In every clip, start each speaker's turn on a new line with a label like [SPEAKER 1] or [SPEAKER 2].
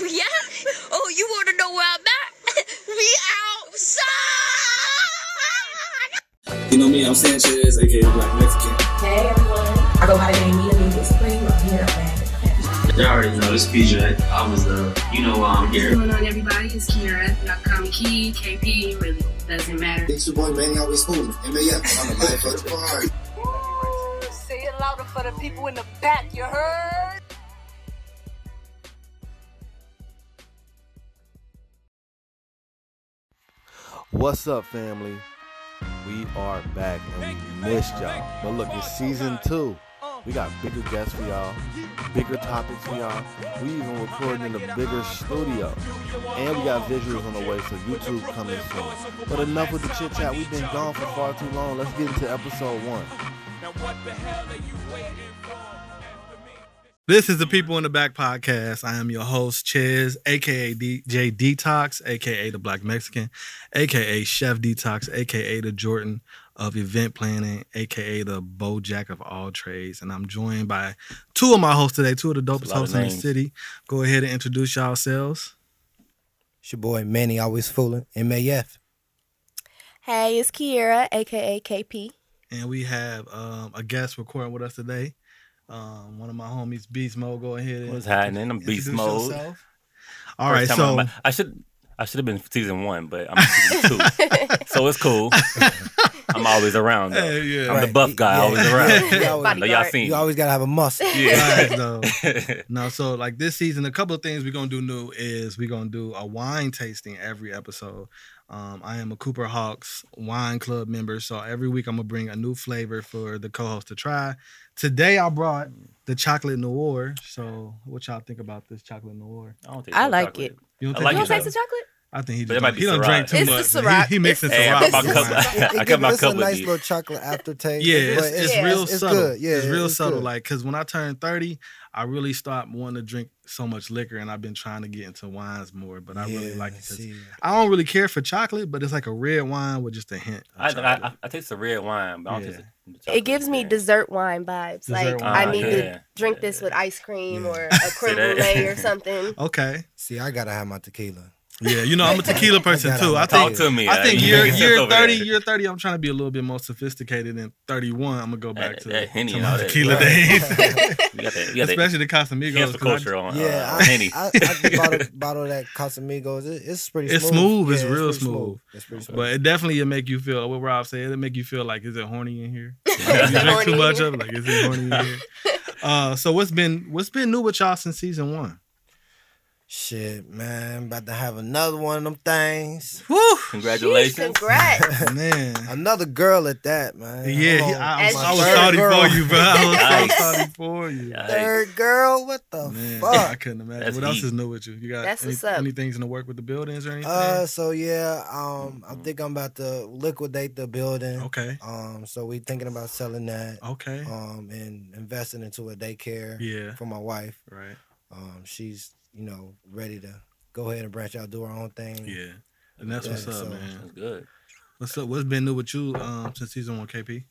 [SPEAKER 1] yeah? Oh, you want to know where I'm at? We outside!
[SPEAKER 2] You know me, I'm Sanchez, aka Black Mexican.
[SPEAKER 3] Hey everyone. I go by the name Nina Music Spring. I'm here at
[SPEAKER 4] Y'all already know this PJ. I was the, you know why I'm here.
[SPEAKER 5] What's going on, everybody? It's Kiara, not Common Key, KP, it really doesn't matter.
[SPEAKER 6] It's your boy Manny always fooling. MAF, I'm the life of the party.
[SPEAKER 7] Say it louder for the people in the back, you heard?
[SPEAKER 8] What's up, family? We are back and we missed y'all. But look, it's season two. We got bigger guests for y'all, bigger topics for y'all. We even recording in a bigger studio. And we got visuals on the way, so YouTube coming soon. But enough with the chit chat. We've been gone for far too long. Let's get into episode one.
[SPEAKER 9] This is the People in the Back podcast. I am your host, Chiz, aka DJ Detox, aka the Black Mexican, aka Chef Detox, aka the Jordan of event planning, aka the Bojack of all trades. And I'm joined by two of my hosts today, two of the
[SPEAKER 8] That's
[SPEAKER 9] dopest
[SPEAKER 8] a lot of
[SPEAKER 9] hosts in the
[SPEAKER 8] names.
[SPEAKER 9] city. Go ahead and introduce yourselves.
[SPEAKER 10] It's your boy Manny, always fooling. MAF.
[SPEAKER 3] Hey, it's Kiera, aka KP.
[SPEAKER 9] And we have um, a guest recording with us today. Um, one of my homies, Beast Mode. Go ahead and
[SPEAKER 8] What's happening? I'm Beast
[SPEAKER 9] introduce
[SPEAKER 8] Mode.
[SPEAKER 9] yourself. All right,
[SPEAKER 8] First
[SPEAKER 9] so
[SPEAKER 8] time I'm- I should I should have been season one, but I'm season two, so it's cool. I'm always around. though.
[SPEAKER 9] Hey, yeah.
[SPEAKER 8] I'm the buff guy, always around.
[SPEAKER 10] You
[SPEAKER 8] I know
[SPEAKER 10] always,
[SPEAKER 8] y'all seen.
[SPEAKER 10] you always gotta have a muscle.
[SPEAKER 9] All right,
[SPEAKER 8] yeah.
[SPEAKER 9] so- No, so like this season, a couple of things we're gonna do new is we're gonna do a wine tasting every episode. Um, I am a Cooper Hawks Wine Club member, so every week I'm gonna bring a new flavor for the co-host to try. Today I brought the chocolate noir. So what y'all think about this chocolate noir?
[SPEAKER 8] I, don't taste
[SPEAKER 3] I
[SPEAKER 8] no
[SPEAKER 3] like
[SPEAKER 8] chocolate.
[SPEAKER 3] it.
[SPEAKER 9] You don't
[SPEAKER 8] I
[SPEAKER 9] think
[SPEAKER 8] like
[SPEAKER 3] you
[SPEAKER 8] it,
[SPEAKER 3] don't
[SPEAKER 8] though.
[SPEAKER 3] taste the chocolate?
[SPEAKER 9] I think he
[SPEAKER 8] But
[SPEAKER 9] just
[SPEAKER 8] it might
[SPEAKER 9] don't- he
[SPEAKER 8] be
[SPEAKER 9] don't drink
[SPEAKER 8] Ciroc.
[SPEAKER 9] too
[SPEAKER 3] It's the
[SPEAKER 9] much.
[SPEAKER 3] Ciroc.
[SPEAKER 9] He, he mixing
[SPEAKER 8] Hey, I
[SPEAKER 9] Ciroc.
[SPEAKER 8] bought
[SPEAKER 9] with
[SPEAKER 8] cup-
[SPEAKER 9] wine.
[SPEAKER 10] It,
[SPEAKER 8] I
[SPEAKER 10] it
[SPEAKER 8] cut my
[SPEAKER 10] gives us
[SPEAKER 8] cup
[SPEAKER 10] a
[SPEAKER 8] with
[SPEAKER 10] nice
[SPEAKER 8] you.
[SPEAKER 10] little chocolate aftertaste.
[SPEAKER 9] Yeah,
[SPEAKER 10] but
[SPEAKER 9] it's, it's real
[SPEAKER 10] it's
[SPEAKER 9] subtle.
[SPEAKER 10] Good. Yeah,
[SPEAKER 9] it's real
[SPEAKER 10] it's
[SPEAKER 9] subtle.
[SPEAKER 10] good.
[SPEAKER 9] Like, cause when I turned thirty, I really stopped wanting to drink so much liquor, and I've been trying to get into wines more. But I really
[SPEAKER 10] Yeah,
[SPEAKER 9] like it 'cause
[SPEAKER 10] see.
[SPEAKER 9] I don't really care for chocolate, but it's like a red wine with just a hint. Of
[SPEAKER 8] I, I, I,
[SPEAKER 9] chocolate.
[SPEAKER 8] I taste the red wine, but I don't
[SPEAKER 9] Yeah.
[SPEAKER 8] taste the
[SPEAKER 3] It
[SPEAKER 8] chocolate
[SPEAKER 3] gives me
[SPEAKER 8] experience.
[SPEAKER 3] dessert wine vibes. like,
[SPEAKER 9] Dessert wine.
[SPEAKER 3] I need
[SPEAKER 8] Yeah.
[SPEAKER 3] to drink this with ice cream
[SPEAKER 10] Yeah.
[SPEAKER 3] or a creme
[SPEAKER 8] that-
[SPEAKER 3] brulee or something.
[SPEAKER 9] okay.
[SPEAKER 10] See, I gotta have my tequila.
[SPEAKER 9] Yeah, you know I'm a tequila person
[SPEAKER 10] gotta
[SPEAKER 9] too. I
[SPEAKER 10] have
[SPEAKER 9] think
[SPEAKER 8] Talk to me.
[SPEAKER 9] I think
[SPEAKER 8] you
[SPEAKER 9] year
[SPEAKER 8] niggas that's
[SPEAKER 9] year
[SPEAKER 8] over there.
[SPEAKER 9] thirty, year thirty, I'm trying to be a little bit more sophisticated. And 31, I'm gonna go back
[SPEAKER 8] That-
[SPEAKER 9] to,
[SPEAKER 8] that Henny
[SPEAKER 9] to
[SPEAKER 8] and
[SPEAKER 9] my
[SPEAKER 8] all that.
[SPEAKER 9] tequila days,
[SPEAKER 8] You got that, you got that
[SPEAKER 9] especially the Casamigos.
[SPEAKER 8] cancel
[SPEAKER 9] 'cause I-
[SPEAKER 8] culture on
[SPEAKER 10] yeah,
[SPEAKER 8] uh,
[SPEAKER 10] I,
[SPEAKER 8] Henny.
[SPEAKER 10] I, I bottle, bottle that Casamigos. It, it's pretty.
[SPEAKER 9] It's
[SPEAKER 10] smooth.
[SPEAKER 9] smooth, it's
[SPEAKER 10] Yeah,
[SPEAKER 9] real
[SPEAKER 10] pretty
[SPEAKER 9] smooth.
[SPEAKER 10] It's pretty smooth.
[SPEAKER 9] But it definitely will make you feel what Rob said. It'll make you feel like is it horny in here?
[SPEAKER 3] Is
[SPEAKER 9] you
[SPEAKER 3] it
[SPEAKER 9] drink too
[SPEAKER 3] horny?
[SPEAKER 9] much of it, like is it horny in here? Uh, so what's been what's been new with y'all since season one?
[SPEAKER 10] Shit, man, about to have another one of them things.
[SPEAKER 9] Woo,
[SPEAKER 8] Congratulations.
[SPEAKER 3] Sheesh, Congrats.
[SPEAKER 9] man.
[SPEAKER 10] Another girl at that, man.
[SPEAKER 9] Yeah,
[SPEAKER 10] Hold
[SPEAKER 9] he-
[SPEAKER 10] on.
[SPEAKER 9] I, was-
[SPEAKER 3] As
[SPEAKER 9] I was
[SPEAKER 3] you-
[SPEAKER 9] sorry
[SPEAKER 10] Girl.
[SPEAKER 9] for you, bro. I was
[SPEAKER 8] Nice.
[SPEAKER 9] so sorry for you.
[SPEAKER 8] Yeah, hey,
[SPEAKER 10] Third girl, what the
[SPEAKER 9] Man, I
[SPEAKER 10] fuck?
[SPEAKER 9] couldn't imagine.
[SPEAKER 8] That's
[SPEAKER 9] what else
[SPEAKER 8] heat.
[SPEAKER 9] is new with you? You got
[SPEAKER 3] That's
[SPEAKER 9] any,
[SPEAKER 3] what's up.
[SPEAKER 9] any things in the work with the buildings or anything?
[SPEAKER 10] Uh, so yeah, um, I think I'm about to liquidate the building.
[SPEAKER 9] Mm-hmm. okay,
[SPEAKER 10] Um, so we thinking about selling that.
[SPEAKER 9] okay,
[SPEAKER 10] Um, and investing into a daycare
[SPEAKER 9] yeah,
[SPEAKER 10] for my wife.
[SPEAKER 9] right,
[SPEAKER 10] Um, she's you know ready to go ahead and branch out, do her own thing.
[SPEAKER 9] yeah. And that's
[SPEAKER 10] Yeah,
[SPEAKER 9] what's up,
[SPEAKER 10] so-
[SPEAKER 9] man.
[SPEAKER 8] that's good.
[SPEAKER 9] What's up? What's been new with you um, since season one, KP?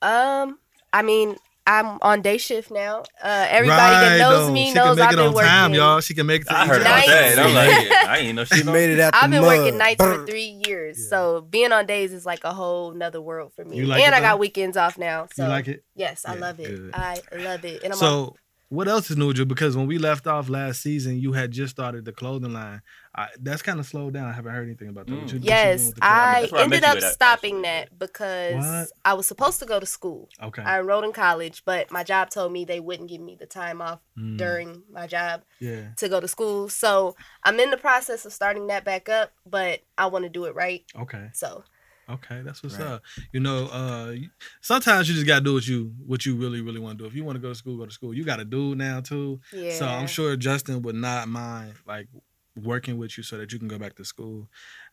[SPEAKER 3] um, I mean, I'm on day shift now. Uh, everybody that
[SPEAKER 9] Right,
[SPEAKER 3] knows
[SPEAKER 9] though.
[SPEAKER 3] me
[SPEAKER 9] she
[SPEAKER 3] knows
[SPEAKER 9] can make
[SPEAKER 3] I've
[SPEAKER 9] it
[SPEAKER 3] been
[SPEAKER 9] on
[SPEAKER 3] working.
[SPEAKER 9] time, y'all. She can make it. To
[SPEAKER 8] I heard
[SPEAKER 9] each
[SPEAKER 8] about
[SPEAKER 3] Nice.
[SPEAKER 8] that. and I'm
[SPEAKER 9] episode.
[SPEAKER 8] like, I ain't know
[SPEAKER 10] She
[SPEAKER 8] shit.
[SPEAKER 10] made it out.
[SPEAKER 3] I've
[SPEAKER 10] the
[SPEAKER 3] been working
[SPEAKER 10] mud.
[SPEAKER 3] nights for
[SPEAKER 10] Brr.
[SPEAKER 3] three years,
[SPEAKER 9] Yeah.
[SPEAKER 3] so being on days is like a whole nother world for me.
[SPEAKER 9] You like
[SPEAKER 3] and
[SPEAKER 9] it,
[SPEAKER 3] I got
[SPEAKER 9] though?
[SPEAKER 3] weekends off now, so
[SPEAKER 9] you like it?
[SPEAKER 3] yes, I
[SPEAKER 9] Yeah,
[SPEAKER 3] love it.
[SPEAKER 9] good.
[SPEAKER 3] I love it, and I'm on,
[SPEAKER 9] So, what else is new with you? Because when we left off last season, you had just started the clothing line. I, that's kind of slowed down. I haven't heard anything about that. What
[SPEAKER 8] Mm.
[SPEAKER 9] you- what you doing
[SPEAKER 3] yes,
[SPEAKER 9] with the
[SPEAKER 3] I
[SPEAKER 8] That's where I
[SPEAKER 3] ended
[SPEAKER 8] met you
[SPEAKER 3] up
[SPEAKER 8] at, actually.
[SPEAKER 3] stopping that because
[SPEAKER 9] What?
[SPEAKER 3] I was supposed to go to school.
[SPEAKER 9] clothing? okay.
[SPEAKER 3] I enrolled in college, but my job told me they wouldn't give me the time off
[SPEAKER 9] Mm,
[SPEAKER 3] during my job
[SPEAKER 9] yeah.
[SPEAKER 3] to go to school. So I'm in the process of starting that back up, but I want to do it right.
[SPEAKER 9] Okay.
[SPEAKER 3] So
[SPEAKER 9] Okay, that's what's
[SPEAKER 10] Right.
[SPEAKER 9] up. You know, uh you- sometimes you just gotta do what you what you really really want to do. If you want to go to school, go to school. You got a dude now too,
[SPEAKER 3] yeah,
[SPEAKER 9] so I'm sure Justin would not mind like working with you so that you can go back to school.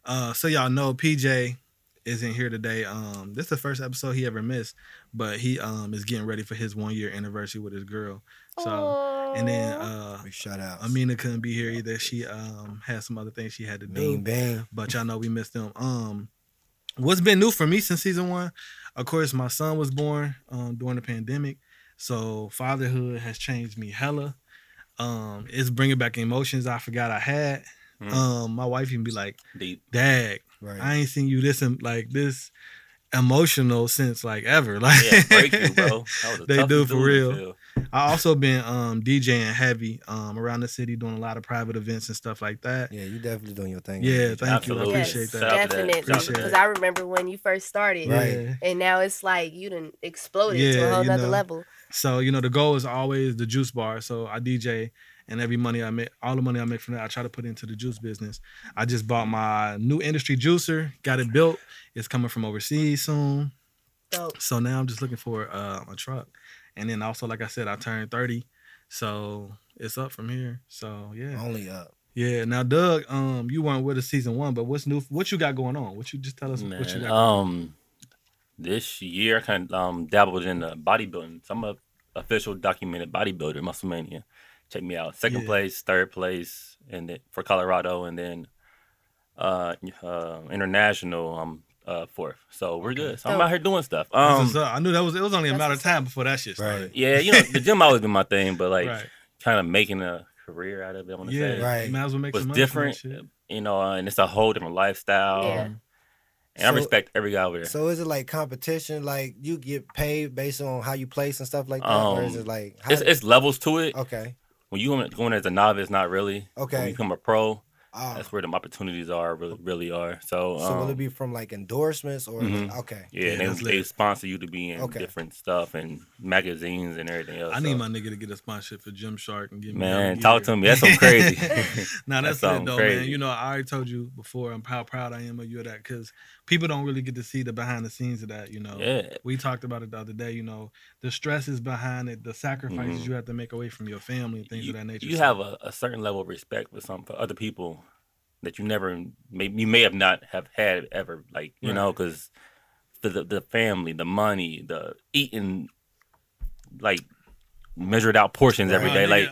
[SPEAKER 9] Uh, so y'all know PJ isn't here today. Um, this is the first episode he ever missed, but he um is getting ready for his one year anniversary with his girl. So and then
[SPEAKER 3] Aw.
[SPEAKER 9] uh,
[SPEAKER 10] Big shout out.
[SPEAKER 9] Amina couldn't be here either. She um had some other things she had to do
[SPEAKER 10] Bing Bang.
[SPEAKER 9] but y'all know we missed them. Um, what's been new for me since season one? Of course, my son was born um, during the pandemic, so fatherhood has changed me hella. Um, it's bringing back emotions I forgot I had.
[SPEAKER 11] Mm.
[SPEAKER 9] Um, my wife even be like,
[SPEAKER 11] Deep.
[SPEAKER 9] "Dag,
[SPEAKER 10] Right.
[SPEAKER 9] I ain't seen you this em- like this emotional since like ever." Like,
[SPEAKER 11] Yeah, break you, bro. That was a
[SPEAKER 9] They
[SPEAKER 11] tough
[SPEAKER 9] do
[SPEAKER 11] dude
[SPEAKER 9] for
[SPEAKER 11] to
[SPEAKER 9] real.
[SPEAKER 11] feel.
[SPEAKER 9] I also been um DJing heavy um around the city, doing a lot of private events and stuff like that.
[SPEAKER 10] Yeah, you definitely doing your thing.
[SPEAKER 9] Yeah, thank you. I
[SPEAKER 11] Absolutely.
[SPEAKER 9] appreciate
[SPEAKER 3] Yes,
[SPEAKER 11] Shout
[SPEAKER 9] that.
[SPEAKER 11] out to that.
[SPEAKER 3] definitely.
[SPEAKER 11] Shout out to
[SPEAKER 3] Because
[SPEAKER 11] that.
[SPEAKER 3] I remember when you first started,
[SPEAKER 10] Right.
[SPEAKER 9] Yeah.
[SPEAKER 3] and now it's like you done exploded to
[SPEAKER 9] Yeah,
[SPEAKER 3] a whole
[SPEAKER 9] you
[SPEAKER 3] nother
[SPEAKER 9] know.
[SPEAKER 3] level.
[SPEAKER 9] So you know the goal is always the juice bar. So I DJ, and every money I make, all the money I make from that, I try to put into the juice business. I just bought my new industry juicer, got it built. It's coming from overseas soon.
[SPEAKER 3] Dope.
[SPEAKER 9] So now I'm just looking for uh, a truck, and then also like I said, I turned thirty, so it's up from here. So yeah,
[SPEAKER 10] Only up.
[SPEAKER 9] yeah. Now Doug, um, you weren't with us season one, but what's new? What you got going on? What you just tell us? what you
[SPEAKER 11] Man,
[SPEAKER 9] got?
[SPEAKER 11] um, this year I kind of um, dabbled in uh, bodybuilding. So I'm a official documented bodybuilder, Musclemania. Check me out. Second
[SPEAKER 9] Yeah.
[SPEAKER 11] place, third place, and then for Colorado, and then uh, uh international. I'm uh, fourth. So we're good. So I'm
[SPEAKER 3] Dope.
[SPEAKER 11] out here doing stuff.
[SPEAKER 9] That's
[SPEAKER 11] Um,
[SPEAKER 9] what's up. I knew that was. It was only a
[SPEAKER 3] That's
[SPEAKER 9] matter of
[SPEAKER 3] what's up.
[SPEAKER 9] time before that shit
[SPEAKER 10] Right.
[SPEAKER 9] started.
[SPEAKER 11] yeah, you know the gym always been my thing, but like
[SPEAKER 9] right.
[SPEAKER 11] kind of making a career out of it. I want to
[SPEAKER 9] Yeah.
[SPEAKER 11] say
[SPEAKER 10] Right.
[SPEAKER 9] You might as well make
[SPEAKER 11] was
[SPEAKER 9] some money from that
[SPEAKER 11] different,
[SPEAKER 9] shit.
[SPEAKER 11] you know, uh, and it's a whole different lifestyle.
[SPEAKER 3] Yeah.
[SPEAKER 11] And I
[SPEAKER 10] So-
[SPEAKER 11] respect every guy over there.
[SPEAKER 10] So is it like competition? Like you get paid based on how you place and stuff like that, or is
[SPEAKER 11] Um,
[SPEAKER 10] it like how
[SPEAKER 11] it's, it's levels to it.
[SPEAKER 10] okay,
[SPEAKER 11] when you going- going as a novice, not really. When
[SPEAKER 10] Okay.
[SPEAKER 11] you become a pro,
[SPEAKER 10] Ah,
[SPEAKER 11] that's where the opportunities are really, really are. So,
[SPEAKER 10] so will
[SPEAKER 11] um,
[SPEAKER 10] it be from like endorsements or
[SPEAKER 11] Mhm.
[SPEAKER 3] mm-hmm.
[SPEAKER 10] okay?
[SPEAKER 11] yeah,
[SPEAKER 9] Yeah,
[SPEAKER 11] they,
[SPEAKER 9] that's
[SPEAKER 11] they
[SPEAKER 9] lit.
[SPEAKER 11] sponsor you to be in
[SPEAKER 10] Okay.
[SPEAKER 11] different stuff and magazines and everything else.
[SPEAKER 9] I need
[SPEAKER 11] so-
[SPEAKER 9] my nigga to get a sponsorship for Gymshark and give me
[SPEAKER 11] man.
[SPEAKER 9] that
[SPEAKER 11] Talk
[SPEAKER 9] gear.
[SPEAKER 11] to me. That's some crazy.
[SPEAKER 9] Nah, that's,
[SPEAKER 11] That's something
[SPEAKER 9] it though, man.
[SPEAKER 11] crazy.
[SPEAKER 9] You know, I already told you before I'm how proud I am of you of that because people don't really get to see the behind the scenes of that. You know,
[SPEAKER 11] yeah,
[SPEAKER 9] we talked about it the other day. You know, the stresses behind it, the sacrifices
[SPEAKER 11] Mhm.
[SPEAKER 9] you have to make away from your family, things
[SPEAKER 11] you,
[SPEAKER 9] of that nature.
[SPEAKER 11] you
[SPEAKER 9] So,
[SPEAKER 11] have a, a certain level of respect for some for other people that you never may, you may have not have had ever like you
[SPEAKER 9] Right.
[SPEAKER 11] know because the, the the family the money the eating like measured out portions every
[SPEAKER 9] Nah,
[SPEAKER 11] day
[SPEAKER 9] nigga,
[SPEAKER 11] like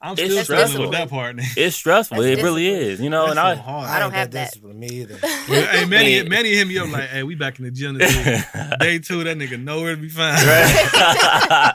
[SPEAKER 9] I'm
[SPEAKER 11] it's
[SPEAKER 9] still struggling with
[SPEAKER 11] stressful.
[SPEAKER 9] that part. nigga.
[SPEAKER 11] it's stressful
[SPEAKER 3] That's
[SPEAKER 11] it really
[SPEAKER 3] discipline.
[SPEAKER 11] is you know
[SPEAKER 9] That's
[SPEAKER 11] and I
[SPEAKER 9] so hard.
[SPEAKER 3] I don't
[SPEAKER 10] ain't
[SPEAKER 3] have that.
[SPEAKER 10] discipline, me either.
[SPEAKER 9] hey, Manny,
[SPEAKER 11] Man.
[SPEAKER 9] Manny hit me up like, "Hey, we back in the gym this week. day two. That nigga nowhere to be found.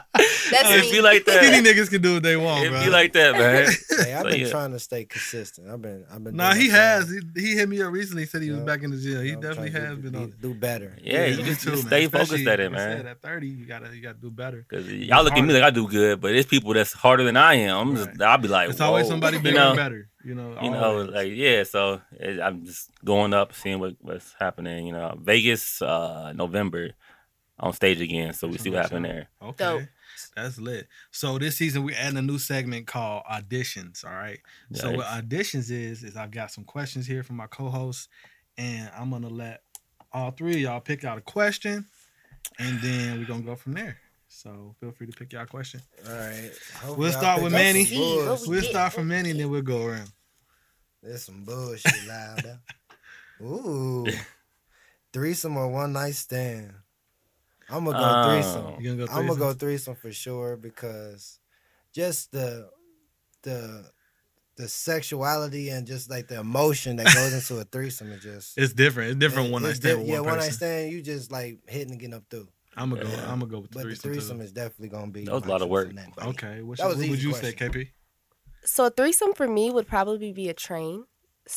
[SPEAKER 11] Right.
[SPEAKER 3] That's
[SPEAKER 11] it
[SPEAKER 3] me.
[SPEAKER 11] be like
[SPEAKER 9] Skinny
[SPEAKER 11] that.
[SPEAKER 9] niggas can do what they want,
[SPEAKER 11] It
[SPEAKER 9] bro.
[SPEAKER 11] be like that, man.
[SPEAKER 10] Hey, I've
[SPEAKER 11] So,
[SPEAKER 10] been
[SPEAKER 11] yeah.
[SPEAKER 10] trying to stay consistent. I've been, I've been.
[SPEAKER 9] Nah,
[SPEAKER 10] doing
[SPEAKER 9] he
[SPEAKER 10] my thing.
[SPEAKER 9] has. He, he hit me up recently. Said he was
[SPEAKER 10] Yeah.
[SPEAKER 9] back in the gym. He
[SPEAKER 10] I'm
[SPEAKER 9] definitely
[SPEAKER 10] trying to
[SPEAKER 9] has
[SPEAKER 10] do-
[SPEAKER 9] been
[SPEAKER 10] be-
[SPEAKER 9] on it.
[SPEAKER 10] do better.
[SPEAKER 11] Yeah, you
[SPEAKER 9] me
[SPEAKER 11] just,
[SPEAKER 9] too,
[SPEAKER 11] just
[SPEAKER 9] man.
[SPEAKER 11] stay focused
[SPEAKER 9] Especially,
[SPEAKER 11] at it,
[SPEAKER 9] like I said,
[SPEAKER 11] man.
[SPEAKER 9] At thirty, you gotta you gotta do better.
[SPEAKER 11] Cause y'all look at me like I do good, but it's people that's harder than I am. I'm just,
[SPEAKER 9] Right.
[SPEAKER 11] I'll be like,
[SPEAKER 9] It's always
[SPEAKER 11] "Whoa,"
[SPEAKER 9] somebody
[SPEAKER 11] you
[SPEAKER 9] bigger
[SPEAKER 11] know?
[SPEAKER 9] and better. You know,
[SPEAKER 11] You know,
[SPEAKER 9] always.
[SPEAKER 11] like yeah. So it, I'm just going up, seeing what, what's happening. You know, Vegas, uh, November, on stage again. So we see what happened there.
[SPEAKER 9] okay,
[SPEAKER 3] Dope.
[SPEAKER 9] that's lit. So this season we're adding a new segment called auditions. All right. So what
[SPEAKER 11] Yikes.
[SPEAKER 9] auditions is is I've got some questions here from my co-host, and I'm gonna let all three of y'all pick out a question, and then we're gonna go from there. So feel free to pick y'all question.
[SPEAKER 10] All right, Hopefully
[SPEAKER 9] We'll
[SPEAKER 10] I
[SPEAKER 9] start
[SPEAKER 10] pick
[SPEAKER 9] with
[SPEAKER 10] up some
[SPEAKER 9] Manny.
[SPEAKER 10] bull-
[SPEAKER 3] What we
[SPEAKER 9] We'll
[SPEAKER 3] get,
[SPEAKER 9] start
[SPEAKER 3] what
[SPEAKER 9] from
[SPEAKER 3] we
[SPEAKER 9] Manny, and
[SPEAKER 3] get.
[SPEAKER 9] then we'll go around.
[SPEAKER 10] There's some bullshit louder. Ooh, threesome or one night stand? I'm gonna go threesome.
[SPEAKER 11] Oh.
[SPEAKER 9] You gonna go?
[SPEAKER 10] I'm gonna
[SPEAKER 9] threesomes?
[SPEAKER 10] go threesome for sure because just the the the sexuality and just like the emotion that goes into a threesome is just
[SPEAKER 9] It's different. It's different
[SPEAKER 10] it-
[SPEAKER 9] when I
[SPEAKER 10] it's
[SPEAKER 9] stand
[SPEAKER 10] di-
[SPEAKER 9] with
[SPEAKER 10] yeah
[SPEAKER 9] one
[SPEAKER 10] one night
[SPEAKER 9] person.
[SPEAKER 10] stand you just like hitting and getting up through.
[SPEAKER 9] I'm gonna go.
[SPEAKER 11] Yeah.
[SPEAKER 9] I'm gonna go with the
[SPEAKER 10] But the
[SPEAKER 9] threesome.
[SPEAKER 10] threesome
[SPEAKER 9] too.
[SPEAKER 10] is definitely gonna be
[SPEAKER 11] That was a lot of
[SPEAKER 10] my choice on
[SPEAKER 11] work.
[SPEAKER 10] that, buddy.
[SPEAKER 9] okay. What,
[SPEAKER 10] That was
[SPEAKER 9] what
[SPEAKER 10] an
[SPEAKER 9] would
[SPEAKER 10] easy
[SPEAKER 9] you say,
[SPEAKER 10] question.
[SPEAKER 9] KP?
[SPEAKER 3] So a threesome for me would probably be a train.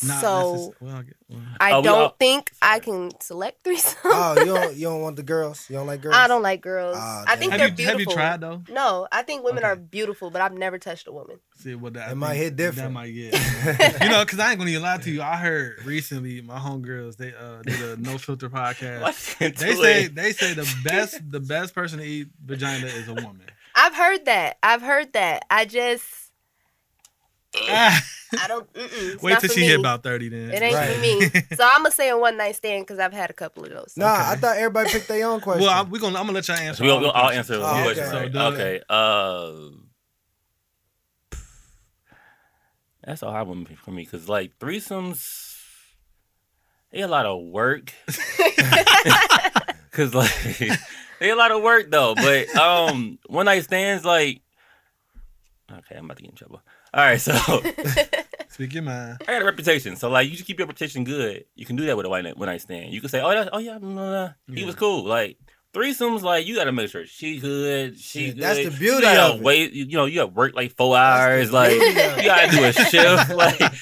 [SPEAKER 9] Not
[SPEAKER 3] so
[SPEAKER 9] necess- well, I get, well,
[SPEAKER 3] I
[SPEAKER 11] Oh, we
[SPEAKER 3] don't
[SPEAKER 11] all-
[SPEAKER 3] think I can select threesome.
[SPEAKER 10] Oh, you don't you don't want the girls? You don't like girls?
[SPEAKER 3] I don't like girls.
[SPEAKER 10] Ah,
[SPEAKER 3] I
[SPEAKER 10] damn.
[SPEAKER 3] think
[SPEAKER 9] have,
[SPEAKER 3] they're
[SPEAKER 9] you,
[SPEAKER 3] beautiful.
[SPEAKER 9] have you tried though?
[SPEAKER 3] No, I think women
[SPEAKER 9] Okay.
[SPEAKER 3] are beautiful, but I've never touched a woman.
[SPEAKER 9] See what that
[SPEAKER 10] It might
[SPEAKER 9] think
[SPEAKER 10] hit different.
[SPEAKER 9] That might get. you know, because I ain't gonna even lie to you. I heard recently my homegirls they uh did a no filter podcast. They say they say the best the best person to eat vagina is a woman.
[SPEAKER 3] I've heard that. I've heard that. I just
[SPEAKER 9] Ah,
[SPEAKER 3] I don't. Mm-mm, it's
[SPEAKER 9] wait
[SPEAKER 3] not
[SPEAKER 9] till
[SPEAKER 3] for
[SPEAKER 9] she
[SPEAKER 3] me.
[SPEAKER 9] hit about thirty then.
[SPEAKER 3] It ain't
[SPEAKER 10] Right.
[SPEAKER 3] for me. So I'm gonna say a one night stand because I've had a couple of those.
[SPEAKER 10] Nah, I
[SPEAKER 9] Okay.
[SPEAKER 10] thought everybody picked their own question.
[SPEAKER 9] Well, I, we gonna I'm gonna let y'all answer.
[SPEAKER 11] we
[SPEAKER 9] all
[SPEAKER 11] all,
[SPEAKER 9] the
[SPEAKER 11] all
[SPEAKER 9] questions.
[SPEAKER 11] answer the
[SPEAKER 10] Oh,
[SPEAKER 11] question.
[SPEAKER 10] okay.
[SPEAKER 11] right?
[SPEAKER 9] So, Doug-
[SPEAKER 11] okay. Uh, that's a hard one for me because like threesomes, they a lot of work. Cause like they a lot of work though, but um, one night stands like. Okay, I'm about to get in trouble. All right, so I
[SPEAKER 9] Speak your mind.
[SPEAKER 11] got a reputation. So like, you just keep your reputation good. You can do that with a one night, one night stand. You can say, oh, that's, oh yeah, blah, blah, blah. he
[SPEAKER 9] Yeah.
[SPEAKER 11] was cool. Like threesomes, like you got to make sure she good. She good.
[SPEAKER 10] that's the beauty
[SPEAKER 11] You gotta
[SPEAKER 10] of it.
[SPEAKER 11] wait. You know, you got to work like four hours. Like you
[SPEAKER 10] beauty of it.
[SPEAKER 11] got to do a shift. Like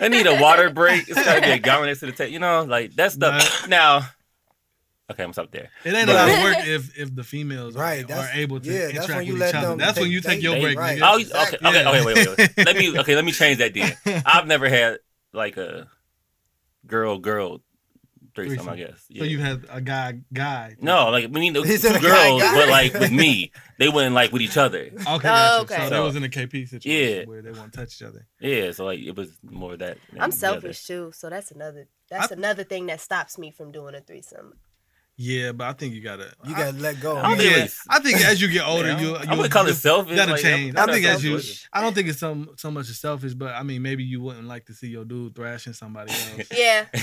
[SPEAKER 11] I need a water break. It's got to be a guy next to the table. You know, like that's the now. Okay, I'm stop there.
[SPEAKER 9] It ain't a lot of work if if the females
[SPEAKER 10] Right,
[SPEAKER 9] are, are
[SPEAKER 10] that's-
[SPEAKER 9] able to
[SPEAKER 10] yeah, that's
[SPEAKER 9] interact
[SPEAKER 10] when you
[SPEAKER 9] with
[SPEAKER 10] let
[SPEAKER 9] each other.
[SPEAKER 10] them-
[SPEAKER 9] That's when
[SPEAKER 10] they-
[SPEAKER 9] you take
[SPEAKER 10] they-
[SPEAKER 9] your
[SPEAKER 10] they-
[SPEAKER 9] break.
[SPEAKER 10] right.
[SPEAKER 9] nigga.
[SPEAKER 11] Oh,
[SPEAKER 10] Exactly.
[SPEAKER 11] okay, okay,
[SPEAKER 9] Yeah.
[SPEAKER 11] okay, wait, wait, wait. Let me okay, let me change that then. I've never had like a girl girl threesome, I
[SPEAKER 9] Threesome.
[SPEAKER 11] guess.
[SPEAKER 9] So
[SPEAKER 11] Yeah.
[SPEAKER 9] you had a guy guy.
[SPEAKER 11] no, like we need two
[SPEAKER 10] He said a
[SPEAKER 11] girls,
[SPEAKER 10] guy got
[SPEAKER 11] but
[SPEAKER 10] it.
[SPEAKER 11] like with me, they wouldn't like with each other.
[SPEAKER 9] Okay,
[SPEAKER 10] Oh,
[SPEAKER 9] gotcha.
[SPEAKER 3] okay.
[SPEAKER 9] So, that
[SPEAKER 11] So-
[SPEAKER 9] was in a KP situation
[SPEAKER 11] Yeah.
[SPEAKER 9] where they won't touch each other.
[SPEAKER 11] Yeah, so like it was more of that. than
[SPEAKER 3] I'm
[SPEAKER 11] the other.
[SPEAKER 3] selfish too, so that's another that's
[SPEAKER 9] I-
[SPEAKER 3] another thing that stops me from doing a threesome.
[SPEAKER 9] Yeah, but I think you gotta.
[SPEAKER 10] You
[SPEAKER 9] I-
[SPEAKER 10] gotta let go.
[SPEAKER 11] I don't
[SPEAKER 10] man.
[SPEAKER 11] think
[SPEAKER 9] yeah,
[SPEAKER 11] it's-
[SPEAKER 9] I think as you get older,
[SPEAKER 11] Yeah,
[SPEAKER 9] you
[SPEAKER 11] I
[SPEAKER 9] you
[SPEAKER 11] wouldn't call it
[SPEAKER 9] you-
[SPEAKER 11] selfish,
[SPEAKER 9] That'll
[SPEAKER 11] like,
[SPEAKER 9] change.
[SPEAKER 11] I'm
[SPEAKER 9] I think
[SPEAKER 11] not
[SPEAKER 9] as you,
[SPEAKER 11] selfish.
[SPEAKER 9] I don't think it's so so much as selfish, but I mean maybe you wouldn't like to see your dude thrashing somebody else.
[SPEAKER 3] Yeah, yeah. I don't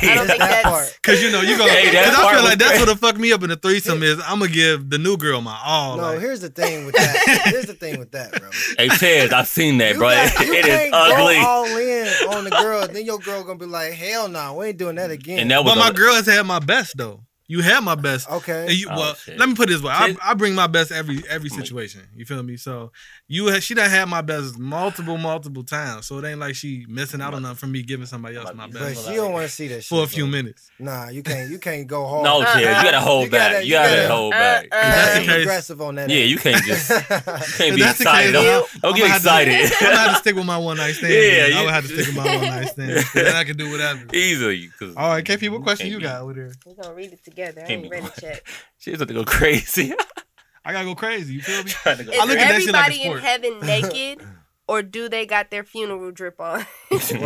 [SPEAKER 3] think
[SPEAKER 10] that
[SPEAKER 3] that's
[SPEAKER 10] part.
[SPEAKER 9] Cause you know you gonna.
[SPEAKER 11] Hey, that
[SPEAKER 9] Cause I
[SPEAKER 11] part
[SPEAKER 9] feel
[SPEAKER 11] was
[SPEAKER 9] like that's
[SPEAKER 11] great.
[SPEAKER 9] what the fuck me up in the threesome is. I'm gonna give the new girl my all.
[SPEAKER 10] No,
[SPEAKER 9] like,
[SPEAKER 10] here's the thing with that. Here's the thing with that, bro.
[SPEAKER 11] Hey Chaz, I've seen that,
[SPEAKER 10] You
[SPEAKER 11] bro.
[SPEAKER 10] got- you
[SPEAKER 11] it is
[SPEAKER 10] can't
[SPEAKER 11] ugly.
[SPEAKER 10] Go all in on the girl, then your girl gonna be like, "Hell no, we ain't doing that again."
[SPEAKER 11] And that was
[SPEAKER 9] but my
[SPEAKER 11] a-
[SPEAKER 9] girl has had my best though. You had my best.
[SPEAKER 10] okay,
[SPEAKER 9] And you,
[SPEAKER 11] Oh,
[SPEAKER 9] well,
[SPEAKER 11] shit.
[SPEAKER 9] let me put it this way: I,
[SPEAKER 11] Shit.
[SPEAKER 9] I bring my best every every
[SPEAKER 11] I'm like-
[SPEAKER 9] situation. You feel me? So you ha- she done had my best multiple multiple times. So it ain't like she missing out on nothing from me giving somebody else
[SPEAKER 11] I'm
[SPEAKER 9] my
[SPEAKER 11] like,
[SPEAKER 10] but
[SPEAKER 9] best
[SPEAKER 10] she don't want to see that shit,
[SPEAKER 9] for a few
[SPEAKER 10] bro.
[SPEAKER 9] minutes.
[SPEAKER 10] Nah, you can't. You can't go hard.
[SPEAKER 11] No, Chaz, you gotta hold
[SPEAKER 10] You
[SPEAKER 11] back.
[SPEAKER 10] gotta-
[SPEAKER 11] you
[SPEAKER 10] you
[SPEAKER 11] gotta,
[SPEAKER 10] gotta-
[SPEAKER 11] hold
[SPEAKER 3] Uh, uh.
[SPEAKER 11] back. You
[SPEAKER 10] You
[SPEAKER 9] That's
[SPEAKER 11] can't-
[SPEAKER 9] the case.
[SPEAKER 10] aggressive on that.
[SPEAKER 11] yeah,
[SPEAKER 10] ass.
[SPEAKER 11] you can't just can't
[SPEAKER 9] If
[SPEAKER 11] be
[SPEAKER 9] that's the case,
[SPEAKER 11] excited. Don't, don't get
[SPEAKER 9] I'ma have to-
[SPEAKER 11] excited.
[SPEAKER 9] I'm gonna have to stick with my one night stand.
[SPEAKER 11] Yeah,
[SPEAKER 9] I
[SPEAKER 11] you-
[SPEAKER 9] would have to stick with my one night stand. 'cause Then I can do whatever.
[SPEAKER 11] Easily. 'cause-
[SPEAKER 9] All right, KP, what question you
[SPEAKER 11] Can't be-
[SPEAKER 9] got over there?
[SPEAKER 3] we're gonna read it together. I
[SPEAKER 11] Can't
[SPEAKER 3] ain't
[SPEAKER 11] be
[SPEAKER 3] ready
[SPEAKER 11] going-
[SPEAKER 3] yet.
[SPEAKER 11] She's about to go crazy.
[SPEAKER 9] I gotta go crazy. You feel me?
[SPEAKER 11] Trying to go
[SPEAKER 3] Is
[SPEAKER 9] I look at that shit like
[SPEAKER 3] everybody
[SPEAKER 9] a
[SPEAKER 3] in
[SPEAKER 9] sport.
[SPEAKER 3] heaven naked, or do they got their funeral drip on?
[SPEAKER 10] What? What's
[SPEAKER 9] Is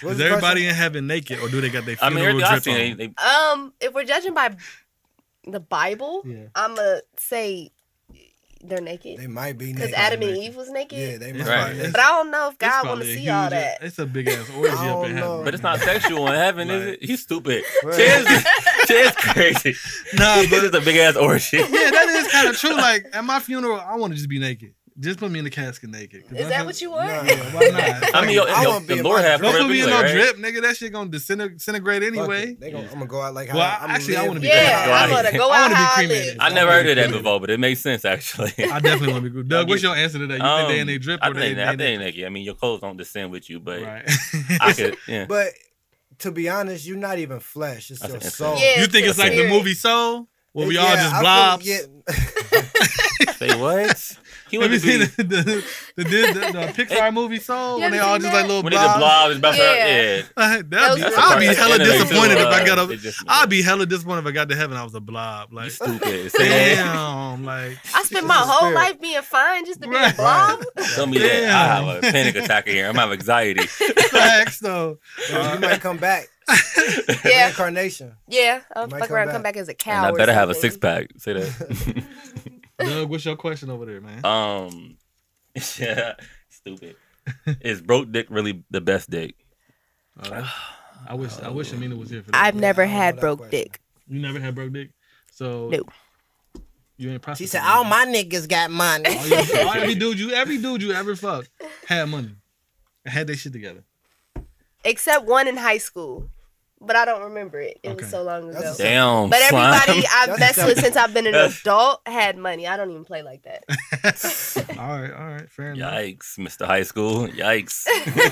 [SPEAKER 10] the
[SPEAKER 9] everybody
[SPEAKER 10] question?
[SPEAKER 9] in heaven naked, or do they got their
[SPEAKER 11] I mean,
[SPEAKER 9] funeral
[SPEAKER 11] everything
[SPEAKER 9] drip
[SPEAKER 11] I've seen,
[SPEAKER 9] on?
[SPEAKER 11] they, they,
[SPEAKER 3] Um, if we're judging by the Bible,
[SPEAKER 9] Yeah.
[SPEAKER 3] I'm gonna say they're naked
[SPEAKER 10] They might be
[SPEAKER 3] because
[SPEAKER 10] naked.
[SPEAKER 3] Adam and
[SPEAKER 9] naked.
[SPEAKER 3] Eve was naked.
[SPEAKER 10] Yeah, they might. Be
[SPEAKER 9] It's
[SPEAKER 11] Right.
[SPEAKER 9] probably-
[SPEAKER 10] naked.
[SPEAKER 3] But I don't know if
[SPEAKER 9] It's
[SPEAKER 3] God want
[SPEAKER 9] probably
[SPEAKER 3] to
[SPEAKER 9] a
[SPEAKER 3] see
[SPEAKER 9] huge- uh,
[SPEAKER 3] all that.
[SPEAKER 9] It's a big ass orgy
[SPEAKER 10] I
[SPEAKER 9] up in
[SPEAKER 10] don't
[SPEAKER 9] heaven.
[SPEAKER 10] know.
[SPEAKER 11] but it's not sexual in heaven, is it? You stupid.
[SPEAKER 10] Right.
[SPEAKER 11] Chance, Chance crazy.
[SPEAKER 9] Nah,
[SPEAKER 11] This is a big ass orgy.
[SPEAKER 9] yeah, that is kind of true. Like at my funeral, I want to just be naked. Just put me in the casket naked. 'Cause
[SPEAKER 3] Is
[SPEAKER 9] that's
[SPEAKER 3] that
[SPEAKER 9] how-
[SPEAKER 3] what you want?
[SPEAKER 10] Nah.
[SPEAKER 9] Yeah, why not?
[SPEAKER 11] I mean, yo,
[SPEAKER 10] I
[SPEAKER 11] yo,
[SPEAKER 10] wanna be
[SPEAKER 11] the
[SPEAKER 10] in
[SPEAKER 11] Lord
[SPEAKER 10] my
[SPEAKER 11] had
[SPEAKER 9] don't
[SPEAKER 11] for
[SPEAKER 9] put me in
[SPEAKER 11] anyway,
[SPEAKER 9] no
[SPEAKER 11] right?
[SPEAKER 9] drip, nigga. That shit gonna disintegr- disintegrate anyway.
[SPEAKER 10] They gonna, I'm gonna go out like
[SPEAKER 9] Well,
[SPEAKER 10] how I'm
[SPEAKER 9] actually, I
[SPEAKER 10] live.
[SPEAKER 9] wanna be
[SPEAKER 3] Yeah,
[SPEAKER 11] Go
[SPEAKER 3] I'm
[SPEAKER 11] out.
[SPEAKER 3] gonna go
[SPEAKER 9] I
[SPEAKER 3] out
[SPEAKER 9] wanna be
[SPEAKER 3] how I
[SPEAKER 9] cremated.
[SPEAKER 3] live.
[SPEAKER 11] I never heard of that before, but it makes sense actually.
[SPEAKER 9] I definitely want to be good. Doug,
[SPEAKER 11] I
[SPEAKER 9] what's
[SPEAKER 11] get- Um,
[SPEAKER 9] your answer to that? You think they in their drip
[SPEAKER 11] I
[SPEAKER 9] or they
[SPEAKER 11] think,
[SPEAKER 9] they
[SPEAKER 11] I
[SPEAKER 9] in they-
[SPEAKER 11] think naked. I mean, your clothes don't descend with you, but
[SPEAKER 9] Right.
[SPEAKER 11] I could. Yeah.
[SPEAKER 10] But to be honest, you're not even flesh. It's
[SPEAKER 11] I
[SPEAKER 10] your
[SPEAKER 11] think-
[SPEAKER 10] soul.
[SPEAKER 3] Yeah.
[SPEAKER 9] you think it's like the
[SPEAKER 3] Spirit.
[SPEAKER 9] movie Soul, where we all
[SPEAKER 10] Yeah,
[SPEAKER 9] just
[SPEAKER 10] I feel-
[SPEAKER 9] blobs?
[SPEAKER 10] yeah.
[SPEAKER 11] Say what? He
[SPEAKER 9] Have
[SPEAKER 11] went
[SPEAKER 9] you
[SPEAKER 11] to
[SPEAKER 9] seen
[SPEAKER 11] be,
[SPEAKER 9] the, the, the, the, the, the Pixar movie Soul?
[SPEAKER 3] You
[SPEAKER 9] When they
[SPEAKER 3] haven't
[SPEAKER 9] all
[SPEAKER 3] seen
[SPEAKER 9] just like
[SPEAKER 3] that?
[SPEAKER 9] little
[SPEAKER 11] when he
[SPEAKER 9] blobs.
[SPEAKER 11] just blob, it's about
[SPEAKER 3] Yeah.
[SPEAKER 11] yeah.
[SPEAKER 9] I'd be,
[SPEAKER 3] That was-
[SPEAKER 9] I'd be
[SPEAKER 11] That's a
[SPEAKER 9] hella
[SPEAKER 11] cartoon anime,
[SPEAKER 9] disappointed
[SPEAKER 11] too,
[SPEAKER 9] if I
[SPEAKER 11] uh,
[SPEAKER 9] got
[SPEAKER 11] it
[SPEAKER 9] a.
[SPEAKER 11] just-
[SPEAKER 9] I'd be hella disappointed if I got to heaven. I was a blob.
[SPEAKER 11] You
[SPEAKER 9] Like,
[SPEAKER 11] stupid. Say what?
[SPEAKER 9] damn. Like,
[SPEAKER 3] I spent my
[SPEAKER 10] It's a
[SPEAKER 3] whole
[SPEAKER 10] spirit.
[SPEAKER 3] life being fine just to be a
[SPEAKER 9] Right.
[SPEAKER 3] blob.
[SPEAKER 11] Tell me
[SPEAKER 9] Damn.
[SPEAKER 11] that. I have a panic attack in here. I'm have anxiety.
[SPEAKER 9] facts though.
[SPEAKER 10] you might come back.
[SPEAKER 3] Yeah,
[SPEAKER 10] Reincarnation.
[SPEAKER 3] yeah. I'll
[SPEAKER 10] might
[SPEAKER 3] fuck
[SPEAKER 10] come
[SPEAKER 3] around, come
[SPEAKER 10] back.
[SPEAKER 3] back as a
[SPEAKER 11] And
[SPEAKER 3] cow.
[SPEAKER 11] I
[SPEAKER 3] or
[SPEAKER 11] better have a
[SPEAKER 3] something.
[SPEAKER 11] six pack. Say that.
[SPEAKER 9] Doug, what's your question over there, man?
[SPEAKER 11] um, yeah, stupid. Is broke dick really the best dick?
[SPEAKER 9] Uh, I wish I wish Amina was here for that.
[SPEAKER 3] I've never
[SPEAKER 10] I don't
[SPEAKER 3] had
[SPEAKER 10] know that
[SPEAKER 3] broke
[SPEAKER 10] question.
[SPEAKER 3] dick.
[SPEAKER 9] you never had broke dick, so
[SPEAKER 3] No.
[SPEAKER 9] You ain't prostitute.
[SPEAKER 10] She said, "All my niggas got money."
[SPEAKER 9] All you- all every dude you every dude you ever fucked had money, and had they shit together.
[SPEAKER 3] except one in high school, but I don't remember it. It
[SPEAKER 9] Okay.
[SPEAKER 3] was so long ago.
[SPEAKER 10] That's a-
[SPEAKER 11] Damn.
[SPEAKER 3] But
[SPEAKER 11] slime.
[SPEAKER 3] everybody I've
[SPEAKER 10] That's
[SPEAKER 3] messed with
[SPEAKER 10] something.
[SPEAKER 3] since I've been an
[SPEAKER 11] That's-
[SPEAKER 3] adult had money. I don't even play like that.
[SPEAKER 9] all right, all right, fair enough.
[SPEAKER 11] Yikes, Mr. High School. Yikes.
[SPEAKER 9] Um,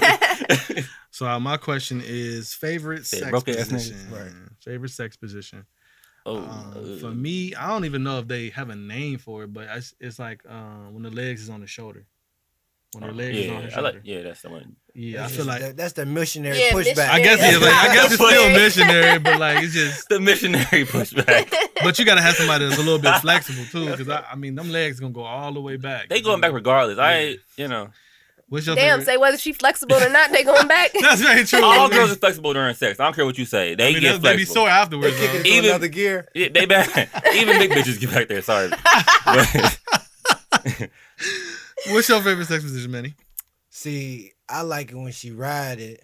[SPEAKER 9] So uh, my question is favorite
[SPEAKER 11] Say,
[SPEAKER 9] sex
[SPEAKER 11] broke ass
[SPEAKER 9] position.
[SPEAKER 10] niggas.
[SPEAKER 9] Favorite sex position.
[SPEAKER 11] oh,
[SPEAKER 9] Um,
[SPEAKER 11] uh,
[SPEAKER 9] for me, I don't even know if they have a name for it, but it's, it's like um, when the legs is on the shoulder. When her legs is on
[SPEAKER 11] Oh, yeah,
[SPEAKER 9] her
[SPEAKER 11] I
[SPEAKER 9] shoulder.
[SPEAKER 11] like. Yeah, that's the one.
[SPEAKER 9] yeah, I
[SPEAKER 10] That's
[SPEAKER 9] feel
[SPEAKER 10] just
[SPEAKER 9] like
[SPEAKER 10] the- that's the missionary
[SPEAKER 3] Yeah,
[SPEAKER 10] pushback.
[SPEAKER 9] I guess it's like, I guess it's still missionary, but like it's just.
[SPEAKER 11] The missionary pushback.
[SPEAKER 9] But you gotta have somebody that's a little bit flexible too, because I, I mean, them legs gonna go all the way back.
[SPEAKER 11] they going back regardless. I, ain't- you know,
[SPEAKER 9] What's your
[SPEAKER 3] Damn,
[SPEAKER 9] favorite?
[SPEAKER 3] say whether she flexible or not, they going back.
[SPEAKER 9] That's very true.
[SPEAKER 11] all
[SPEAKER 9] I mean,
[SPEAKER 11] girls are flexible during sex. I don't care what you say. They
[SPEAKER 9] I mean, that's-
[SPEAKER 11] get
[SPEAKER 9] they be
[SPEAKER 11] flexible.
[SPEAKER 9] sore afterwards.
[SPEAKER 10] Kick
[SPEAKER 9] Though.
[SPEAKER 10] it to
[SPEAKER 11] Even-
[SPEAKER 10] another gear.
[SPEAKER 11] Yeah, they back. Even big bitches get back there. Sorry. But-
[SPEAKER 9] What's your favorite sex position, Manny?
[SPEAKER 10] See, I like it when she ride it.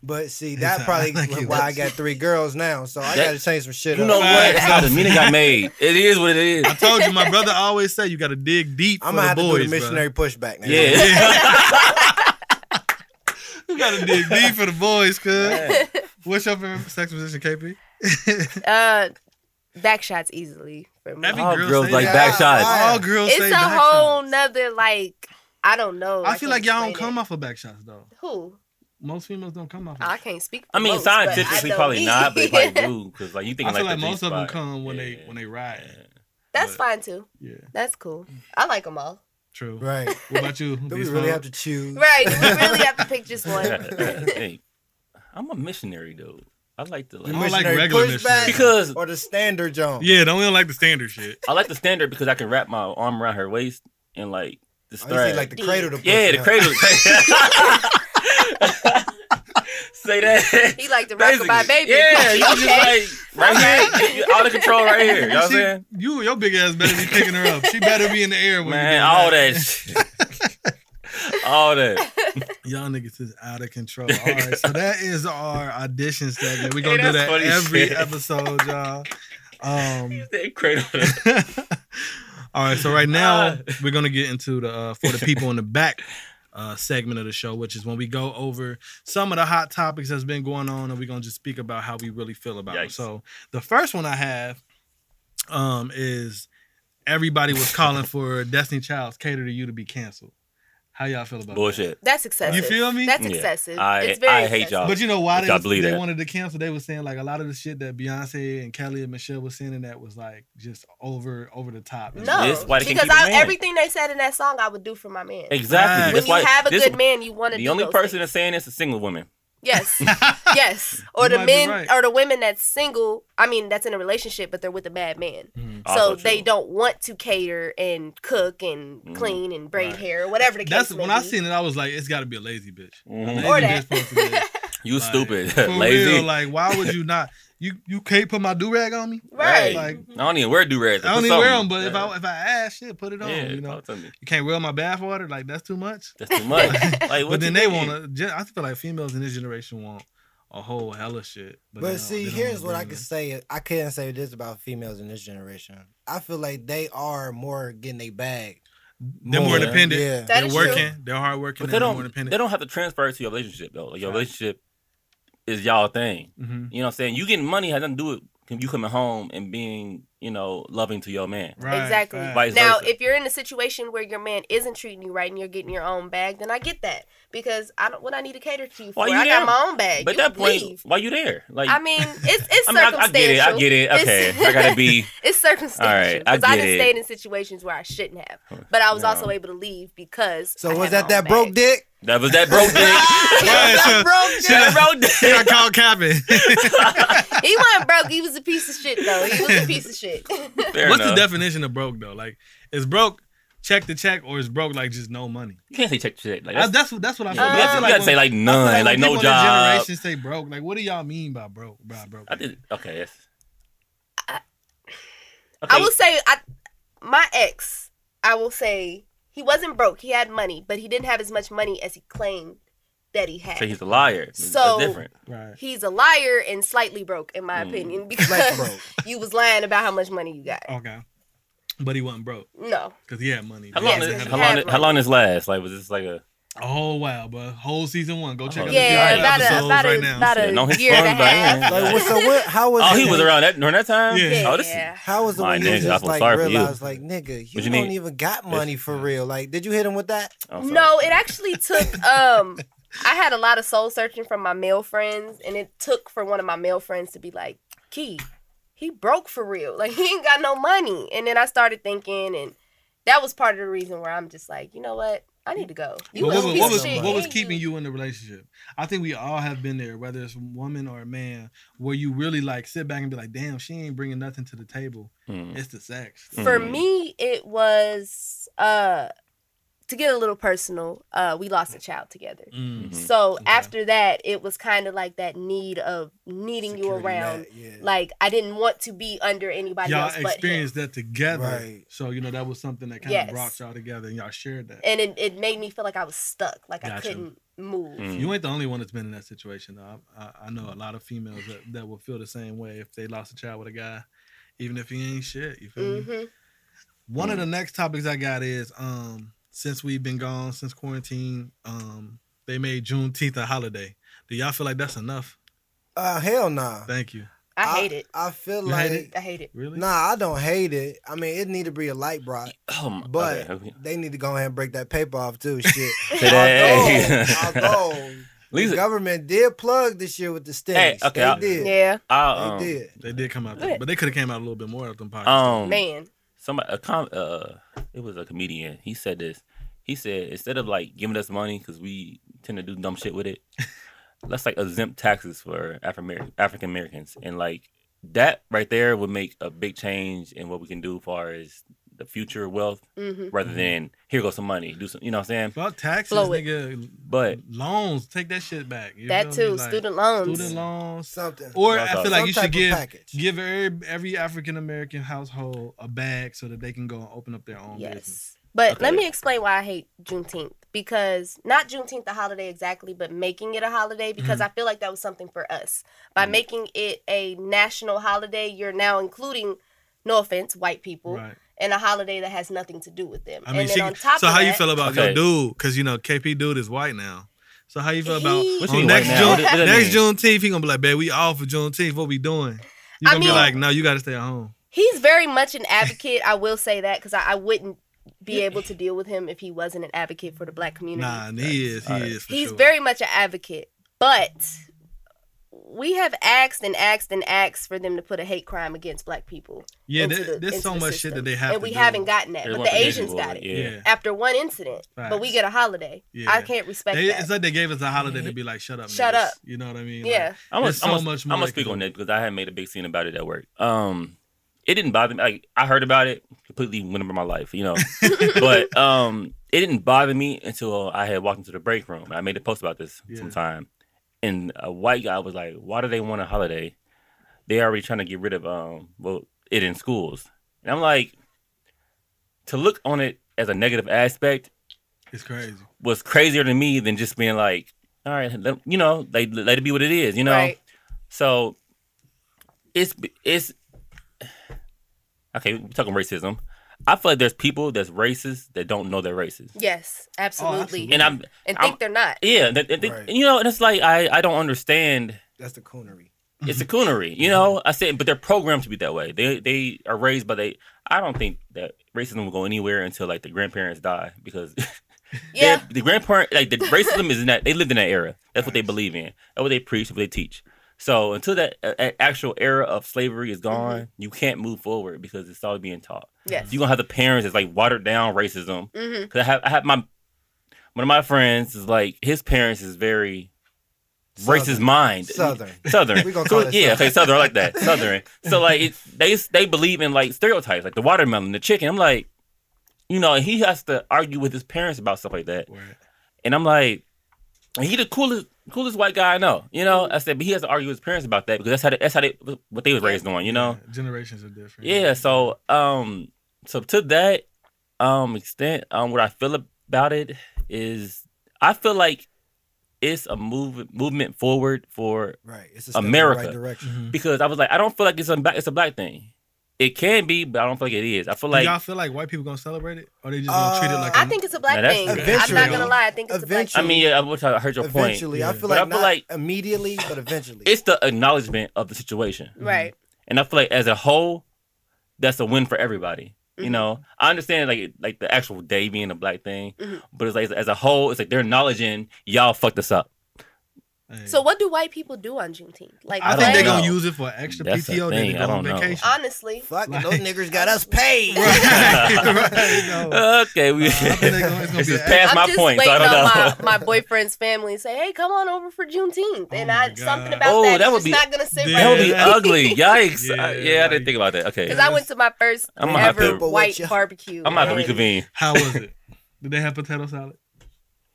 [SPEAKER 10] But see,
[SPEAKER 9] It's
[SPEAKER 10] that
[SPEAKER 9] not
[SPEAKER 10] probably
[SPEAKER 9] like it
[SPEAKER 10] why I
[SPEAKER 9] was.
[SPEAKER 10] got three girls now, so I
[SPEAKER 11] That-
[SPEAKER 10] got to change some shit
[SPEAKER 11] you
[SPEAKER 10] up.
[SPEAKER 11] know what?
[SPEAKER 9] Facts.
[SPEAKER 11] How the meaning got made. It is what it is.
[SPEAKER 9] I told you, my brother always say you gotta dig deep
[SPEAKER 10] I'm
[SPEAKER 9] for
[SPEAKER 10] gonna
[SPEAKER 9] the
[SPEAKER 10] have
[SPEAKER 9] boys,
[SPEAKER 10] to do the missionary pushback now.
[SPEAKER 11] Yeah. yeah.
[SPEAKER 9] bro. You gotta dig deep for the boys, cuz. What's your favorite sex position, KP?
[SPEAKER 3] Uh, back shots easily for me.
[SPEAKER 11] Every All girl girls say like that. back shots. All girls
[SPEAKER 3] It's
[SPEAKER 9] say
[SPEAKER 3] a
[SPEAKER 9] back
[SPEAKER 3] whole nother like I don't know.
[SPEAKER 9] I
[SPEAKER 3] can't
[SPEAKER 9] feel like y'all don't
[SPEAKER 3] explain
[SPEAKER 9] come off of back shots though.
[SPEAKER 3] it. Who? Oh,
[SPEAKER 9] Most females don't come off. Of
[SPEAKER 3] I can't speak. for
[SPEAKER 11] I mean,
[SPEAKER 3] most, but
[SPEAKER 11] scientifically
[SPEAKER 3] I
[SPEAKER 11] probably
[SPEAKER 3] know
[SPEAKER 11] not, but
[SPEAKER 3] me.
[SPEAKER 11] they probably do because like you think
[SPEAKER 9] I feel
[SPEAKER 11] like,
[SPEAKER 9] like,
[SPEAKER 11] the
[SPEAKER 9] most of them
[SPEAKER 11] G-spot.
[SPEAKER 9] come when they when they ride.
[SPEAKER 3] That's fine too.
[SPEAKER 9] Yeah,
[SPEAKER 3] That's cool. I like them all.
[SPEAKER 9] true.
[SPEAKER 10] Right.
[SPEAKER 9] What about you?
[SPEAKER 10] Do we
[SPEAKER 9] Beast
[SPEAKER 10] really
[SPEAKER 9] Mode?
[SPEAKER 10] have to choose?
[SPEAKER 3] Right. We really have to pick just one.
[SPEAKER 11] hey, I'm a missionary dude. I like to
[SPEAKER 10] The
[SPEAKER 11] like,
[SPEAKER 9] don't like
[SPEAKER 10] missionary
[SPEAKER 9] regular
[SPEAKER 10] pushback
[SPEAKER 11] because
[SPEAKER 10] or the standard Jones.
[SPEAKER 9] Yeah, don't we don't like the standard shit.
[SPEAKER 11] I like the standard because I can wrap my arm around her waist and like
[SPEAKER 10] I
[SPEAKER 11] the
[SPEAKER 10] used to
[SPEAKER 11] thread.
[SPEAKER 10] say, like the cradle to
[SPEAKER 11] yeah, the
[SPEAKER 10] pushback.
[SPEAKER 11] cradle. Say that.
[SPEAKER 3] He like to rock my baby.
[SPEAKER 11] Yeah, you just
[SPEAKER 3] okay.
[SPEAKER 11] like right here, you out of control right here. You know what I'm
[SPEAKER 9] She-
[SPEAKER 11] saying?
[SPEAKER 9] You your big ass better be picking her up. She better be in the air when you
[SPEAKER 11] Man,
[SPEAKER 9] do
[SPEAKER 11] all that shit. all that.
[SPEAKER 9] Y'all niggas is out of control. All right, so that is our audition segment. We're
[SPEAKER 11] Hey,
[SPEAKER 9] gonna do
[SPEAKER 11] that's
[SPEAKER 9] that
[SPEAKER 11] funny
[SPEAKER 9] every
[SPEAKER 11] shit.
[SPEAKER 9] episode, y'all. Um,
[SPEAKER 11] That cradle.
[SPEAKER 9] all right, so right now
[SPEAKER 11] Ah.
[SPEAKER 9] we're gonna get into the uh, for the people in the back uh, segment of the show, which is when we go over some of the hot topics that's been going on, and we're gonna just speak about how we really feel about them.
[SPEAKER 11] Yikes.
[SPEAKER 9] So the first one I have um, is everybody was calling for Destiny Child's "Cater to You" to be canceled. How y'all feel about that?
[SPEAKER 11] Bullshit.
[SPEAKER 3] That's excessive.
[SPEAKER 9] You feel me?
[SPEAKER 3] That's
[SPEAKER 11] Yeah.
[SPEAKER 3] excessive.
[SPEAKER 11] I-
[SPEAKER 3] it's very
[SPEAKER 11] I hate
[SPEAKER 3] excessive.
[SPEAKER 11] y'all.
[SPEAKER 9] But you know why
[SPEAKER 11] Which
[SPEAKER 9] they,
[SPEAKER 11] I believe
[SPEAKER 9] they
[SPEAKER 11] that.
[SPEAKER 9] wanted to cancel? They were saying like a lot of the shit that Beyonce and Kelly and Michelle was saying in that was like just over over the top.
[SPEAKER 3] No,
[SPEAKER 11] This why they can't
[SPEAKER 3] because
[SPEAKER 11] keep a
[SPEAKER 3] I,
[SPEAKER 11] man.
[SPEAKER 3] everything they said in that song, I would do for my man.
[SPEAKER 11] Exactly.
[SPEAKER 9] Right.
[SPEAKER 3] When
[SPEAKER 11] That's
[SPEAKER 3] you
[SPEAKER 11] why
[SPEAKER 3] have a
[SPEAKER 11] this-
[SPEAKER 3] good man, you want to.
[SPEAKER 11] The
[SPEAKER 3] do
[SPEAKER 11] only
[SPEAKER 3] those
[SPEAKER 11] person
[SPEAKER 3] things.
[SPEAKER 11] that's saying this is single women.
[SPEAKER 3] Yes,
[SPEAKER 9] Mm-hmm.
[SPEAKER 3] yes, or
[SPEAKER 9] You
[SPEAKER 3] the
[SPEAKER 9] might be
[SPEAKER 3] men
[SPEAKER 9] right.
[SPEAKER 3] or the women that's single. I mean, that's in a relationship, but they're with a bad man, so
[SPEAKER 11] Also true.
[SPEAKER 3] they don't want to cater and cook and
[SPEAKER 11] Mhm.
[SPEAKER 3] clean and braid
[SPEAKER 9] Right.
[SPEAKER 3] hair or whatever the case
[SPEAKER 9] That's
[SPEAKER 3] may
[SPEAKER 9] when I
[SPEAKER 3] be.
[SPEAKER 9] seen it. I was like, it's got to be a lazy bitch. A
[SPEAKER 11] Mhm.
[SPEAKER 9] lazy
[SPEAKER 3] Or that.
[SPEAKER 9] bitch supposed to be-
[SPEAKER 11] You
[SPEAKER 9] like,
[SPEAKER 11] stupid,
[SPEAKER 9] for
[SPEAKER 11] lazy.
[SPEAKER 9] Real, like, why would you not? You you can't put my do rag on me.
[SPEAKER 3] Right.
[SPEAKER 9] Like,
[SPEAKER 11] I don't even wear do rags.
[SPEAKER 9] I don't even wear them. But if I if I ask, shit, put it on.
[SPEAKER 11] yeah,
[SPEAKER 9] you know,
[SPEAKER 11] talk to me.
[SPEAKER 9] you can't wear my bath water. Like, that's too much.
[SPEAKER 11] That's too much. Like, what
[SPEAKER 9] but then
[SPEAKER 11] you
[SPEAKER 9] they
[SPEAKER 11] mean?
[SPEAKER 9] want to. I feel like females in this generation want a whole hell of shit.
[SPEAKER 10] But,
[SPEAKER 9] they don't-
[SPEAKER 10] see,
[SPEAKER 9] they don't
[SPEAKER 10] here's
[SPEAKER 9] wanna
[SPEAKER 10] what I
[SPEAKER 9] bring
[SPEAKER 10] can
[SPEAKER 9] it.
[SPEAKER 10] say. I couldn't say this about females in this generation. I feel like they are more getting they bag.
[SPEAKER 9] They're more
[SPEAKER 11] Yeah.
[SPEAKER 9] independent.
[SPEAKER 10] Yeah.
[SPEAKER 3] That
[SPEAKER 9] they're
[SPEAKER 3] is
[SPEAKER 9] working. They're hard working.
[SPEAKER 11] But they
[SPEAKER 9] more
[SPEAKER 11] don't.
[SPEAKER 9] independent.
[SPEAKER 11] They don't have to transfer it to your relationship though. Like your
[SPEAKER 9] Right.
[SPEAKER 11] relationship is y'all thing.
[SPEAKER 9] Mhm.
[SPEAKER 11] You know what I'm saying? You getting money has nothing to do with you coming home and being you know loving to your man.
[SPEAKER 9] Right,
[SPEAKER 3] exactly.
[SPEAKER 9] right.
[SPEAKER 11] Vice
[SPEAKER 3] now,
[SPEAKER 11] versa.
[SPEAKER 3] if you're in a situation where your man isn't treating you right and you're getting your own bag, then I get that because I don't. What I need to cater to you for,
[SPEAKER 11] Why you
[SPEAKER 3] I
[SPEAKER 11] there?
[SPEAKER 3] got my own bag.
[SPEAKER 11] But
[SPEAKER 3] You
[SPEAKER 11] at that point,
[SPEAKER 3] leave.
[SPEAKER 11] why you there? Like
[SPEAKER 3] I mean, it's it's
[SPEAKER 11] I, mean, I, I get it.
[SPEAKER 3] circumstantial.
[SPEAKER 11] I get it. Okay,
[SPEAKER 3] It's-
[SPEAKER 11] I gotta be.
[SPEAKER 3] It's circumstantial.
[SPEAKER 11] All right, I
[SPEAKER 3] because I
[SPEAKER 11] get
[SPEAKER 3] done
[SPEAKER 11] it. Oh,
[SPEAKER 3] stayed in situations where I shouldn't have, but I was also able to leave because.
[SPEAKER 10] So
[SPEAKER 3] I
[SPEAKER 10] was
[SPEAKER 3] had my
[SPEAKER 10] that that
[SPEAKER 3] own
[SPEAKER 10] broke
[SPEAKER 3] bag.
[SPEAKER 10] dick?
[SPEAKER 11] That was that broke dick.
[SPEAKER 9] Right,
[SPEAKER 10] broke
[SPEAKER 9] so-
[SPEAKER 11] that broke
[SPEAKER 9] Shit, I
[SPEAKER 11] dick.
[SPEAKER 9] called Captain.
[SPEAKER 3] He wasn't broke. He was a piece of shit though. He was a piece of shit.
[SPEAKER 11] Fair
[SPEAKER 9] What's the
[SPEAKER 11] enough.
[SPEAKER 9] definition of broke though? Like, is broke check to check or is broke like just no money?
[SPEAKER 11] You can't say check check. Like
[SPEAKER 9] I-
[SPEAKER 11] that's,
[SPEAKER 9] that's what that's what I
[SPEAKER 11] you
[SPEAKER 9] feel.
[SPEAKER 11] gotta-
[SPEAKER 9] I feel
[SPEAKER 3] Um,
[SPEAKER 11] you
[SPEAKER 9] like
[SPEAKER 11] gotta say
[SPEAKER 9] when-
[SPEAKER 11] like
[SPEAKER 9] I feel
[SPEAKER 11] none, like,
[SPEAKER 9] when
[SPEAKER 11] no
[SPEAKER 9] people in this
[SPEAKER 11] job.
[SPEAKER 9] Generation say broke. Like, what do y'all mean by broke? By broke.
[SPEAKER 11] I did okay. That's, okay.
[SPEAKER 3] I will say, I my ex. I will say he wasn't broke. He had money, but he didn't have as much money as he claimed that he had.
[SPEAKER 11] So he's a liar.
[SPEAKER 3] So-
[SPEAKER 11] that's different.
[SPEAKER 9] Right.
[SPEAKER 3] He's a liar and slightly broke, in my
[SPEAKER 11] Mm.
[SPEAKER 3] opinion, because
[SPEAKER 10] Like broke.
[SPEAKER 3] you was lying about how much money you got.
[SPEAKER 9] Okay. But he wasn't broke
[SPEAKER 3] No,
[SPEAKER 9] because he had money.
[SPEAKER 11] How
[SPEAKER 9] He
[SPEAKER 11] long?
[SPEAKER 3] Yes,
[SPEAKER 9] didn't
[SPEAKER 11] did-
[SPEAKER 3] he
[SPEAKER 9] have
[SPEAKER 11] how
[SPEAKER 9] money.
[SPEAKER 11] long?
[SPEAKER 3] had
[SPEAKER 11] did-
[SPEAKER 3] money.
[SPEAKER 11] How long this last? Like was this like a?
[SPEAKER 9] Oh wow, but whole season one. Go
[SPEAKER 11] Uh-huh.
[SPEAKER 9] check out
[SPEAKER 3] yeah, about
[SPEAKER 9] the Beyond
[SPEAKER 3] a
[SPEAKER 9] episodes
[SPEAKER 3] about
[SPEAKER 9] right
[SPEAKER 3] a,
[SPEAKER 9] now.
[SPEAKER 3] about a
[SPEAKER 11] Yeah, no, he's
[SPEAKER 3] year and a
[SPEAKER 11] fun, but
[SPEAKER 3] half.
[SPEAKER 11] yeah.
[SPEAKER 10] Like, what- so what? How was?
[SPEAKER 11] Oh,
[SPEAKER 10] it
[SPEAKER 11] he was around that during that time.
[SPEAKER 9] Yeah.
[SPEAKER 11] Oh, this is-
[SPEAKER 3] Yeah.
[SPEAKER 10] How was the
[SPEAKER 11] My
[SPEAKER 10] one you
[SPEAKER 11] nigga, I
[SPEAKER 10] just
[SPEAKER 11] feel
[SPEAKER 10] like
[SPEAKER 11] sorry for you.
[SPEAKER 10] realized like nigga, you,
[SPEAKER 11] What you
[SPEAKER 10] don't
[SPEAKER 11] need?
[SPEAKER 10] even got money for real. Like, did you hit him with that?
[SPEAKER 11] Oh, sorry.
[SPEAKER 3] No, it actually took um I had a lot of soul searching from my male friends and it took for one of my male friends to be like, Key, he broke for real. Like he ain't got no money. And then I started thinking and that was part of the reason where I'm just like, you know what? I need to go. You
[SPEAKER 9] But
[SPEAKER 3] was
[SPEAKER 9] what,
[SPEAKER 3] a
[SPEAKER 9] was,
[SPEAKER 3] piece
[SPEAKER 9] what,
[SPEAKER 3] of
[SPEAKER 9] was,
[SPEAKER 3] shit,
[SPEAKER 9] what was
[SPEAKER 3] and
[SPEAKER 9] keeping you in the relationship? I think we all have been there, whether it's a woman or a man, where you really like sit back and be like, "Damn, she ain't bringing nothing to the table.
[SPEAKER 11] Hmm.
[SPEAKER 9] It's the sex."
[SPEAKER 3] For
[SPEAKER 11] Mhm.
[SPEAKER 3] me, it was uh to get a little personal, uh we lost a child together.
[SPEAKER 9] Mm.
[SPEAKER 11] Mhm.
[SPEAKER 3] So
[SPEAKER 9] Okay.
[SPEAKER 3] after that, it was kind of like that need of needing
[SPEAKER 10] Security
[SPEAKER 3] you around.
[SPEAKER 10] net, yeah.
[SPEAKER 3] Like I didn't want to be under anybody
[SPEAKER 9] Y'all
[SPEAKER 3] else but him.
[SPEAKER 9] experienced that together,
[SPEAKER 10] Right.
[SPEAKER 9] so you know that was something that kind
[SPEAKER 3] Yes.
[SPEAKER 9] of brought y'all together, and y'all shared that.
[SPEAKER 3] and it, it made me feel like I was stuck, like I
[SPEAKER 9] Gotcha.
[SPEAKER 3] couldn't move.
[SPEAKER 11] Mm.
[SPEAKER 9] you ain't the only one that's been in that situation. Though. I, I, I know a lot of females that, that will feel the same way if they lost a child with a guy, even if he ain't shit.
[SPEAKER 11] Mm-hmm.
[SPEAKER 9] You feel me?
[SPEAKER 3] hmm
[SPEAKER 9] One of the next topics I got is um since we've been gone since quarantine, um they made Juneteenth a holiday. Do y'all feel like that's enough?
[SPEAKER 10] Uh, hell nah.
[SPEAKER 9] Thank you.
[SPEAKER 11] Ah.
[SPEAKER 3] I hate it.
[SPEAKER 10] I feel
[SPEAKER 3] You
[SPEAKER 10] like
[SPEAKER 3] hate it? I hate it. Really?
[SPEAKER 10] Nah, I don't hate it. I mean, it need to be a light brought,
[SPEAKER 11] Hmm. Oh,
[SPEAKER 10] but they need to go ahead and break that paper off too. Shit.
[SPEAKER 11] Today.
[SPEAKER 10] although, although
[SPEAKER 11] Lisa-
[SPEAKER 10] the government did plug this year with the stimulus.
[SPEAKER 11] okay,
[SPEAKER 10] they
[SPEAKER 11] I-
[SPEAKER 10] did.
[SPEAKER 3] Yeah.
[SPEAKER 11] I'll,
[SPEAKER 10] they
[SPEAKER 11] um,
[SPEAKER 10] did.
[SPEAKER 9] They did come out,
[SPEAKER 3] Go ahead.
[SPEAKER 9] but they could have came out a little bit more of them pockets.
[SPEAKER 11] Um,
[SPEAKER 3] Man.
[SPEAKER 11] somebody a com uh, it was a comedian. He said this. He said instead of like giving us money because we tend to do dumb shit with it, let's like exempt taxes for Afro African Americans, and like that right there would make a big change in what we can do as far as the future wealth,
[SPEAKER 9] Mhm.
[SPEAKER 11] rather
[SPEAKER 9] Mhm.
[SPEAKER 11] than here goes some money, do some, you know what I'm saying?
[SPEAKER 9] Fuck taxes, nigga.
[SPEAKER 11] But
[SPEAKER 9] Loans, take that shit back. You
[SPEAKER 3] That
[SPEAKER 9] feel me?
[SPEAKER 3] too,
[SPEAKER 9] Like,
[SPEAKER 3] student loans.
[SPEAKER 9] Student loans,
[SPEAKER 10] something.
[SPEAKER 9] Or
[SPEAKER 11] That's
[SPEAKER 9] I feel
[SPEAKER 11] all.
[SPEAKER 9] like
[SPEAKER 11] Some
[SPEAKER 9] you
[SPEAKER 11] type
[SPEAKER 9] should
[SPEAKER 11] of
[SPEAKER 9] give
[SPEAKER 11] package.
[SPEAKER 9] give every, every African American household a bag so that they can go and open up their own
[SPEAKER 3] Yes.
[SPEAKER 9] business.
[SPEAKER 3] But let
[SPEAKER 9] Okay.
[SPEAKER 3] me explain why I hate Juneteenth because not Juneteenth the holiday exactly, but making it a holiday because
[SPEAKER 7] Mhm.
[SPEAKER 9] Mm-hmm.
[SPEAKER 3] I feel like that was something for us. By making it a national holiday, you're now including, no offense, white people,
[SPEAKER 9] Right.
[SPEAKER 3] in a holiday that has nothing to do with them.
[SPEAKER 9] I mean,
[SPEAKER 3] and then
[SPEAKER 9] she,
[SPEAKER 3] on top
[SPEAKER 9] so
[SPEAKER 3] of
[SPEAKER 9] how you
[SPEAKER 3] that-
[SPEAKER 9] feel about your dude? Because you know KP dude is white now. So how you feel about
[SPEAKER 3] He- What you
[SPEAKER 9] on
[SPEAKER 11] mean
[SPEAKER 9] next
[SPEAKER 11] white now?
[SPEAKER 9] June,
[SPEAKER 11] What does that
[SPEAKER 9] next Juneteenth? He gonna be like, "Babe, we all for Juneteenth. What we doing?" You
[SPEAKER 3] I
[SPEAKER 9] gonna be
[SPEAKER 3] mean-
[SPEAKER 9] like, "No, you gotta stay at home."
[SPEAKER 3] He's very much an advocate. I will say that because I, I wouldn't be able to deal with him if he wasn't an advocate for the black community.
[SPEAKER 9] Nah, and he is, he is. For
[SPEAKER 3] He's
[SPEAKER 9] sure.
[SPEAKER 3] very much an advocate, but we have asked and asked and asked for them to put a hate crime against black people.
[SPEAKER 9] Yeah,
[SPEAKER 3] into
[SPEAKER 9] there-
[SPEAKER 3] the-
[SPEAKER 9] there's
[SPEAKER 3] into
[SPEAKER 9] so
[SPEAKER 3] the
[SPEAKER 9] much shit that they have
[SPEAKER 3] and
[SPEAKER 9] to
[SPEAKER 3] we
[SPEAKER 9] do.
[SPEAKER 3] haven't gotten that.
[SPEAKER 9] They
[SPEAKER 3] But
[SPEAKER 9] want
[SPEAKER 3] the
[SPEAKER 9] the
[SPEAKER 3] Asians
[SPEAKER 9] visual,
[SPEAKER 3] got it
[SPEAKER 9] yeah.
[SPEAKER 3] after one incident, but we
[SPEAKER 9] Facts.
[SPEAKER 3] get a holiday.
[SPEAKER 9] Yeah.
[SPEAKER 3] I can't respect
[SPEAKER 9] They-
[SPEAKER 3] that. Mm-hmm.
[SPEAKER 9] It's like they gave us a holiday to be like, "Shut up,
[SPEAKER 3] Shut
[SPEAKER 9] niggas."
[SPEAKER 3] up.
[SPEAKER 9] You know what I mean?
[SPEAKER 3] Yeah.
[SPEAKER 11] I'm gonna,
[SPEAKER 9] there's so
[SPEAKER 11] I'm gonna,
[SPEAKER 9] much
[SPEAKER 11] I'm
[SPEAKER 9] more.
[SPEAKER 11] gonna
[SPEAKER 9] they can
[SPEAKER 11] speak
[SPEAKER 9] do.
[SPEAKER 11] on that because I had made a big scene about it at work. Um, it didn't bother me. Like I heard about it, completely went over my life, you know. but um, it didn't bother me until I had walked into the break room. I made a post about this
[SPEAKER 9] Yeah.
[SPEAKER 11] sometime, and a white guy was like, "Why do they want a holiday? They already trying to get rid of um, well, it in schools." And I'm like, to look on it as a negative aspect
[SPEAKER 9] It's crazy.
[SPEAKER 11] was crazier to me than just being like, all right, let, you know, let, let it be what it is, you know.
[SPEAKER 9] Right.
[SPEAKER 11] So it's it's okay. We're talking racism. I feel like there's people that's racist that don't know they're racist.
[SPEAKER 3] yes, absolutely.
[SPEAKER 11] Oh, And I'm
[SPEAKER 3] and think
[SPEAKER 11] I'm-
[SPEAKER 3] they're not.
[SPEAKER 11] Yeah, that, that- that- you know, and it's like I I don't understand.
[SPEAKER 10] That's the coonery.
[SPEAKER 11] It's a coonery, you know. I said, but they're programmed to be that way. They they are raised by they. I don't think that racism will go anywhere until like the grandparents die because yeah, the grandparent like the racism is in that they lived in that era. That's what they believe in. That's what they preach. That's what they teach. So until that uh, uh, actual era of slavery is gone,
[SPEAKER 10] Mm-hmm.
[SPEAKER 11] you can't move forward because it's all being taught.
[SPEAKER 3] Yes.
[SPEAKER 11] you're gonna have the parents that's like watered down racism.
[SPEAKER 3] Mhm.
[SPEAKER 11] Cause I have I have my one of my friends is like his parents is very racist
[SPEAKER 10] Southern.
[SPEAKER 11] mind
[SPEAKER 10] Southern.
[SPEAKER 11] southern
[SPEAKER 10] We gonna call
[SPEAKER 11] So-
[SPEAKER 10] it
[SPEAKER 11] yeah
[SPEAKER 10] Southern.
[SPEAKER 11] okay southern I like that southern so like it, they they believe in like stereotypes like the watermelon the chicken I'm like you know he has to argue with his parents about stuff like that and I'm like and he the coolest coolest white guy I know you
[SPEAKER 9] Mm-hmm.
[SPEAKER 11] know I said but he has to argue with his parents about that because that's how they, that's how they what they was raised on you know
[SPEAKER 9] Generations are different.
[SPEAKER 11] yeah, so um so to that um extent, um what I feel about it is I feel like it's a move movement forward for
[SPEAKER 10] Right, it's a step in the right
[SPEAKER 11] America
[SPEAKER 10] direction.
[SPEAKER 3] Mm-hmm.
[SPEAKER 10] Mhm.
[SPEAKER 11] because I was like I don't feel like it's a ba- it's a black thing. It can be, but I don't feel like it is. I feel like
[SPEAKER 9] do y'all feel like white people gonna celebrate it, or they just gonna treat it like?
[SPEAKER 3] Uh, I think it's a black
[SPEAKER 11] Now, that's
[SPEAKER 3] thing.
[SPEAKER 11] good.
[SPEAKER 3] I'm not gonna
[SPEAKER 11] Eventually.
[SPEAKER 3] lie. I think it's a black
[SPEAKER 11] I
[SPEAKER 3] thing.
[SPEAKER 11] mean, yeah, I wish I heard your point.
[SPEAKER 10] Eventually, I feel
[SPEAKER 11] But
[SPEAKER 10] like
[SPEAKER 11] I
[SPEAKER 10] not
[SPEAKER 11] feel like
[SPEAKER 10] immediately, but eventually.
[SPEAKER 11] it's the acknowledgement of the situation.
[SPEAKER 3] right.
[SPEAKER 11] And I feel like as a whole, that's a win for everybody.
[SPEAKER 9] Mm-hmm.
[SPEAKER 11] You know, I understand like like the actual day being a black thing,
[SPEAKER 9] Mm-hmm.
[SPEAKER 3] Mhm.
[SPEAKER 11] but it's like as a whole, it's like they're acknowledging y'all fucked us up.
[SPEAKER 3] So what do white people do on Juneteenth? Like
[SPEAKER 11] I
[SPEAKER 9] I
[SPEAKER 11] don't
[SPEAKER 9] think they're
[SPEAKER 11] know.
[SPEAKER 9] gonna use it for extra
[SPEAKER 11] That's the
[SPEAKER 9] PTO. Then
[SPEAKER 11] thing,
[SPEAKER 9] they
[SPEAKER 11] I
[SPEAKER 9] go on
[SPEAKER 11] don't know.
[SPEAKER 9] vacation.
[SPEAKER 3] honestly,
[SPEAKER 10] fuck, those niggas got us paid.
[SPEAKER 11] okay, we this is past
[SPEAKER 3] I'm
[SPEAKER 11] my
[SPEAKER 3] just
[SPEAKER 11] point, so
[SPEAKER 3] waiting
[SPEAKER 11] I don't know.
[SPEAKER 3] on my, my boyfriend's family and say, "Hey, come on over for Juneteenth," and I something about
[SPEAKER 11] oh,
[SPEAKER 3] that,
[SPEAKER 11] that would
[SPEAKER 3] just
[SPEAKER 11] be
[SPEAKER 3] not gonna sit
[SPEAKER 11] that would
[SPEAKER 3] right
[SPEAKER 11] be ugly. Yikes! Uh, Yeah, I, yeah, I didn't think about that. Okay,
[SPEAKER 3] Because I went to my first
[SPEAKER 11] I'm gonna have
[SPEAKER 3] ever
[SPEAKER 11] to-
[SPEAKER 3] white barbecue.
[SPEAKER 11] I'm gonna have to
[SPEAKER 3] and
[SPEAKER 11] reconvene.
[SPEAKER 9] How was it? Did they have potato salad?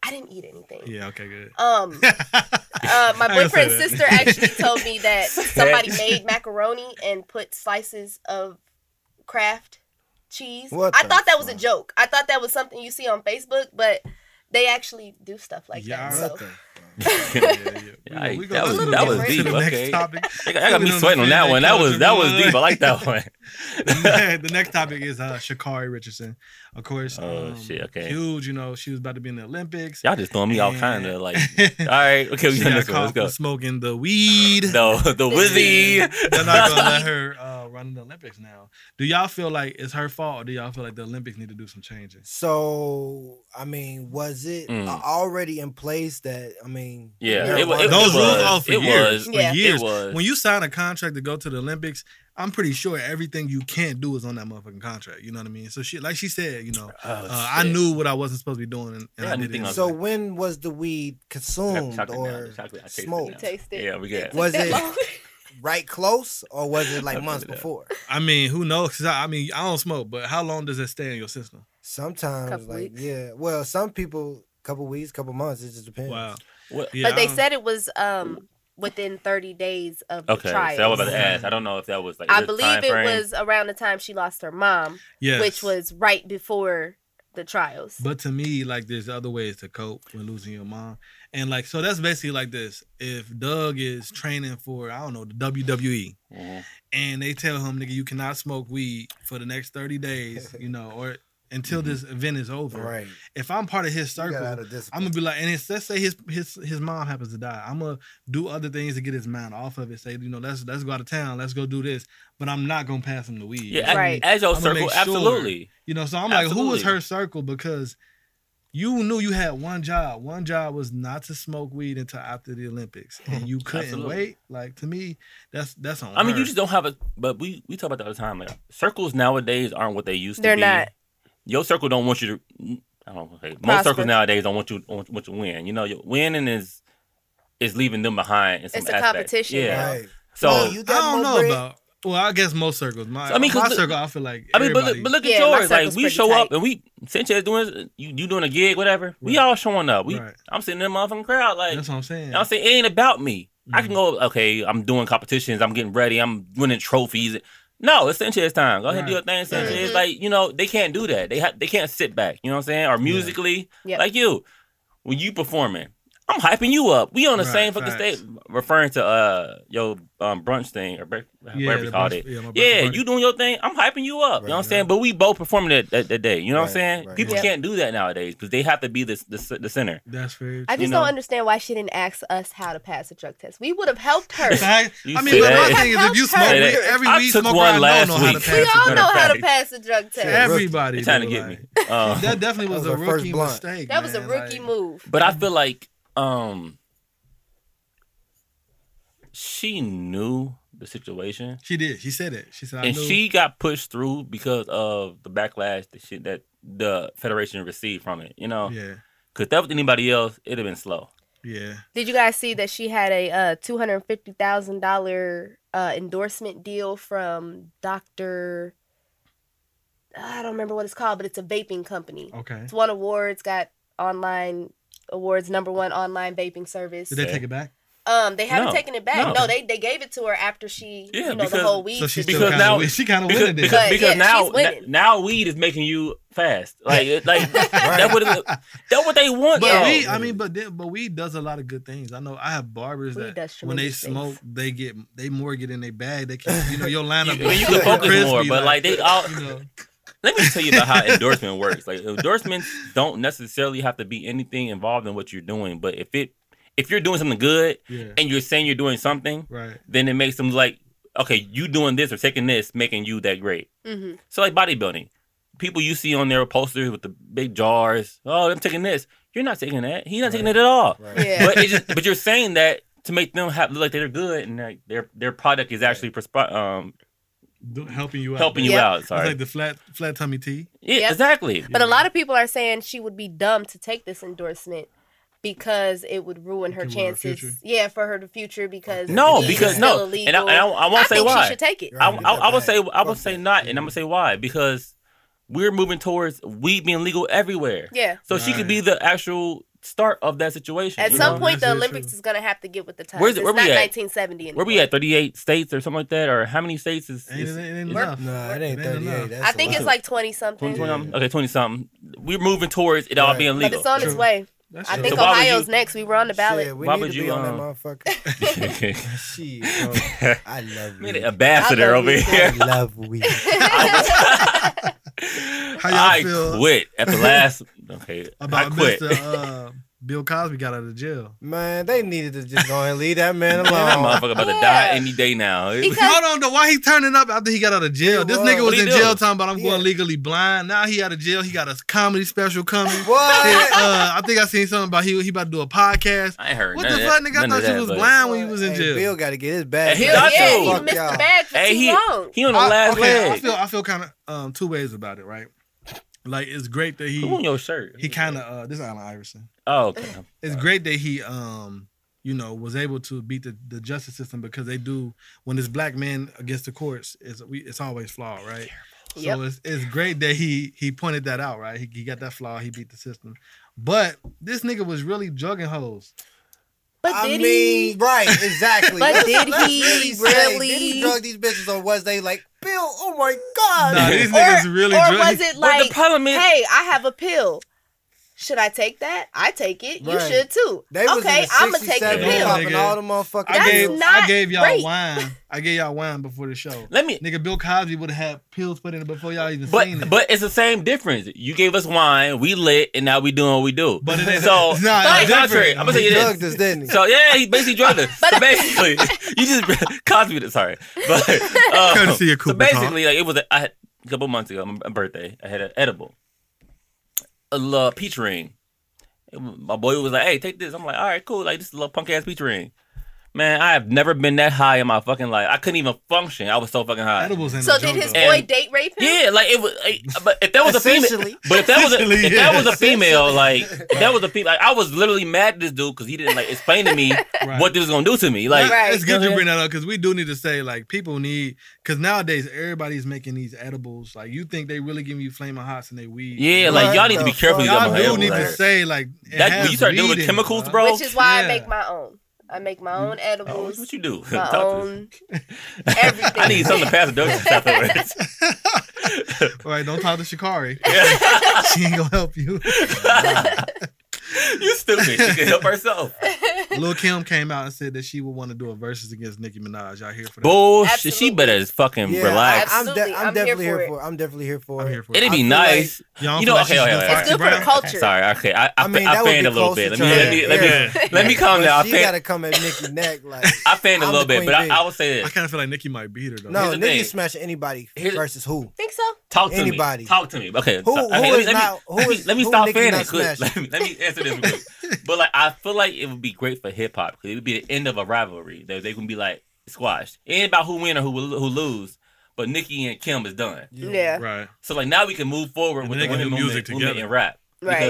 [SPEAKER 3] I didn't eat anything.
[SPEAKER 9] Yeah. Okay. Good.
[SPEAKER 3] Um, uh, my
[SPEAKER 9] I gotta say
[SPEAKER 3] boyfriend's
[SPEAKER 9] that.
[SPEAKER 3] sister actually told me that somebody
[SPEAKER 9] Sad.
[SPEAKER 3] made macaroni and put slices of Kraft cheese.
[SPEAKER 10] What
[SPEAKER 3] I
[SPEAKER 10] the
[SPEAKER 3] thought that was a joke. I thought that was something you see on Facebook, but they actually do stuff like
[SPEAKER 10] Yeah,
[SPEAKER 3] that.
[SPEAKER 10] what
[SPEAKER 3] So
[SPEAKER 10] the
[SPEAKER 11] Yeah, I-
[SPEAKER 9] we go
[SPEAKER 11] that
[SPEAKER 9] a
[SPEAKER 11] was
[SPEAKER 9] little
[SPEAKER 11] that was
[SPEAKER 9] different.
[SPEAKER 11] deep.
[SPEAKER 9] To the next
[SPEAKER 11] Okay,
[SPEAKER 9] topic.
[SPEAKER 11] I got, I got me
[SPEAKER 9] Moving on to
[SPEAKER 11] sweating on that
[SPEAKER 9] female
[SPEAKER 11] one. That was that was
[SPEAKER 9] culture.
[SPEAKER 11] deep. I like that one.
[SPEAKER 9] the next topic is uh, Shakari Richardson, of course.
[SPEAKER 11] Oh,
[SPEAKER 9] um,
[SPEAKER 11] shit, okay.
[SPEAKER 9] Huge, you know, she was about to be in the Olympics.
[SPEAKER 11] Y'all just throwing me all
[SPEAKER 9] And-
[SPEAKER 11] kind of like. All right, okay, we
[SPEAKER 9] She got
[SPEAKER 11] done this one. Let's
[SPEAKER 9] caught
[SPEAKER 11] go.
[SPEAKER 9] for smoking the weed.
[SPEAKER 11] No, the whizzy.
[SPEAKER 9] They're not gonna let her uh, run the Olympics now. Do y'all feel like it's her fault, or do y'all feel like the Olympics need to do some changes?
[SPEAKER 10] So I mean, was it
[SPEAKER 9] Mm.
[SPEAKER 10] already in place that I mean?
[SPEAKER 11] Yeah, it wa-
[SPEAKER 10] marijuana-
[SPEAKER 11] it-
[SPEAKER 9] Those rules
[SPEAKER 11] was.
[SPEAKER 9] all for
[SPEAKER 11] It
[SPEAKER 9] years.
[SPEAKER 11] was.
[SPEAKER 9] for
[SPEAKER 11] Yeah. It
[SPEAKER 9] years.
[SPEAKER 11] was.
[SPEAKER 9] When you sign a contract to go to the Olympics, I'm pretty sure everything you can't do is on that motherfucking contract. You know what I mean? So she, like she said, you know,
[SPEAKER 11] Oh,
[SPEAKER 9] uh, I
[SPEAKER 11] shit.
[SPEAKER 9] knew what I wasn't supposed to be doing, and, and
[SPEAKER 11] Yeah, I
[SPEAKER 9] I
[SPEAKER 11] didn't
[SPEAKER 9] did
[SPEAKER 11] think
[SPEAKER 9] it.
[SPEAKER 11] I was
[SPEAKER 10] So when was the weed consumed
[SPEAKER 11] chocolate now,
[SPEAKER 10] or
[SPEAKER 11] the chocolate, I taste it
[SPEAKER 10] smoked?
[SPEAKER 11] now. Yeah, we got.
[SPEAKER 10] Was it right close or was it like months before?
[SPEAKER 9] I mean, who knows? 'Cause I, I mean, I don't smoke, but how long does it stay in your system?
[SPEAKER 10] Sometimes,
[SPEAKER 3] Couple
[SPEAKER 10] like
[SPEAKER 3] weeks.
[SPEAKER 10] yeah. Well, some people, couple weeks, couple months. It just depends.
[SPEAKER 9] Wow.
[SPEAKER 3] but they said it was um within 30 days of the
[SPEAKER 11] Okay, so
[SPEAKER 3] trial.
[SPEAKER 11] I was about to ask. I don't know if that was like.
[SPEAKER 3] I
[SPEAKER 11] the
[SPEAKER 3] believe
[SPEAKER 11] time
[SPEAKER 3] it
[SPEAKER 11] frame.
[SPEAKER 3] was around the time she lost her mom,
[SPEAKER 9] Yes.
[SPEAKER 3] which was right before the trials.
[SPEAKER 9] But to me, like, there's other ways to cope when losing your mom, and like, so that's basically like this: if Doug is training for, I don't know, the WWE, and they tell him, nigga, you cannot smoke weed for the next 30 days, you know, or until
[SPEAKER 3] Mm-hmm.
[SPEAKER 9] this event is over.
[SPEAKER 10] Right.
[SPEAKER 9] If I'm part of his circle,
[SPEAKER 10] out of
[SPEAKER 9] I'm gonna be like, and it's, let's say his his his mom happens to die. I'm gonna do other things to get his mind off of it. Say, you know, let's let's go out of town, let's go do this, but I'm not gonna pass him the weed.
[SPEAKER 11] Yeah,
[SPEAKER 9] You know
[SPEAKER 11] as-
[SPEAKER 9] what I mean?
[SPEAKER 11] as your
[SPEAKER 9] I'ma
[SPEAKER 11] circle,
[SPEAKER 9] make
[SPEAKER 11] absolutely.
[SPEAKER 9] You know, so I'm like, who is
[SPEAKER 11] Absolutely.
[SPEAKER 9] her circle? Because you knew you had one job. One job was not to smoke weed until after the Olympics, and you couldn't
[SPEAKER 11] Absolutely.
[SPEAKER 9] wait. Like to me, that's that's on.
[SPEAKER 11] I mean,
[SPEAKER 9] her.
[SPEAKER 11] you just don't have a. But we we talk about that all the time. Like circles nowadays aren't what they used
[SPEAKER 3] They're
[SPEAKER 11] to be.
[SPEAKER 3] not.
[SPEAKER 11] Your circle don't want you to. I don't. Okay. Most
[SPEAKER 3] Prosper.
[SPEAKER 11] circles nowadays don't want you want, want you to win. You know, your winning is is leaving them behind. In some
[SPEAKER 3] It's a
[SPEAKER 11] aspect.
[SPEAKER 3] competition
[SPEAKER 11] Yeah.
[SPEAKER 3] now. Right.
[SPEAKER 11] So
[SPEAKER 9] I don't know about. Well, I guess most circles. My,
[SPEAKER 11] So, I mean, 'cause
[SPEAKER 9] my
[SPEAKER 11] look-
[SPEAKER 9] circle, I feel like.
[SPEAKER 11] I mean, but
[SPEAKER 9] everybody-
[SPEAKER 11] look, but look at yours. Like we show up and we Sanchez doing you, you doing a gig, whatever. We all showing up. We I'm sitting in the motherfucking crowd. Like
[SPEAKER 9] That's Mm. what I'm saying.
[SPEAKER 11] I'm saying it ain't about me. I can go. Okay, I'm doing competitions. I'm getting ready. I'm winning trophies. No, it's Sanchez time. Go ahead, and do your thing, Sanchez.
[SPEAKER 3] Mhm.
[SPEAKER 11] Like you know, they can't do that. They ha- they can't sit back. You know what I'm saying? Or musically,
[SPEAKER 3] Yep.
[SPEAKER 11] like you, when you performing, I'm hyping you up. We on the
[SPEAKER 9] Right,
[SPEAKER 11] same fucking
[SPEAKER 9] facts.
[SPEAKER 11] stage. Referring to uh your um brunch thing or break,
[SPEAKER 9] Yeah,
[SPEAKER 11] whatever
[SPEAKER 9] the
[SPEAKER 11] you called
[SPEAKER 9] brunch-
[SPEAKER 11] it.
[SPEAKER 9] yeah, my brunch
[SPEAKER 11] Yeah,
[SPEAKER 9] party.
[SPEAKER 11] you doing your thing. I'm hyping you up. you know what I'm saying? But we both performing that, that, that day. You know what
[SPEAKER 9] Right,
[SPEAKER 11] I'm saying?
[SPEAKER 9] right.
[SPEAKER 11] People
[SPEAKER 3] Yeah.
[SPEAKER 11] can't do that nowadays because they have to be the the, the center.
[SPEAKER 9] That's very.
[SPEAKER 3] I
[SPEAKER 11] you
[SPEAKER 3] just
[SPEAKER 11] know?
[SPEAKER 3] don't understand why she didn't ask us how to pass a drug test. We would have helped her.
[SPEAKER 9] I,
[SPEAKER 11] You
[SPEAKER 9] I
[SPEAKER 11] say
[SPEAKER 9] mean, but my
[SPEAKER 11] that.
[SPEAKER 9] thing is, if you
[SPEAKER 11] Say
[SPEAKER 9] smoke
[SPEAKER 11] that.
[SPEAKER 9] weed, every
[SPEAKER 11] I
[SPEAKER 9] weed
[SPEAKER 11] took
[SPEAKER 9] smoker
[SPEAKER 11] one
[SPEAKER 9] I know
[SPEAKER 11] last
[SPEAKER 9] know how to
[SPEAKER 11] week.
[SPEAKER 9] pass.
[SPEAKER 3] we
[SPEAKER 9] it.
[SPEAKER 3] all know how to pass a drug test.
[SPEAKER 9] Everybody
[SPEAKER 11] They're trying to
[SPEAKER 9] do,
[SPEAKER 11] get
[SPEAKER 9] like-
[SPEAKER 11] me. Um,
[SPEAKER 9] That definitely was,
[SPEAKER 11] That
[SPEAKER 9] a
[SPEAKER 11] was her first
[SPEAKER 9] rookie
[SPEAKER 11] blunt.
[SPEAKER 9] mistake.
[SPEAKER 3] That was a
[SPEAKER 9] man,
[SPEAKER 3] rookie
[SPEAKER 9] like-
[SPEAKER 3] move.
[SPEAKER 11] But I feel like um she knew the situation.
[SPEAKER 9] She did. She said it. She said, I
[SPEAKER 11] and
[SPEAKER 9] knew.
[SPEAKER 11] she got pushed through because of the backlash that shit that the federation received from it, you know?
[SPEAKER 9] Yeah.
[SPEAKER 11] Cause if that was anybody else, it'd have been slow.
[SPEAKER 9] Yeah.
[SPEAKER 3] Did you guys see that she had a uh, two hundred fifty thousand dollar uh, endorsement deal from Doctor? I don't remember what it's called, but it's a vaping company.
[SPEAKER 9] Okay.
[SPEAKER 3] it's won awards, got online awards, number one online vaping service.
[SPEAKER 9] Did they take it back?
[SPEAKER 3] Um, they haven't
[SPEAKER 9] No,
[SPEAKER 3] taken it back.
[SPEAKER 9] no.
[SPEAKER 3] No. they they gave it to her after she,
[SPEAKER 11] Yeah,
[SPEAKER 3] you know,
[SPEAKER 11] because
[SPEAKER 3] the whole week.
[SPEAKER 9] So she still
[SPEAKER 11] because
[SPEAKER 9] kinda
[SPEAKER 11] now
[SPEAKER 9] win- she kinda
[SPEAKER 11] because-
[SPEAKER 9] winning then.
[SPEAKER 11] because,
[SPEAKER 9] But
[SPEAKER 11] because
[SPEAKER 3] yeah,
[SPEAKER 11] now
[SPEAKER 3] she's winning.
[SPEAKER 11] n- now weed is making you fast like it- like that what it- that what they want.
[SPEAKER 9] But
[SPEAKER 11] though.
[SPEAKER 9] we, I mean, but then, but weed does a lot of good things. I know I have barbers
[SPEAKER 11] Weed
[SPEAKER 9] that
[SPEAKER 11] does
[SPEAKER 9] when they
[SPEAKER 11] tremendous things.
[SPEAKER 9] smoke, they get they more get in their bag. They can, you know, your lineup.
[SPEAKER 11] you, I mean,
[SPEAKER 9] is
[SPEAKER 11] you can focus
[SPEAKER 9] crispy,
[SPEAKER 11] more, but like, they all.
[SPEAKER 9] you know.
[SPEAKER 11] Let me tell you about how endorsement works. Like endorsements don't necessarily have to be anything involved in what you're doing, but if it if you're doing something good
[SPEAKER 9] Yeah.
[SPEAKER 11] and you're saying you're doing something,
[SPEAKER 9] Right.
[SPEAKER 11] then it makes them like, okay, you doing this or taking this, making you that great.
[SPEAKER 3] Mhm.
[SPEAKER 11] So like bodybuilding, people you see on their posters with the big jars. Oh, I'm taking this. You're not taking that. He's not taking it at all.
[SPEAKER 3] Yeah.
[SPEAKER 11] But it just, but you're saying that to make them have, look like they're good and like their their product is actually prespi- um
[SPEAKER 9] Do- helping you out,
[SPEAKER 11] Helping you Yep. out, sorry.
[SPEAKER 9] it's like the flat flat tummy tea.
[SPEAKER 11] yeah
[SPEAKER 3] Yep.
[SPEAKER 11] exactly.
[SPEAKER 3] But a lot of people are saying she would be dumb to take this endorsement because it would ruin her
[SPEAKER 11] could ruin her
[SPEAKER 3] chances.
[SPEAKER 11] future.
[SPEAKER 3] yeah, for her to future because
[SPEAKER 11] No,
[SPEAKER 3] weed is
[SPEAKER 11] because no,
[SPEAKER 3] still illegal.
[SPEAKER 11] and I, and I, I won't say
[SPEAKER 3] think
[SPEAKER 11] why.
[SPEAKER 3] she should take it.
[SPEAKER 11] I, I, I would say I would say not, and I'm gonna say why because we're moving towards weed being legal everywhere.
[SPEAKER 3] Yeah.
[SPEAKER 11] So she could be the actual start of that situation.
[SPEAKER 3] At
[SPEAKER 11] you
[SPEAKER 3] some
[SPEAKER 11] know?
[SPEAKER 3] point, the Olympics is gonna have to get with the times.
[SPEAKER 11] Where's it-
[SPEAKER 3] it's
[SPEAKER 11] where we
[SPEAKER 3] not
[SPEAKER 11] at?
[SPEAKER 3] 1970 anymore.
[SPEAKER 11] Where we at? 38 states or something like that, or how many states is?
[SPEAKER 9] Ain't
[SPEAKER 11] is-
[SPEAKER 9] it- it ain't
[SPEAKER 11] is-
[SPEAKER 9] enough.
[SPEAKER 10] Nah, it ain't thirty eight.
[SPEAKER 3] I think it's like 20 something.
[SPEAKER 11] 20 something? Okay, 20 something. We're moving towards it all being
[SPEAKER 3] But
[SPEAKER 11] legal.
[SPEAKER 3] it's on its way. I
[SPEAKER 9] That's true.
[SPEAKER 3] think
[SPEAKER 11] So why would
[SPEAKER 3] Ohio's
[SPEAKER 11] you-
[SPEAKER 3] next. We were on the ballot.
[SPEAKER 10] Shit, we
[SPEAKER 11] Why
[SPEAKER 10] need
[SPEAKER 11] would
[SPEAKER 10] to
[SPEAKER 11] you,
[SPEAKER 10] be on that
[SPEAKER 11] um,
[SPEAKER 10] motherfucker. Shit, bro. I love
[SPEAKER 11] Man,
[SPEAKER 10] weed.
[SPEAKER 11] an ambassador
[SPEAKER 3] I love
[SPEAKER 11] over
[SPEAKER 3] you,
[SPEAKER 11] here.
[SPEAKER 10] I love weed.
[SPEAKER 9] How y'all
[SPEAKER 11] I
[SPEAKER 9] feel
[SPEAKER 11] quit at the last. Okay, I
[SPEAKER 9] about
[SPEAKER 11] quit.
[SPEAKER 9] Mr. Uh, Bill Cosby got out of jail?
[SPEAKER 10] Man, they needed to just go and leave that man
[SPEAKER 11] Man, that
[SPEAKER 10] alone.
[SPEAKER 11] motherfucker about to
[SPEAKER 3] Yeah.
[SPEAKER 11] die any day now.
[SPEAKER 3] Because-
[SPEAKER 9] Hold on, though. Why he turning up after he got out of jail? This
[SPEAKER 10] Well,
[SPEAKER 9] nigga was
[SPEAKER 11] what'd
[SPEAKER 9] in
[SPEAKER 11] he
[SPEAKER 9] jail
[SPEAKER 11] do?
[SPEAKER 9] talking about I'm
[SPEAKER 10] Yeah.
[SPEAKER 9] going legally blind. Now he out of jail. He got a comedy special coming. Then,
[SPEAKER 10] What?
[SPEAKER 9] uh, I think I seen something about he he about to do a podcast.
[SPEAKER 11] I ain't heard
[SPEAKER 9] What
[SPEAKER 11] none
[SPEAKER 9] the
[SPEAKER 11] of
[SPEAKER 9] fuck,
[SPEAKER 11] that-
[SPEAKER 9] nigga? I
[SPEAKER 11] none of
[SPEAKER 9] thought you
[SPEAKER 11] that,
[SPEAKER 9] was
[SPEAKER 11] but-
[SPEAKER 9] blind when you was in
[SPEAKER 10] Hey,
[SPEAKER 9] jail.
[SPEAKER 10] Bill got to get his bag.
[SPEAKER 11] Hey, he
[SPEAKER 10] back.
[SPEAKER 11] got
[SPEAKER 3] yeah,
[SPEAKER 11] to.
[SPEAKER 3] he
[SPEAKER 10] Fuck
[SPEAKER 3] missed
[SPEAKER 10] y'all.
[SPEAKER 3] the bag for
[SPEAKER 11] Hey,
[SPEAKER 3] too
[SPEAKER 11] he
[SPEAKER 3] long.
[SPEAKER 11] he on the
[SPEAKER 9] I-
[SPEAKER 11] last
[SPEAKER 9] okay, I
[SPEAKER 11] leg.
[SPEAKER 9] feel I feel kind of um, two ways about it, right? Like it's great that
[SPEAKER 11] Who on
[SPEAKER 9] he
[SPEAKER 11] your shirt?
[SPEAKER 9] he kind of uh, this is Allen Iverson.
[SPEAKER 11] Oh, okay.
[SPEAKER 9] It's great that he um you know was able to beat the, the justice system because they do when it's black men against the courts it's we it's always flawed, right?
[SPEAKER 3] Yep.
[SPEAKER 9] So it's, it's great that he he pointed that out, right? He, he got that flaw, he beat the system. But this nigga was really drugging hoes.
[SPEAKER 3] But
[SPEAKER 10] I
[SPEAKER 3] did he?
[SPEAKER 10] mean, right, exactly.
[SPEAKER 3] But
[SPEAKER 10] Let's-
[SPEAKER 3] did
[SPEAKER 10] let's
[SPEAKER 3] he
[SPEAKER 10] say,
[SPEAKER 3] really-
[SPEAKER 10] Did he drug these bitches or was they like, Bill, oh my God.
[SPEAKER 9] Nah, these
[SPEAKER 3] Or,
[SPEAKER 9] niggas really
[SPEAKER 3] or
[SPEAKER 9] drug-
[SPEAKER 3] was it
[SPEAKER 11] But
[SPEAKER 3] like,
[SPEAKER 11] the problem is,
[SPEAKER 3] hey, I have a pill. Should I take that? I take it. You
[SPEAKER 10] Right.
[SPEAKER 3] should too.
[SPEAKER 10] They was
[SPEAKER 3] okay,
[SPEAKER 10] in the
[SPEAKER 3] I'm gonna take
[SPEAKER 10] 60s,
[SPEAKER 3] the
[SPEAKER 10] 70s,
[SPEAKER 3] pill.
[SPEAKER 10] popping
[SPEAKER 9] Nigga.
[SPEAKER 10] all the motherfucking
[SPEAKER 9] I
[SPEAKER 3] That's
[SPEAKER 9] gave
[SPEAKER 10] pills.
[SPEAKER 3] not
[SPEAKER 9] I gave y'all
[SPEAKER 3] great.
[SPEAKER 9] wine. I gave y'all wine before the show.
[SPEAKER 11] let me.
[SPEAKER 9] Nigga, Bill Cosby would have had pills put in it before y'all even seen
[SPEAKER 11] But
[SPEAKER 9] it.
[SPEAKER 11] but it's the same difference. You gave us wine, we lit, and now we doing what we do.
[SPEAKER 9] But it ain't-
[SPEAKER 11] so
[SPEAKER 9] it's not-
[SPEAKER 11] on
[SPEAKER 9] it's
[SPEAKER 11] the
[SPEAKER 9] different.
[SPEAKER 11] contrary, I'm gonna tell
[SPEAKER 10] He
[SPEAKER 11] you this.
[SPEAKER 10] drugged us, didn't he?
[SPEAKER 11] So yeah, he basically drugged us.
[SPEAKER 3] But-
[SPEAKER 11] so basically, you just Cosby. did- Sorry, but um,
[SPEAKER 9] Courtesy of
[SPEAKER 11] so
[SPEAKER 9] Cooper Talk.
[SPEAKER 11] basically, like it was a, I had, a couple months ago, my birthday. I had an edible, a little peach ring. It was- My boy was like, "Hey, take this." I'm like, "All right, cool." Like this is a little punk ass peach ring. Man, I have never been that high in my fucking life. I couldn't even function. I was so fucking high.
[SPEAKER 9] Edibles ain't
[SPEAKER 3] So
[SPEAKER 9] no
[SPEAKER 3] did
[SPEAKER 9] joke,
[SPEAKER 3] his
[SPEAKER 9] though.
[SPEAKER 3] boy
[SPEAKER 11] And-
[SPEAKER 3] date rape him?
[SPEAKER 11] Yeah, like it was. Like, but if that was a
[SPEAKER 10] Essentially.
[SPEAKER 11] female, but if that was a,
[SPEAKER 9] Essentially,
[SPEAKER 11] if that
[SPEAKER 9] yeah.
[SPEAKER 11] was a female, like if that was a female, like, I was literally mad at this dude because he didn't like explain to me
[SPEAKER 9] Right.
[SPEAKER 11] what this was gonna do to me. Like,
[SPEAKER 3] Right.
[SPEAKER 9] It's good you bring that up because we do need to say like people need because nowadays everybody's making these edibles. Like you think they really giving you flaming hots and they weed?
[SPEAKER 11] yeah,
[SPEAKER 9] Like,
[SPEAKER 11] like y'all
[SPEAKER 10] What
[SPEAKER 11] need to
[SPEAKER 10] the
[SPEAKER 11] be careful. with
[SPEAKER 10] fuck?
[SPEAKER 11] y'all
[SPEAKER 9] y'all do
[SPEAKER 11] behavior,
[SPEAKER 9] need
[SPEAKER 11] like,
[SPEAKER 9] to say like it
[SPEAKER 11] That- when
[SPEAKER 9] has
[SPEAKER 11] you start dealing with
[SPEAKER 9] weed in it,
[SPEAKER 11] chemicals,
[SPEAKER 9] bruh.
[SPEAKER 11] bro.
[SPEAKER 3] Which is why
[SPEAKER 9] Yeah.
[SPEAKER 3] I make my own. I make my own
[SPEAKER 11] Oh,
[SPEAKER 3] edibles.
[SPEAKER 11] what you do?
[SPEAKER 3] my
[SPEAKER 11] Talk to
[SPEAKER 3] own
[SPEAKER 11] us.
[SPEAKER 3] everything.
[SPEAKER 11] I need something to pass the dope stuff over.
[SPEAKER 9] All right, don't talk to Shikari.
[SPEAKER 11] Yeah.
[SPEAKER 9] she ain't gonna help you.
[SPEAKER 11] you stupid. She can help herself.
[SPEAKER 9] Lil Kim came out and said that she would want to do a versus against Nicki Minaj. Y'all here for that?
[SPEAKER 11] Bullshit. She
[SPEAKER 3] Absolutely.
[SPEAKER 11] better fucking
[SPEAKER 10] Yeah,
[SPEAKER 11] relax.
[SPEAKER 10] I, am
[SPEAKER 3] Absolutely, I'm here
[SPEAKER 10] definitely
[SPEAKER 3] for
[SPEAKER 10] here
[SPEAKER 3] it.
[SPEAKER 10] for it. I'm definitely here for
[SPEAKER 9] I'm
[SPEAKER 10] it.
[SPEAKER 9] here for
[SPEAKER 11] It'd
[SPEAKER 10] I
[SPEAKER 11] be
[SPEAKER 10] feel
[SPEAKER 11] nice.
[SPEAKER 9] Y'all don't feel
[SPEAKER 11] You know,
[SPEAKER 9] like she
[SPEAKER 11] okay,
[SPEAKER 9] should
[SPEAKER 11] okay,
[SPEAKER 9] do
[SPEAKER 11] okay.
[SPEAKER 9] Foxy
[SPEAKER 3] It's good for the
[SPEAKER 9] Brown?
[SPEAKER 3] culture.
[SPEAKER 11] Sorry. Okay. I, I,
[SPEAKER 10] I mean,
[SPEAKER 11] I
[SPEAKER 10] that would
[SPEAKER 11] fanned
[SPEAKER 10] be
[SPEAKER 11] a little
[SPEAKER 10] closer
[SPEAKER 11] bit. Let
[SPEAKER 10] to
[SPEAKER 11] me, let
[SPEAKER 10] her.
[SPEAKER 11] me, let me,
[SPEAKER 10] Yeah.
[SPEAKER 11] let me calm
[SPEAKER 10] But
[SPEAKER 11] down. I
[SPEAKER 10] She
[SPEAKER 11] fanned-
[SPEAKER 10] got to come at Nicki neck. Like,
[SPEAKER 11] I fanned a
[SPEAKER 10] I'm
[SPEAKER 11] little
[SPEAKER 10] the
[SPEAKER 11] bit, but I,
[SPEAKER 10] queen
[SPEAKER 11] I
[SPEAKER 10] bee.
[SPEAKER 11] will say
[SPEAKER 9] I
[SPEAKER 11] this.
[SPEAKER 9] kind of feel like Nicki might beat her though.
[SPEAKER 10] no,
[SPEAKER 11] Here's the
[SPEAKER 10] Nicki
[SPEAKER 11] thing.
[SPEAKER 10] smashing anybody
[SPEAKER 11] Here's-
[SPEAKER 10] versus who?
[SPEAKER 3] Think so?
[SPEAKER 11] Talk to
[SPEAKER 10] Anybody.
[SPEAKER 11] me. Talk to me. Okay.
[SPEAKER 10] Who-
[SPEAKER 11] so-
[SPEAKER 10] who
[SPEAKER 11] okay,
[SPEAKER 10] is not- who
[SPEAKER 11] let me,
[SPEAKER 10] is-
[SPEAKER 11] let me
[SPEAKER 10] who
[SPEAKER 11] stop
[SPEAKER 10] Nicki
[SPEAKER 11] fanning.
[SPEAKER 10] not
[SPEAKER 11] Good. Let
[SPEAKER 10] smashing?
[SPEAKER 11] me, let me answer this real quick. But like, I feel like it would be great for hip hop because it would be the end of a rivalry. That they can be like squashed. It ain't about who win or who will- who lose. But Nicki and Kim is done.
[SPEAKER 3] Yeah.
[SPEAKER 9] Right.
[SPEAKER 11] So like now we can move forward
[SPEAKER 9] And
[SPEAKER 11] with
[SPEAKER 9] they
[SPEAKER 11] the
[SPEAKER 9] can
[SPEAKER 11] women
[SPEAKER 9] do music
[SPEAKER 11] music movement, women
[SPEAKER 9] together.
[SPEAKER 11] and rap.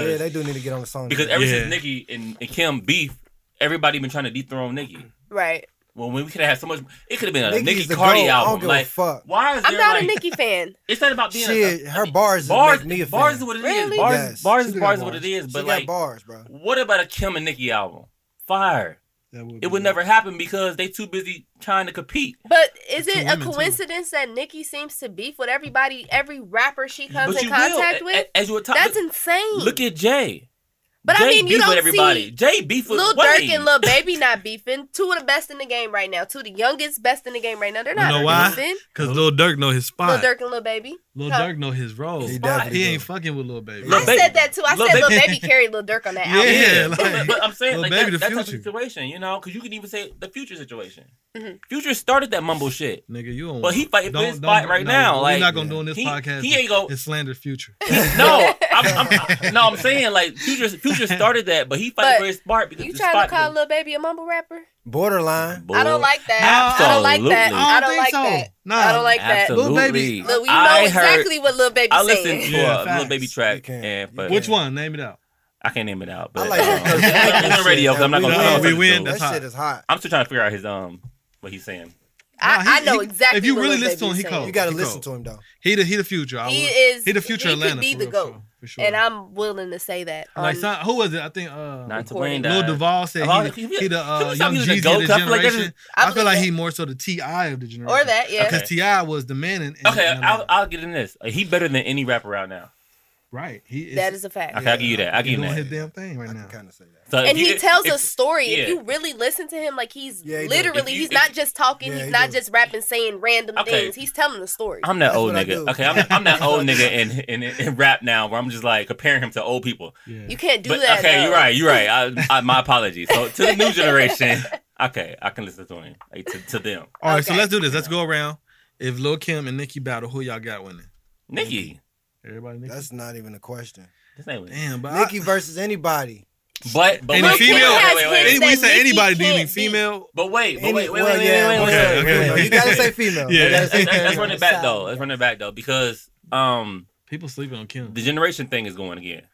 [SPEAKER 3] Right.
[SPEAKER 10] Yeah, they do need to get on the song.
[SPEAKER 11] Because
[SPEAKER 10] together.
[SPEAKER 11] ever
[SPEAKER 9] Yeah.
[SPEAKER 11] since Nicki and, and Kim beef, everybody been trying to dethrone Nicki.
[SPEAKER 3] Right.
[SPEAKER 11] Well, when we could have had so much, it could have been a
[SPEAKER 10] Nicki's
[SPEAKER 11] Nicki
[SPEAKER 10] the
[SPEAKER 11] Cardi
[SPEAKER 10] goat. I don't
[SPEAKER 11] album.
[SPEAKER 10] give a
[SPEAKER 11] like,
[SPEAKER 10] fuck.
[SPEAKER 11] why is
[SPEAKER 3] I'm
[SPEAKER 11] there
[SPEAKER 3] not
[SPEAKER 11] like,
[SPEAKER 3] a Nicki fan.
[SPEAKER 11] It's not about being.
[SPEAKER 10] Shit,
[SPEAKER 11] a,
[SPEAKER 10] her bars
[SPEAKER 11] bars,
[SPEAKER 10] make me a
[SPEAKER 11] bars
[SPEAKER 10] fan.
[SPEAKER 11] is what it is.
[SPEAKER 3] Really?
[SPEAKER 11] Bars,
[SPEAKER 10] Yes.
[SPEAKER 11] bars,
[SPEAKER 9] She
[SPEAKER 11] is
[SPEAKER 9] got
[SPEAKER 11] bars is
[SPEAKER 9] bars.
[SPEAKER 11] what it is.
[SPEAKER 10] she
[SPEAKER 11] But
[SPEAKER 10] got
[SPEAKER 11] like,
[SPEAKER 10] bars, bro.
[SPEAKER 11] what about a Kim and Nicki album? Fire.
[SPEAKER 9] That would
[SPEAKER 11] It would
[SPEAKER 9] be-
[SPEAKER 11] never happen because they too busy trying to compete.
[SPEAKER 3] But is
[SPEAKER 9] Two
[SPEAKER 3] it a
[SPEAKER 9] women, too.
[SPEAKER 3] coincidence that Nicki seems to beef with everybody, every rapper she comes
[SPEAKER 11] but
[SPEAKER 3] in
[SPEAKER 11] you
[SPEAKER 3] contact
[SPEAKER 11] will.
[SPEAKER 3] with?
[SPEAKER 11] A- As you were talking,
[SPEAKER 3] That's insane.
[SPEAKER 11] look at Jay.
[SPEAKER 3] But I
[SPEAKER 11] Jay
[SPEAKER 3] mean, you
[SPEAKER 11] beef
[SPEAKER 3] don't
[SPEAKER 11] with everybody.
[SPEAKER 3] see
[SPEAKER 11] Jay beef with
[SPEAKER 3] Lil
[SPEAKER 11] Wayne.
[SPEAKER 3] Durk and Lil Baby not beefing. Two of the best in the game right now. Two of the youngest best in the game right now. They're
[SPEAKER 9] You
[SPEAKER 3] not
[SPEAKER 9] know why?
[SPEAKER 3] beefing.
[SPEAKER 9] Cause Lil Durk know his
[SPEAKER 3] Lil
[SPEAKER 9] spot.
[SPEAKER 3] Durk and Lil Baby.
[SPEAKER 9] Lil
[SPEAKER 3] Huh?
[SPEAKER 9] Durk know his role.
[SPEAKER 10] He
[SPEAKER 9] He,
[SPEAKER 10] definitely
[SPEAKER 9] ain't
[SPEAKER 10] do.
[SPEAKER 9] fucking with Lil Baby.
[SPEAKER 11] Lil
[SPEAKER 3] I
[SPEAKER 11] Baby-
[SPEAKER 3] said that too. I
[SPEAKER 11] Lil
[SPEAKER 3] said
[SPEAKER 11] Baby-
[SPEAKER 3] Lil Baby carried Lil Durk on that
[SPEAKER 9] Yeah,
[SPEAKER 3] album.
[SPEAKER 11] but,
[SPEAKER 9] like-
[SPEAKER 11] but I'm saying
[SPEAKER 9] Lil
[SPEAKER 11] like
[SPEAKER 9] Baby
[SPEAKER 11] that,
[SPEAKER 9] the
[SPEAKER 11] that type of
[SPEAKER 9] Future.
[SPEAKER 11] situation, you know, because you could even say the future situation.
[SPEAKER 3] Mm-hmm.
[SPEAKER 11] Future started that mumble shit.
[SPEAKER 9] Nigga, you don't.
[SPEAKER 11] But he fighting for his spot right now,
[SPEAKER 9] We're
[SPEAKER 11] like,
[SPEAKER 9] not gonna do on this
[SPEAKER 11] he-
[SPEAKER 9] podcast.
[SPEAKER 11] he ain't gonna-
[SPEAKER 9] It's slander future.
[SPEAKER 11] No, I'm, I'm, no, I'm saying like future future started that, but he fighting
[SPEAKER 3] But
[SPEAKER 11] for his spot because
[SPEAKER 3] You
[SPEAKER 11] the
[SPEAKER 3] trying
[SPEAKER 11] spot
[SPEAKER 3] to call Lil Baby a mumble rapper?
[SPEAKER 10] Borderline.
[SPEAKER 3] I don't like that. I don't like that. I
[SPEAKER 11] Absolutely.
[SPEAKER 3] don't
[SPEAKER 9] I
[SPEAKER 3] like
[SPEAKER 9] don't think
[SPEAKER 3] that.
[SPEAKER 9] so. Nah.
[SPEAKER 3] I don't like that.
[SPEAKER 11] Absolutely.
[SPEAKER 9] Lil Baby-
[SPEAKER 3] Look, we know
[SPEAKER 11] I heard-
[SPEAKER 3] exactly what Lil Baby
[SPEAKER 11] I listened
[SPEAKER 3] saying.
[SPEAKER 11] to
[SPEAKER 9] Yeah,
[SPEAKER 11] a little
[SPEAKER 9] facts.
[SPEAKER 11] baby
[SPEAKER 10] You
[SPEAKER 11] track,
[SPEAKER 10] can't.
[SPEAKER 11] and but
[SPEAKER 10] Yeah.
[SPEAKER 9] Which one? Name it out.
[SPEAKER 11] I can't name it out. But
[SPEAKER 10] I like that
[SPEAKER 11] um,
[SPEAKER 10] 'cause
[SPEAKER 11] it's on the radio because I'm not gonna.
[SPEAKER 9] We
[SPEAKER 11] call
[SPEAKER 9] win.
[SPEAKER 11] him
[SPEAKER 9] We win.
[SPEAKER 11] dude.
[SPEAKER 9] That's
[SPEAKER 10] That
[SPEAKER 9] hot.
[SPEAKER 10] shit is hot.
[SPEAKER 11] I'm still trying to figure out his um what he's saying.
[SPEAKER 3] I,
[SPEAKER 9] Nah, he-
[SPEAKER 3] I know
[SPEAKER 9] he-
[SPEAKER 3] exactly.
[SPEAKER 9] if you
[SPEAKER 3] what
[SPEAKER 9] really
[SPEAKER 3] Lil
[SPEAKER 9] listen to
[SPEAKER 3] Baby
[SPEAKER 9] him, he
[SPEAKER 3] saying.
[SPEAKER 9] cold.
[SPEAKER 10] You got to
[SPEAKER 9] He
[SPEAKER 10] listen
[SPEAKER 9] cold.
[SPEAKER 10] to him though.
[SPEAKER 9] He the he the future. I
[SPEAKER 3] He
[SPEAKER 9] would-
[SPEAKER 3] is-
[SPEAKER 9] He the future
[SPEAKER 3] he could
[SPEAKER 9] Atlanta.
[SPEAKER 3] be
[SPEAKER 9] for
[SPEAKER 3] the
[SPEAKER 9] real,
[SPEAKER 3] GOAT.
[SPEAKER 9] for sure, For sure.
[SPEAKER 3] And I'm willing to say that. On,
[SPEAKER 9] like some, who was it? I think uh,
[SPEAKER 11] Not to
[SPEAKER 3] Recording.
[SPEAKER 11] Wayne
[SPEAKER 9] Lil
[SPEAKER 11] died.
[SPEAKER 9] Duval said
[SPEAKER 11] Of all-
[SPEAKER 9] he, the- he the
[SPEAKER 11] he
[SPEAKER 9] uh,
[SPEAKER 11] was
[SPEAKER 9] young
[SPEAKER 11] something
[SPEAKER 9] Jeezy
[SPEAKER 11] to go,
[SPEAKER 9] of the
[SPEAKER 11] 'cause I feel like that
[SPEAKER 9] generation.
[SPEAKER 3] I
[SPEAKER 9] I, feel
[SPEAKER 3] believe
[SPEAKER 9] like
[SPEAKER 3] that.
[SPEAKER 9] he more so the Ti of the generation. Uh,
[SPEAKER 3] or that, yeah.
[SPEAKER 9] because Ti was the man. In, in,
[SPEAKER 11] Okay,
[SPEAKER 9] in
[SPEAKER 11] I'll,
[SPEAKER 9] Atlanta.
[SPEAKER 11] I'll get in this. He better than any rapper out now.
[SPEAKER 9] Right. He
[SPEAKER 3] That is a fact.
[SPEAKER 11] Okay, I'll give you that. I'll give
[SPEAKER 9] He
[SPEAKER 11] you
[SPEAKER 9] doing
[SPEAKER 11] that.
[SPEAKER 9] his damn thing right now.
[SPEAKER 10] Kind of say
[SPEAKER 11] So if
[SPEAKER 3] and
[SPEAKER 11] you-
[SPEAKER 3] he tells
[SPEAKER 11] if-
[SPEAKER 3] a story.
[SPEAKER 11] yeah.
[SPEAKER 3] If you really listen to him, like he's
[SPEAKER 11] he do.
[SPEAKER 3] literally,
[SPEAKER 11] If you-
[SPEAKER 3] he's
[SPEAKER 11] if-
[SPEAKER 3] not just talking.
[SPEAKER 11] Yeah,
[SPEAKER 3] he's
[SPEAKER 11] he
[SPEAKER 3] not
[SPEAKER 11] do.
[SPEAKER 3] just rapping, saying random
[SPEAKER 11] Okay.
[SPEAKER 3] things. He's telling the story.
[SPEAKER 11] I'm that old nigga. Okay, I'm, I'm that old nigga in, in in rap now, where I'm just like comparing him to old people.
[SPEAKER 3] You can't do
[SPEAKER 11] But,
[SPEAKER 3] that.
[SPEAKER 11] okay,
[SPEAKER 3] though.
[SPEAKER 11] you're right. You're right. I, I, my apologies. So to the new generation, okay, I can listen to him. Like, to, to them.
[SPEAKER 9] All right, so let's do this. Let's go around. If Lil Kim and Nicki battle, who y'all got winning?
[SPEAKER 11] Nicki.
[SPEAKER 9] Everybody, Nicki.
[SPEAKER 10] That's not even a question.
[SPEAKER 9] Damn, but
[SPEAKER 10] Nicki versus anybody.
[SPEAKER 11] But
[SPEAKER 9] Any female? Any- we say anybody. Do you mean
[SPEAKER 10] be.
[SPEAKER 9] female?
[SPEAKER 11] But wait, but
[SPEAKER 10] Any-
[SPEAKER 11] wait, wait,
[SPEAKER 10] well,
[SPEAKER 11] wait, wait,
[SPEAKER 10] yeah,
[SPEAKER 11] wait, wait,
[SPEAKER 10] okay,
[SPEAKER 11] wait, wait,
[SPEAKER 10] okay.
[SPEAKER 11] wait.
[SPEAKER 10] You gotta say female. You
[SPEAKER 11] Yeah,
[SPEAKER 10] gotta say
[SPEAKER 11] let's, let's run
[SPEAKER 10] female.
[SPEAKER 11] it back though. Let's run it back though because um,
[SPEAKER 9] people sleeping on Kim.
[SPEAKER 11] The generation thing is going again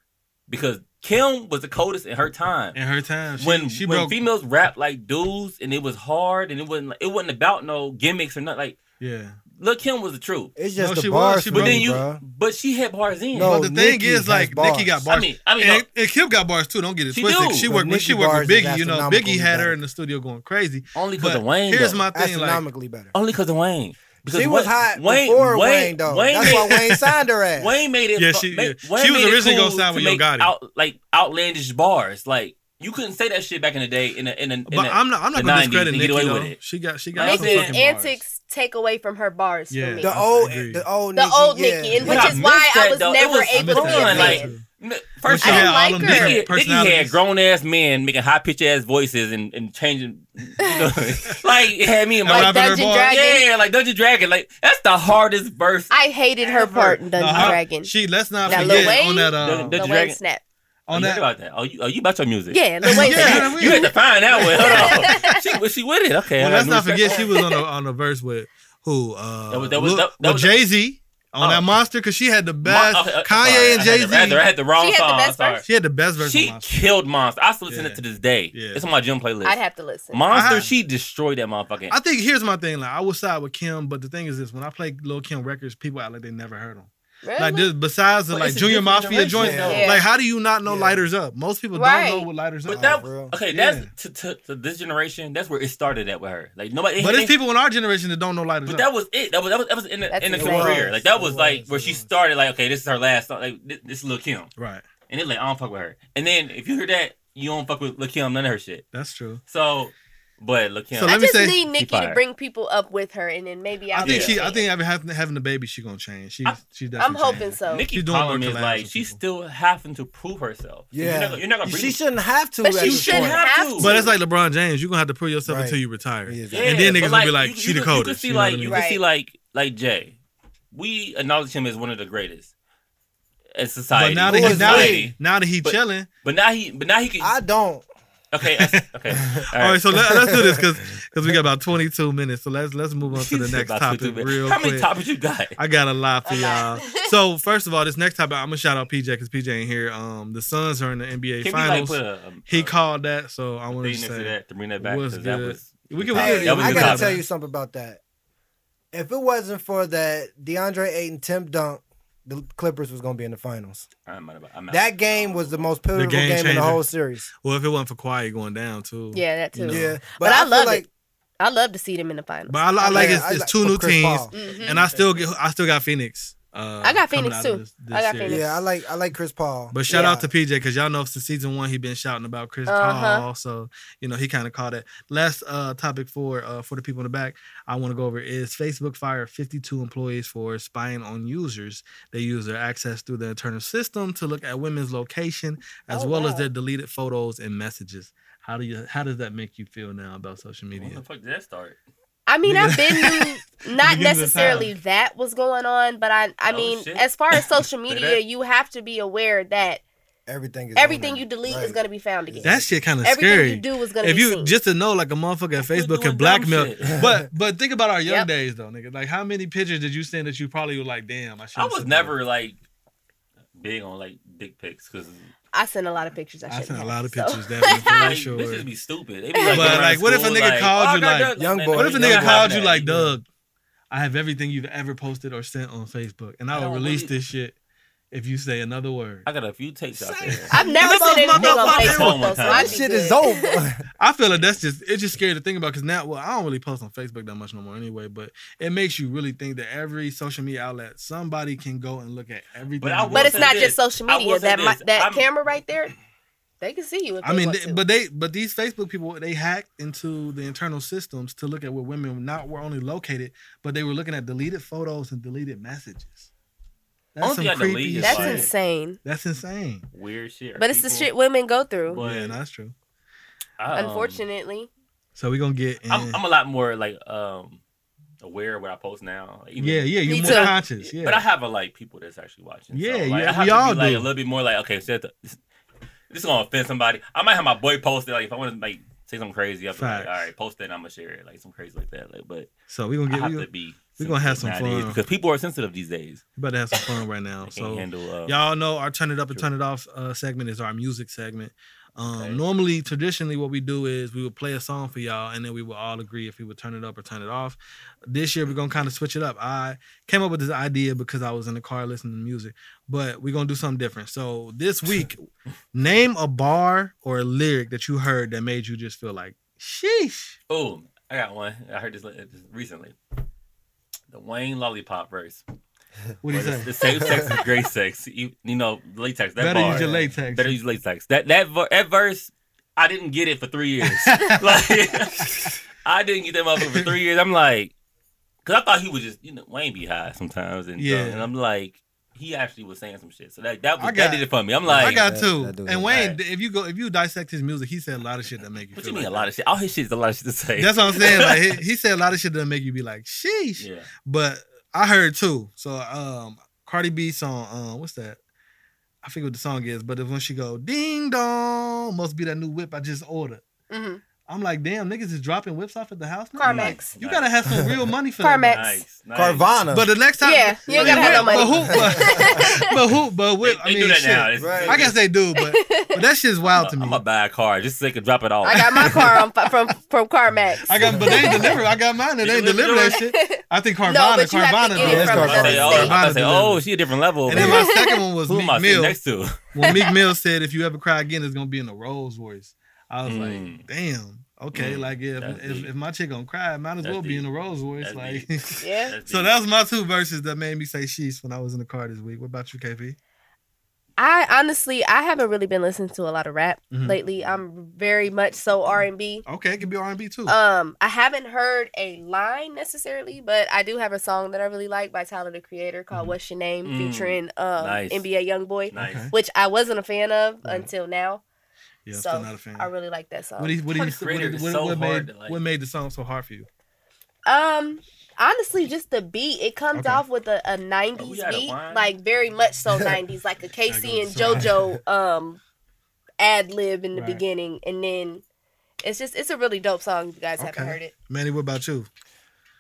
[SPEAKER 11] because Kim was the coldest in her time.
[SPEAKER 9] In her time, she-
[SPEAKER 11] when
[SPEAKER 9] she
[SPEAKER 11] when
[SPEAKER 9] broke-
[SPEAKER 11] females rap like dudes and it was hard and it wasn't it wasn't about no gimmicks or nothing like.
[SPEAKER 9] Yeah.
[SPEAKER 11] Look, Kim was the truth.
[SPEAKER 10] It's just No, the she was. bars She for
[SPEAKER 11] but
[SPEAKER 10] broke-
[SPEAKER 11] then you,
[SPEAKER 10] bruh.
[SPEAKER 11] but she had bars in.
[SPEAKER 9] but the thing is, like Nicki got bars.
[SPEAKER 11] I mean, I mean,
[SPEAKER 9] and, and Kim got bars too. Don't get it
[SPEAKER 11] She
[SPEAKER 9] twisted.
[SPEAKER 11] do.
[SPEAKER 9] She
[SPEAKER 11] But
[SPEAKER 9] worked when she
[SPEAKER 11] Nicki
[SPEAKER 9] worked with
[SPEAKER 11] bars is
[SPEAKER 9] Biggie. You know,
[SPEAKER 11] astronomically
[SPEAKER 9] Biggie had
[SPEAKER 11] better.
[SPEAKER 9] her in the studio going crazy.
[SPEAKER 11] Only because of Wayne.
[SPEAKER 9] Here's
[SPEAKER 11] though.
[SPEAKER 9] my thing. Like,
[SPEAKER 10] better.
[SPEAKER 11] Only because of Wayne. Because
[SPEAKER 10] She was
[SPEAKER 11] Wayne-
[SPEAKER 10] hot before Wayne, though. That's why Wayne signed her ass.
[SPEAKER 11] Wayne made it.
[SPEAKER 10] Yeah,
[SPEAKER 11] fu-
[SPEAKER 10] she-
[SPEAKER 11] ma-
[SPEAKER 10] yeah.
[SPEAKER 11] Wayne
[SPEAKER 10] She was
[SPEAKER 11] made it
[SPEAKER 10] originally
[SPEAKER 11] cool
[SPEAKER 10] gonna sign
[SPEAKER 11] to
[SPEAKER 9] with Yo
[SPEAKER 11] make
[SPEAKER 9] Gotti.
[SPEAKER 11] Out, like outlandish bars. Like you couldn't say that shit back in the day. In a, in a, in
[SPEAKER 9] but
[SPEAKER 11] a,
[SPEAKER 9] I'm not. I'm
[SPEAKER 11] the
[SPEAKER 9] not gonna
[SPEAKER 11] 90s
[SPEAKER 9] discredit
[SPEAKER 11] and get
[SPEAKER 9] Nicki.
[SPEAKER 11] away
[SPEAKER 9] though.
[SPEAKER 11] with it.
[SPEAKER 9] She got. She got. some
[SPEAKER 3] Nicki's
[SPEAKER 9] fucking bars.
[SPEAKER 3] antics take away from her bars
[SPEAKER 9] Yeah.
[SPEAKER 3] for me.
[SPEAKER 9] The old-
[SPEAKER 10] the old
[SPEAKER 3] the
[SPEAKER 10] Nicki,
[SPEAKER 3] old
[SPEAKER 10] yeah.
[SPEAKER 3] Nicki, and
[SPEAKER 10] But
[SPEAKER 3] which
[SPEAKER 10] I
[SPEAKER 3] is why
[SPEAKER 11] missed
[SPEAKER 3] I
[SPEAKER 11] that,
[SPEAKER 3] was
[SPEAKER 11] though. It
[SPEAKER 3] never
[SPEAKER 11] was- I
[SPEAKER 3] able to
[SPEAKER 11] missed that,
[SPEAKER 3] get
[SPEAKER 11] like,
[SPEAKER 3] mad.
[SPEAKER 11] First
[SPEAKER 9] She
[SPEAKER 11] of
[SPEAKER 9] had
[SPEAKER 11] all,
[SPEAKER 9] all them different
[SPEAKER 11] Nicki, Nicki had
[SPEAKER 9] personalities.
[SPEAKER 11] grown ass men making high pitch ass voices and, and changing, you know, like it had me in my
[SPEAKER 3] Like Dungeon Dragon?
[SPEAKER 11] Yeah, like Dungeon Dragon. Like that's the hardest verse.
[SPEAKER 3] I hated her part in Dungeon
[SPEAKER 11] No, I-
[SPEAKER 3] Dragon.
[SPEAKER 9] She let's not
[SPEAKER 3] Now, Lil
[SPEAKER 9] forget
[SPEAKER 3] Wayne-
[SPEAKER 9] on that. uh,
[SPEAKER 11] Dungeon-
[SPEAKER 3] Lil
[SPEAKER 11] Dungeon
[SPEAKER 3] Wayne
[SPEAKER 11] Dragon.
[SPEAKER 3] snap.
[SPEAKER 11] Oh,
[SPEAKER 9] On
[SPEAKER 11] you
[SPEAKER 9] that-
[SPEAKER 11] about that? Oh, you, oh, you about your music?
[SPEAKER 3] Yeah, Lil Wayne
[SPEAKER 9] Yeah,
[SPEAKER 11] You had to find out what. Hold on. she was she with it? Okay.
[SPEAKER 9] Well,
[SPEAKER 11] I
[SPEAKER 9] let's
[SPEAKER 11] knew
[SPEAKER 9] not
[SPEAKER 11] she-
[SPEAKER 9] forget she was on a, on a verse with who? Uh,
[SPEAKER 11] That was- that was- that- that was-
[SPEAKER 9] Jay Z on
[SPEAKER 11] Oh.
[SPEAKER 9] that monster because she had the
[SPEAKER 11] Mon-
[SPEAKER 9] best
[SPEAKER 11] okay,
[SPEAKER 9] Kanye
[SPEAKER 11] okay, uh, sorry,
[SPEAKER 9] and
[SPEAKER 11] I had
[SPEAKER 9] Jay
[SPEAKER 11] the-
[SPEAKER 9] Z.
[SPEAKER 11] I had the- I had the wrong She had the song, best sorry. verse?
[SPEAKER 9] She had the best verse.
[SPEAKER 11] She killed Monster. I still listen to it to this day. It's on my gym playlist.
[SPEAKER 3] I'd have to listen.
[SPEAKER 11] Monster,
[SPEAKER 9] I-
[SPEAKER 11] she destroyed that motherfucker.
[SPEAKER 9] I think here's my thing. Like I will side with Kim, but the thing is this: when I play Lil Kim records, people act like they never heard them. Like
[SPEAKER 11] Really?
[SPEAKER 9] this, besides the
[SPEAKER 11] But
[SPEAKER 9] like
[SPEAKER 11] it's a
[SPEAKER 9] Junior
[SPEAKER 11] different
[SPEAKER 9] Mafia
[SPEAKER 11] generation,
[SPEAKER 9] joint,
[SPEAKER 11] though. Yeah.
[SPEAKER 9] like how do you not know Lighters Up? Most people don't know what Lighters
[SPEAKER 11] But
[SPEAKER 9] Up.
[SPEAKER 11] that
[SPEAKER 9] is.
[SPEAKER 11] okay.
[SPEAKER 9] Yeah.
[SPEAKER 11] That's to, to, to this generation. That's where it started at with her. Like nobody.
[SPEAKER 9] But
[SPEAKER 11] they-
[SPEAKER 9] it's people in our generation that don't know Lighters
[SPEAKER 11] But
[SPEAKER 9] Up.
[SPEAKER 11] that was it. That was that was, that was in the, in the
[SPEAKER 9] That's insane.
[SPEAKER 11] career. Like that was like where she started. Like okay, this is her last. Song. Like this, this is Lil Kim.
[SPEAKER 9] Right.
[SPEAKER 11] And they like I don't fuck with her. And then if you hear that, you don't fuck with Lil Kim. None of her shit.
[SPEAKER 9] That's true.
[SPEAKER 11] So, but Lil Kim.
[SPEAKER 9] So
[SPEAKER 3] I
[SPEAKER 9] let me
[SPEAKER 3] just
[SPEAKER 9] say-
[SPEAKER 3] need
[SPEAKER 9] She
[SPEAKER 3] Nikki to
[SPEAKER 9] fired.
[SPEAKER 3] bring people up with her, and then maybe I'll
[SPEAKER 9] I think
[SPEAKER 3] be
[SPEAKER 9] she.
[SPEAKER 3] okay.
[SPEAKER 9] I think after having, having the baby, she gonna change. She. She
[SPEAKER 3] I'm
[SPEAKER 9] definitely.
[SPEAKER 3] hoping
[SPEAKER 9] changing.
[SPEAKER 3] so.
[SPEAKER 11] Nikki
[SPEAKER 9] She doing
[SPEAKER 11] problem
[SPEAKER 9] more
[SPEAKER 11] is
[SPEAKER 9] collabs
[SPEAKER 11] like
[SPEAKER 9] with
[SPEAKER 11] she's still having to prove herself.
[SPEAKER 9] Yeah.
[SPEAKER 11] you're not, gonna- you're not gonna.
[SPEAKER 10] She
[SPEAKER 11] bring-
[SPEAKER 10] shouldn't have to.
[SPEAKER 11] But
[SPEAKER 10] at
[SPEAKER 11] she
[SPEAKER 10] this
[SPEAKER 11] shouldn't
[SPEAKER 10] point.
[SPEAKER 11] have to.
[SPEAKER 9] But it's like LeBron James. You're gonna have to prove yourself
[SPEAKER 10] Right.
[SPEAKER 9] until you retire,
[SPEAKER 11] Yeah,
[SPEAKER 9] and then
[SPEAKER 11] but,
[SPEAKER 9] niggas gonna be
[SPEAKER 11] you
[SPEAKER 9] like,
[SPEAKER 11] could-
[SPEAKER 9] "She
[SPEAKER 11] you
[SPEAKER 9] the
[SPEAKER 11] could- You could
[SPEAKER 9] coldest."
[SPEAKER 11] see
[SPEAKER 9] You know what I
[SPEAKER 11] like you
[SPEAKER 9] mean?
[SPEAKER 11] could see like like Jay. We acknowledge him as one of the greatest in society.
[SPEAKER 9] But now
[SPEAKER 11] Who
[SPEAKER 9] that he,
[SPEAKER 11] is
[SPEAKER 9] now
[SPEAKER 11] Wayne?
[SPEAKER 9] that, now that he
[SPEAKER 11] But-
[SPEAKER 9] chilling.
[SPEAKER 11] But now he. But now he can. I
[SPEAKER 10] don't.
[SPEAKER 11] Okay. that's- Okay.
[SPEAKER 9] All right, so let, let's do this because we got about 22 minutes. So let's let's move on to the next
[SPEAKER 11] About
[SPEAKER 9] topic
[SPEAKER 11] 22 minutes.
[SPEAKER 9] real
[SPEAKER 11] How
[SPEAKER 9] quick.
[SPEAKER 11] many topics you got?
[SPEAKER 9] I got a lot for y'all. so first of all, this next topic, I'm gonna shout out PJ because PJ ain't here. Um, the Suns are in the NBA
[SPEAKER 11] Can we, like,
[SPEAKER 9] finals.
[SPEAKER 11] put a- um,
[SPEAKER 9] he called that, so I want to
[SPEAKER 11] thing next
[SPEAKER 9] say
[SPEAKER 11] to that to bring that back,
[SPEAKER 9] what's
[SPEAKER 11] 'cause that
[SPEAKER 9] good?
[SPEAKER 11] was-
[SPEAKER 9] we can.
[SPEAKER 11] Hey,
[SPEAKER 9] we
[SPEAKER 11] that
[SPEAKER 9] can
[SPEAKER 11] was
[SPEAKER 10] I
[SPEAKER 11] good
[SPEAKER 10] gotta
[SPEAKER 11] topic.
[SPEAKER 10] tell you something about that. If it wasn't for that DeAndre Ayton Tim dunk, the Clippers was gonna be in the finals.
[SPEAKER 11] I'm out. of- I'm out.
[SPEAKER 10] That game was the most pivotal game, in
[SPEAKER 9] changer.
[SPEAKER 10] the whole series.
[SPEAKER 9] Well, if it wasn't for Kawhi going down too.
[SPEAKER 3] Yeah, that too.
[SPEAKER 9] You know.
[SPEAKER 10] Yeah,
[SPEAKER 3] but,
[SPEAKER 10] but I
[SPEAKER 3] I,
[SPEAKER 10] feel
[SPEAKER 3] love
[SPEAKER 10] like-
[SPEAKER 3] it. I love to see them in the finals.
[SPEAKER 9] But I, I like
[SPEAKER 10] Yeah,
[SPEAKER 9] it's,
[SPEAKER 10] I
[SPEAKER 9] it's
[SPEAKER 10] like-
[SPEAKER 9] two
[SPEAKER 10] with
[SPEAKER 9] new
[SPEAKER 10] Chris
[SPEAKER 9] teams,
[SPEAKER 10] Paul.
[SPEAKER 3] Mm-hmm.
[SPEAKER 9] and I still get I still got Phoenix. Uh,
[SPEAKER 3] I got
[SPEAKER 9] coming
[SPEAKER 3] Phoenix
[SPEAKER 9] out of
[SPEAKER 3] too.
[SPEAKER 9] this-
[SPEAKER 3] I
[SPEAKER 9] this
[SPEAKER 3] got
[SPEAKER 9] series.
[SPEAKER 3] Phoenix.
[SPEAKER 10] Yeah, I like I like Chris Paul.
[SPEAKER 9] But shout
[SPEAKER 10] Yeah.
[SPEAKER 9] out to PJ because y'all know since season one he been shouting about Chris
[SPEAKER 10] Uh-huh.
[SPEAKER 9] Paul, so you know he kind of caught it. Last uh, topic for uh, for the people in the back, I want to go over is Facebook fired 52 employees for spying on users. They use their access through their internal system to look at women's location as
[SPEAKER 11] Oh,
[SPEAKER 9] well as
[SPEAKER 11] wow.
[SPEAKER 9] their deleted photos and messages. How do you how does that make you feel now about social
[SPEAKER 11] When
[SPEAKER 9] media?
[SPEAKER 11] the fuck did that start?
[SPEAKER 3] I mean, I've been knew not
[SPEAKER 9] Beginning of the
[SPEAKER 3] necessarily that was going on, but I I
[SPEAKER 11] Oh,
[SPEAKER 3] mean,
[SPEAKER 11] shit.
[SPEAKER 3] as far as social
[SPEAKER 11] Say
[SPEAKER 3] media,
[SPEAKER 11] that.
[SPEAKER 3] you have to be aware that
[SPEAKER 10] everything is
[SPEAKER 3] everything you delete is going to be found again.
[SPEAKER 9] That shit kind of
[SPEAKER 3] Everything
[SPEAKER 9] scary.
[SPEAKER 3] you do is gonna
[SPEAKER 9] if
[SPEAKER 3] be
[SPEAKER 9] you
[SPEAKER 3] seen.
[SPEAKER 9] just to know like a motherfucker at Facebook can blackmail.
[SPEAKER 11] shit.
[SPEAKER 9] But but think about our young
[SPEAKER 11] Yep.
[SPEAKER 9] days though, nigga. Like how many pictures did you send that you probably were like, damn, I should.
[SPEAKER 11] I was never like big on like dick pics because
[SPEAKER 3] I sent a lot of pictures. I,
[SPEAKER 9] I
[SPEAKER 3] shouldn't
[SPEAKER 9] sent a
[SPEAKER 3] have,
[SPEAKER 9] lot of
[SPEAKER 3] so.
[SPEAKER 9] pictures definitely for
[SPEAKER 11] like,
[SPEAKER 9] sure.
[SPEAKER 11] bitches be stupid. They be,
[SPEAKER 9] But
[SPEAKER 11] like, going
[SPEAKER 9] like,
[SPEAKER 11] around
[SPEAKER 9] what if a
[SPEAKER 11] school,
[SPEAKER 9] nigga
[SPEAKER 11] like, oh, I
[SPEAKER 9] called you
[SPEAKER 11] got
[SPEAKER 9] like,
[SPEAKER 11] that- like,
[SPEAKER 9] What if a
[SPEAKER 11] man,
[SPEAKER 9] nigga
[SPEAKER 11] I'm not
[SPEAKER 9] called you
[SPEAKER 11] that.
[SPEAKER 9] like, Doug? I have everything you've ever posted or sent on Facebook, and I
[SPEAKER 11] I
[SPEAKER 9] will
[SPEAKER 11] don't
[SPEAKER 9] release
[SPEAKER 11] really-
[SPEAKER 9] this shit. if you say another word.
[SPEAKER 11] I got a few tapes out there.
[SPEAKER 3] I've never
[SPEAKER 9] Those
[SPEAKER 3] seen anything on
[SPEAKER 9] motherfuckers.
[SPEAKER 3] Facebook, though, so I'd be good.
[SPEAKER 9] I feel like that's just it's just scary to think about because now well I don't really post on Facebook that much no more anyway, but it makes you really think that every social media outlet somebody can go and look at everything.
[SPEAKER 11] But I
[SPEAKER 9] you
[SPEAKER 11] will
[SPEAKER 9] do.
[SPEAKER 3] But it's
[SPEAKER 11] say
[SPEAKER 3] not
[SPEAKER 11] this.
[SPEAKER 3] just social
[SPEAKER 11] I will
[SPEAKER 3] media.
[SPEAKER 11] say
[SPEAKER 3] That mi-
[SPEAKER 11] this.
[SPEAKER 3] that
[SPEAKER 11] I'm-
[SPEAKER 3] camera right there, they can see you. If
[SPEAKER 9] I
[SPEAKER 3] they
[SPEAKER 9] mean,
[SPEAKER 3] want
[SPEAKER 9] they-
[SPEAKER 3] to.
[SPEAKER 9] but they but these Facebook people they hacked into the internal systems to look at where women not were only located, but they were looking at deleted photos and deleted messages.
[SPEAKER 11] Only thing I delete is
[SPEAKER 9] as
[SPEAKER 3] that's
[SPEAKER 11] like-
[SPEAKER 9] shit.
[SPEAKER 3] insane.
[SPEAKER 9] That's insane.
[SPEAKER 11] Weird shit.
[SPEAKER 3] But it's the
[SPEAKER 11] people.
[SPEAKER 3] shit women go through.
[SPEAKER 11] But,
[SPEAKER 9] yeah, no, that's true.
[SPEAKER 11] um,
[SPEAKER 3] Unfortunately,
[SPEAKER 9] So we're gonna get. In,
[SPEAKER 11] I'm, I'm a lot more like um aware of what I post now. Like, even-
[SPEAKER 9] yeah, yeah, you're
[SPEAKER 3] Me
[SPEAKER 9] more
[SPEAKER 3] too.
[SPEAKER 9] conscious. Yeah,
[SPEAKER 11] But I have a like people that's actually watching.
[SPEAKER 9] Yeah,
[SPEAKER 11] so, like,
[SPEAKER 9] yeah,
[SPEAKER 11] I have
[SPEAKER 9] we
[SPEAKER 11] to be,
[SPEAKER 9] all
[SPEAKER 11] like
[SPEAKER 9] do.
[SPEAKER 11] a little bit more like okay, so that- this, this is gonna offend somebody. I might have my boy post it like if I want to like say something crazy. I'll be like,
[SPEAKER 9] Facts.
[SPEAKER 11] all right, post it. and I'm gonna share it like some crazy like that. Like, but
[SPEAKER 9] so we're gonna
[SPEAKER 11] I
[SPEAKER 9] get.
[SPEAKER 11] have
[SPEAKER 9] we
[SPEAKER 11] to
[SPEAKER 9] gonna,
[SPEAKER 11] be.
[SPEAKER 9] we gonna have some
[SPEAKER 11] sensitive nowadays
[SPEAKER 9] fun.
[SPEAKER 11] because people are sensitive these days.
[SPEAKER 9] we about to have some fun right now.
[SPEAKER 11] Can't
[SPEAKER 9] So
[SPEAKER 11] handle. Uh,
[SPEAKER 9] Y'all know our turn it up and
[SPEAKER 11] True.
[SPEAKER 9] turn it off uh, segment is our music segment. Um,
[SPEAKER 11] Okay.
[SPEAKER 9] Normally, traditionally, what we do is we would play a song for y'all, and then we would all agree if we would turn it up or turn it off. This year, we're gonna kind of switch it up. I came up with this idea because I was in the car listening to music, but we're gonna do something different. So this week, name a bar or a lyric that you heard that made you just feel like sheesh.
[SPEAKER 11] Oh, I got one. I heard this li- recently. The Wayne Lollipop verse.
[SPEAKER 9] What do you
[SPEAKER 11] Or the,
[SPEAKER 9] say?
[SPEAKER 11] the safe sex is great sex. You, you know, latex. That
[SPEAKER 9] Better
[SPEAKER 11] bar.
[SPEAKER 9] use your latex.
[SPEAKER 11] Better use latex. That that ver- that verse, I didn't get it for three years. like, I didn't get that motherfucker for three years. I'm like, cause I thought he was just you know Wayne be high sometimes, and yeah.
[SPEAKER 9] Yeah.
[SPEAKER 11] and I'm like, he actually was saying some shit. So that that,
[SPEAKER 9] I
[SPEAKER 11] was,
[SPEAKER 9] got-
[SPEAKER 11] that did it for me. I'm
[SPEAKER 9] I
[SPEAKER 11] like,
[SPEAKER 9] got
[SPEAKER 10] that-
[SPEAKER 9] two.
[SPEAKER 10] that dude
[SPEAKER 9] and
[SPEAKER 10] is
[SPEAKER 9] Wayne,
[SPEAKER 11] bad.
[SPEAKER 9] if you go, if you dissect his music, he said a lot of shit that make you.
[SPEAKER 11] what
[SPEAKER 9] feel
[SPEAKER 11] you mean
[SPEAKER 9] like
[SPEAKER 11] a lot of shit? All his shit's a lot of shit to say.
[SPEAKER 9] That's what I'm saying. Like he, he said a lot of shit that make you be like, sheesh.
[SPEAKER 11] yeah.
[SPEAKER 9] But I heard too. So um Cardi B song, um, what's that? I forget what the song is, but it's when she go, ding dong, must be that new whip I just ordered.
[SPEAKER 3] hmm
[SPEAKER 9] I'm like, damn, niggas is dropping whips off at the house now.
[SPEAKER 3] Carmex.
[SPEAKER 9] You gotta have some real money for that.
[SPEAKER 3] Carmex.
[SPEAKER 11] Nice, nice.
[SPEAKER 10] Carvana.
[SPEAKER 9] But the next time,
[SPEAKER 3] Yeah, you ain't gotta have no
[SPEAKER 9] But
[SPEAKER 3] money.
[SPEAKER 9] who? But, but who? But
[SPEAKER 11] They,
[SPEAKER 9] whip.
[SPEAKER 11] they
[SPEAKER 9] I mean,
[SPEAKER 11] do that
[SPEAKER 9] shit.
[SPEAKER 11] now. It's-
[SPEAKER 10] Right.
[SPEAKER 9] I guess they do, but, but that shit's wild to me.
[SPEAKER 11] I'm gonna buy a car just so they can drop it off.
[SPEAKER 3] I got my car on, fi- from from CarMax.
[SPEAKER 9] I got, but they ain't deliver. I got mine, and
[SPEAKER 11] You
[SPEAKER 9] they ain't deliver
[SPEAKER 11] deliver
[SPEAKER 9] that shit. I think Carvana,
[SPEAKER 3] No, but you have
[SPEAKER 9] Carvana,
[SPEAKER 3] to
[SPEAKER 9] though.
[SPEAKER 3] get it
[SPEAKER 10] That's
[SPEAKER 3] from
[SPEAKER 11] I
[SPEAKER 10] Carvana.
[SPEAKER 11] say,
[SPEAKER 3] another
[SPEAKER 11] oh,
[SPEAKER 3] state.
[SPEAKER 11] I say,
[SPEAKER 9] delivered.
[SPEAKER 11] oh, she a different level.
[SPEAKER 9] And then
[SPEAKER 11] over
[SPEAKER 9] my
[SPEAKER 11] here.
[SPEAKER 9] second one was
[SPEAKER 11] Who
[SPEAKER 9] Meek
[SPEAKER 11] am I sitting
[SPEAKER 9] Mill.
[SPEAKER 11] next to?
[SPEAKER 9] when Meek Mill said, "If you ever cry again, it's gonna be in a Rolls Royce." I was like,
[SPEAKER 11] Mm.
[SPEAKER 9] "Damn, okay,
[SPEAKER 11] Mm,
[SPEAKER 9] like if
[SPEAKER 11] that's
[SPEAKER 9] if,
[SPEAKER 11] deep.
[SPEAKER 9] if my chick gonna cry, it might as
[SPEAKER 11] That's
[SPEAKER 9] well be in
[SPEAKER 11] deep.
[SPEAKER 9] a Rolls Royce."
[SPEAKER 11] That's
[SPEAKER 9] Like,
[SPEAKER 11] deep.
[SPEAKER 3] yeah.
[SPEAKER 9] so that was my two verses that made me say "sheesh" when I was in the car this week. What about you, KP?
[SPEAKER 3] I honestly, I haven't really been listening to a lot of rap
[SPEAKER 9] Mhm.
[SPEAKER 3] lately. I'm very much so R and B.
[SPEAKER 9] Okay, it could be R and B
[SPEAKER 11] Oh,
[SPEAKER 9] too.
[SPEAKER 3] Um, I haven't heard a line necessarily, but I do have a song that I really like by Tyler the Creator called
[SPEAKER 9] Mhm.
[SPEAKER 3] "What's Your Name,"
[SPEAKER 11] Mm.
[SPEAKER 3] featuring um,
[SPEAKER 11] Nice.
[SPEAKER 3] NBA YoungBoy,
[SPEAKER 11] nice.
[SPEAKER 9] Okay.
[SPEAKER 3] which I wasn't a fan of
[SPEAKER 9] Right.
[SPEAKER 3] until now.
[SPEAKER 9] yeah,
[SPEAKER 3] so
[SPEAKER 9] still not a fan.
[SPEAKER 3] I really like that song.
[SPEAKER 9] What do you, what do you,
[SPEAKER 11] Tyler,
[SPEAKER 9] what,
[SPEAKER 11] Creator
[SPEAKER 9] do
[SPEAKER 11] is
[SPEAKER 9] you- what,
[SPEAKER 11] so
[SPEAKER 9] what
[SPEAKER 11] hard
[SPEAKER 9] made
[SPEAKER 11] to like.
[SPEAKER 9] what made the song so hard for you?
[SPEAKER 3] Um, honestly, just the beat. It comes
[SPEAKER 9] Okay.
[SPEAKER 3] off with a, a '90s
[SPEAKER 11] Oh, we out of
[SPEAKER 3] beat,
[SPEAKER 11] wine?
[SPEAKER 3] like very much so '90s, like a Casey
[SPEAKER 9] go
[SPEAKER 3] and
[SPEAKER 9] to the
[SPEAKER 3] JoJo um ad lib in the
[SPEAKER 9] Right.
[SPEAKER 3] beginning, and then it's just it's a really dope song. If you guys haven't
[SPEAKER 9] Okay.
[SPEAKER 3] heard it.
[SPEAKER 9] Manny, what about you?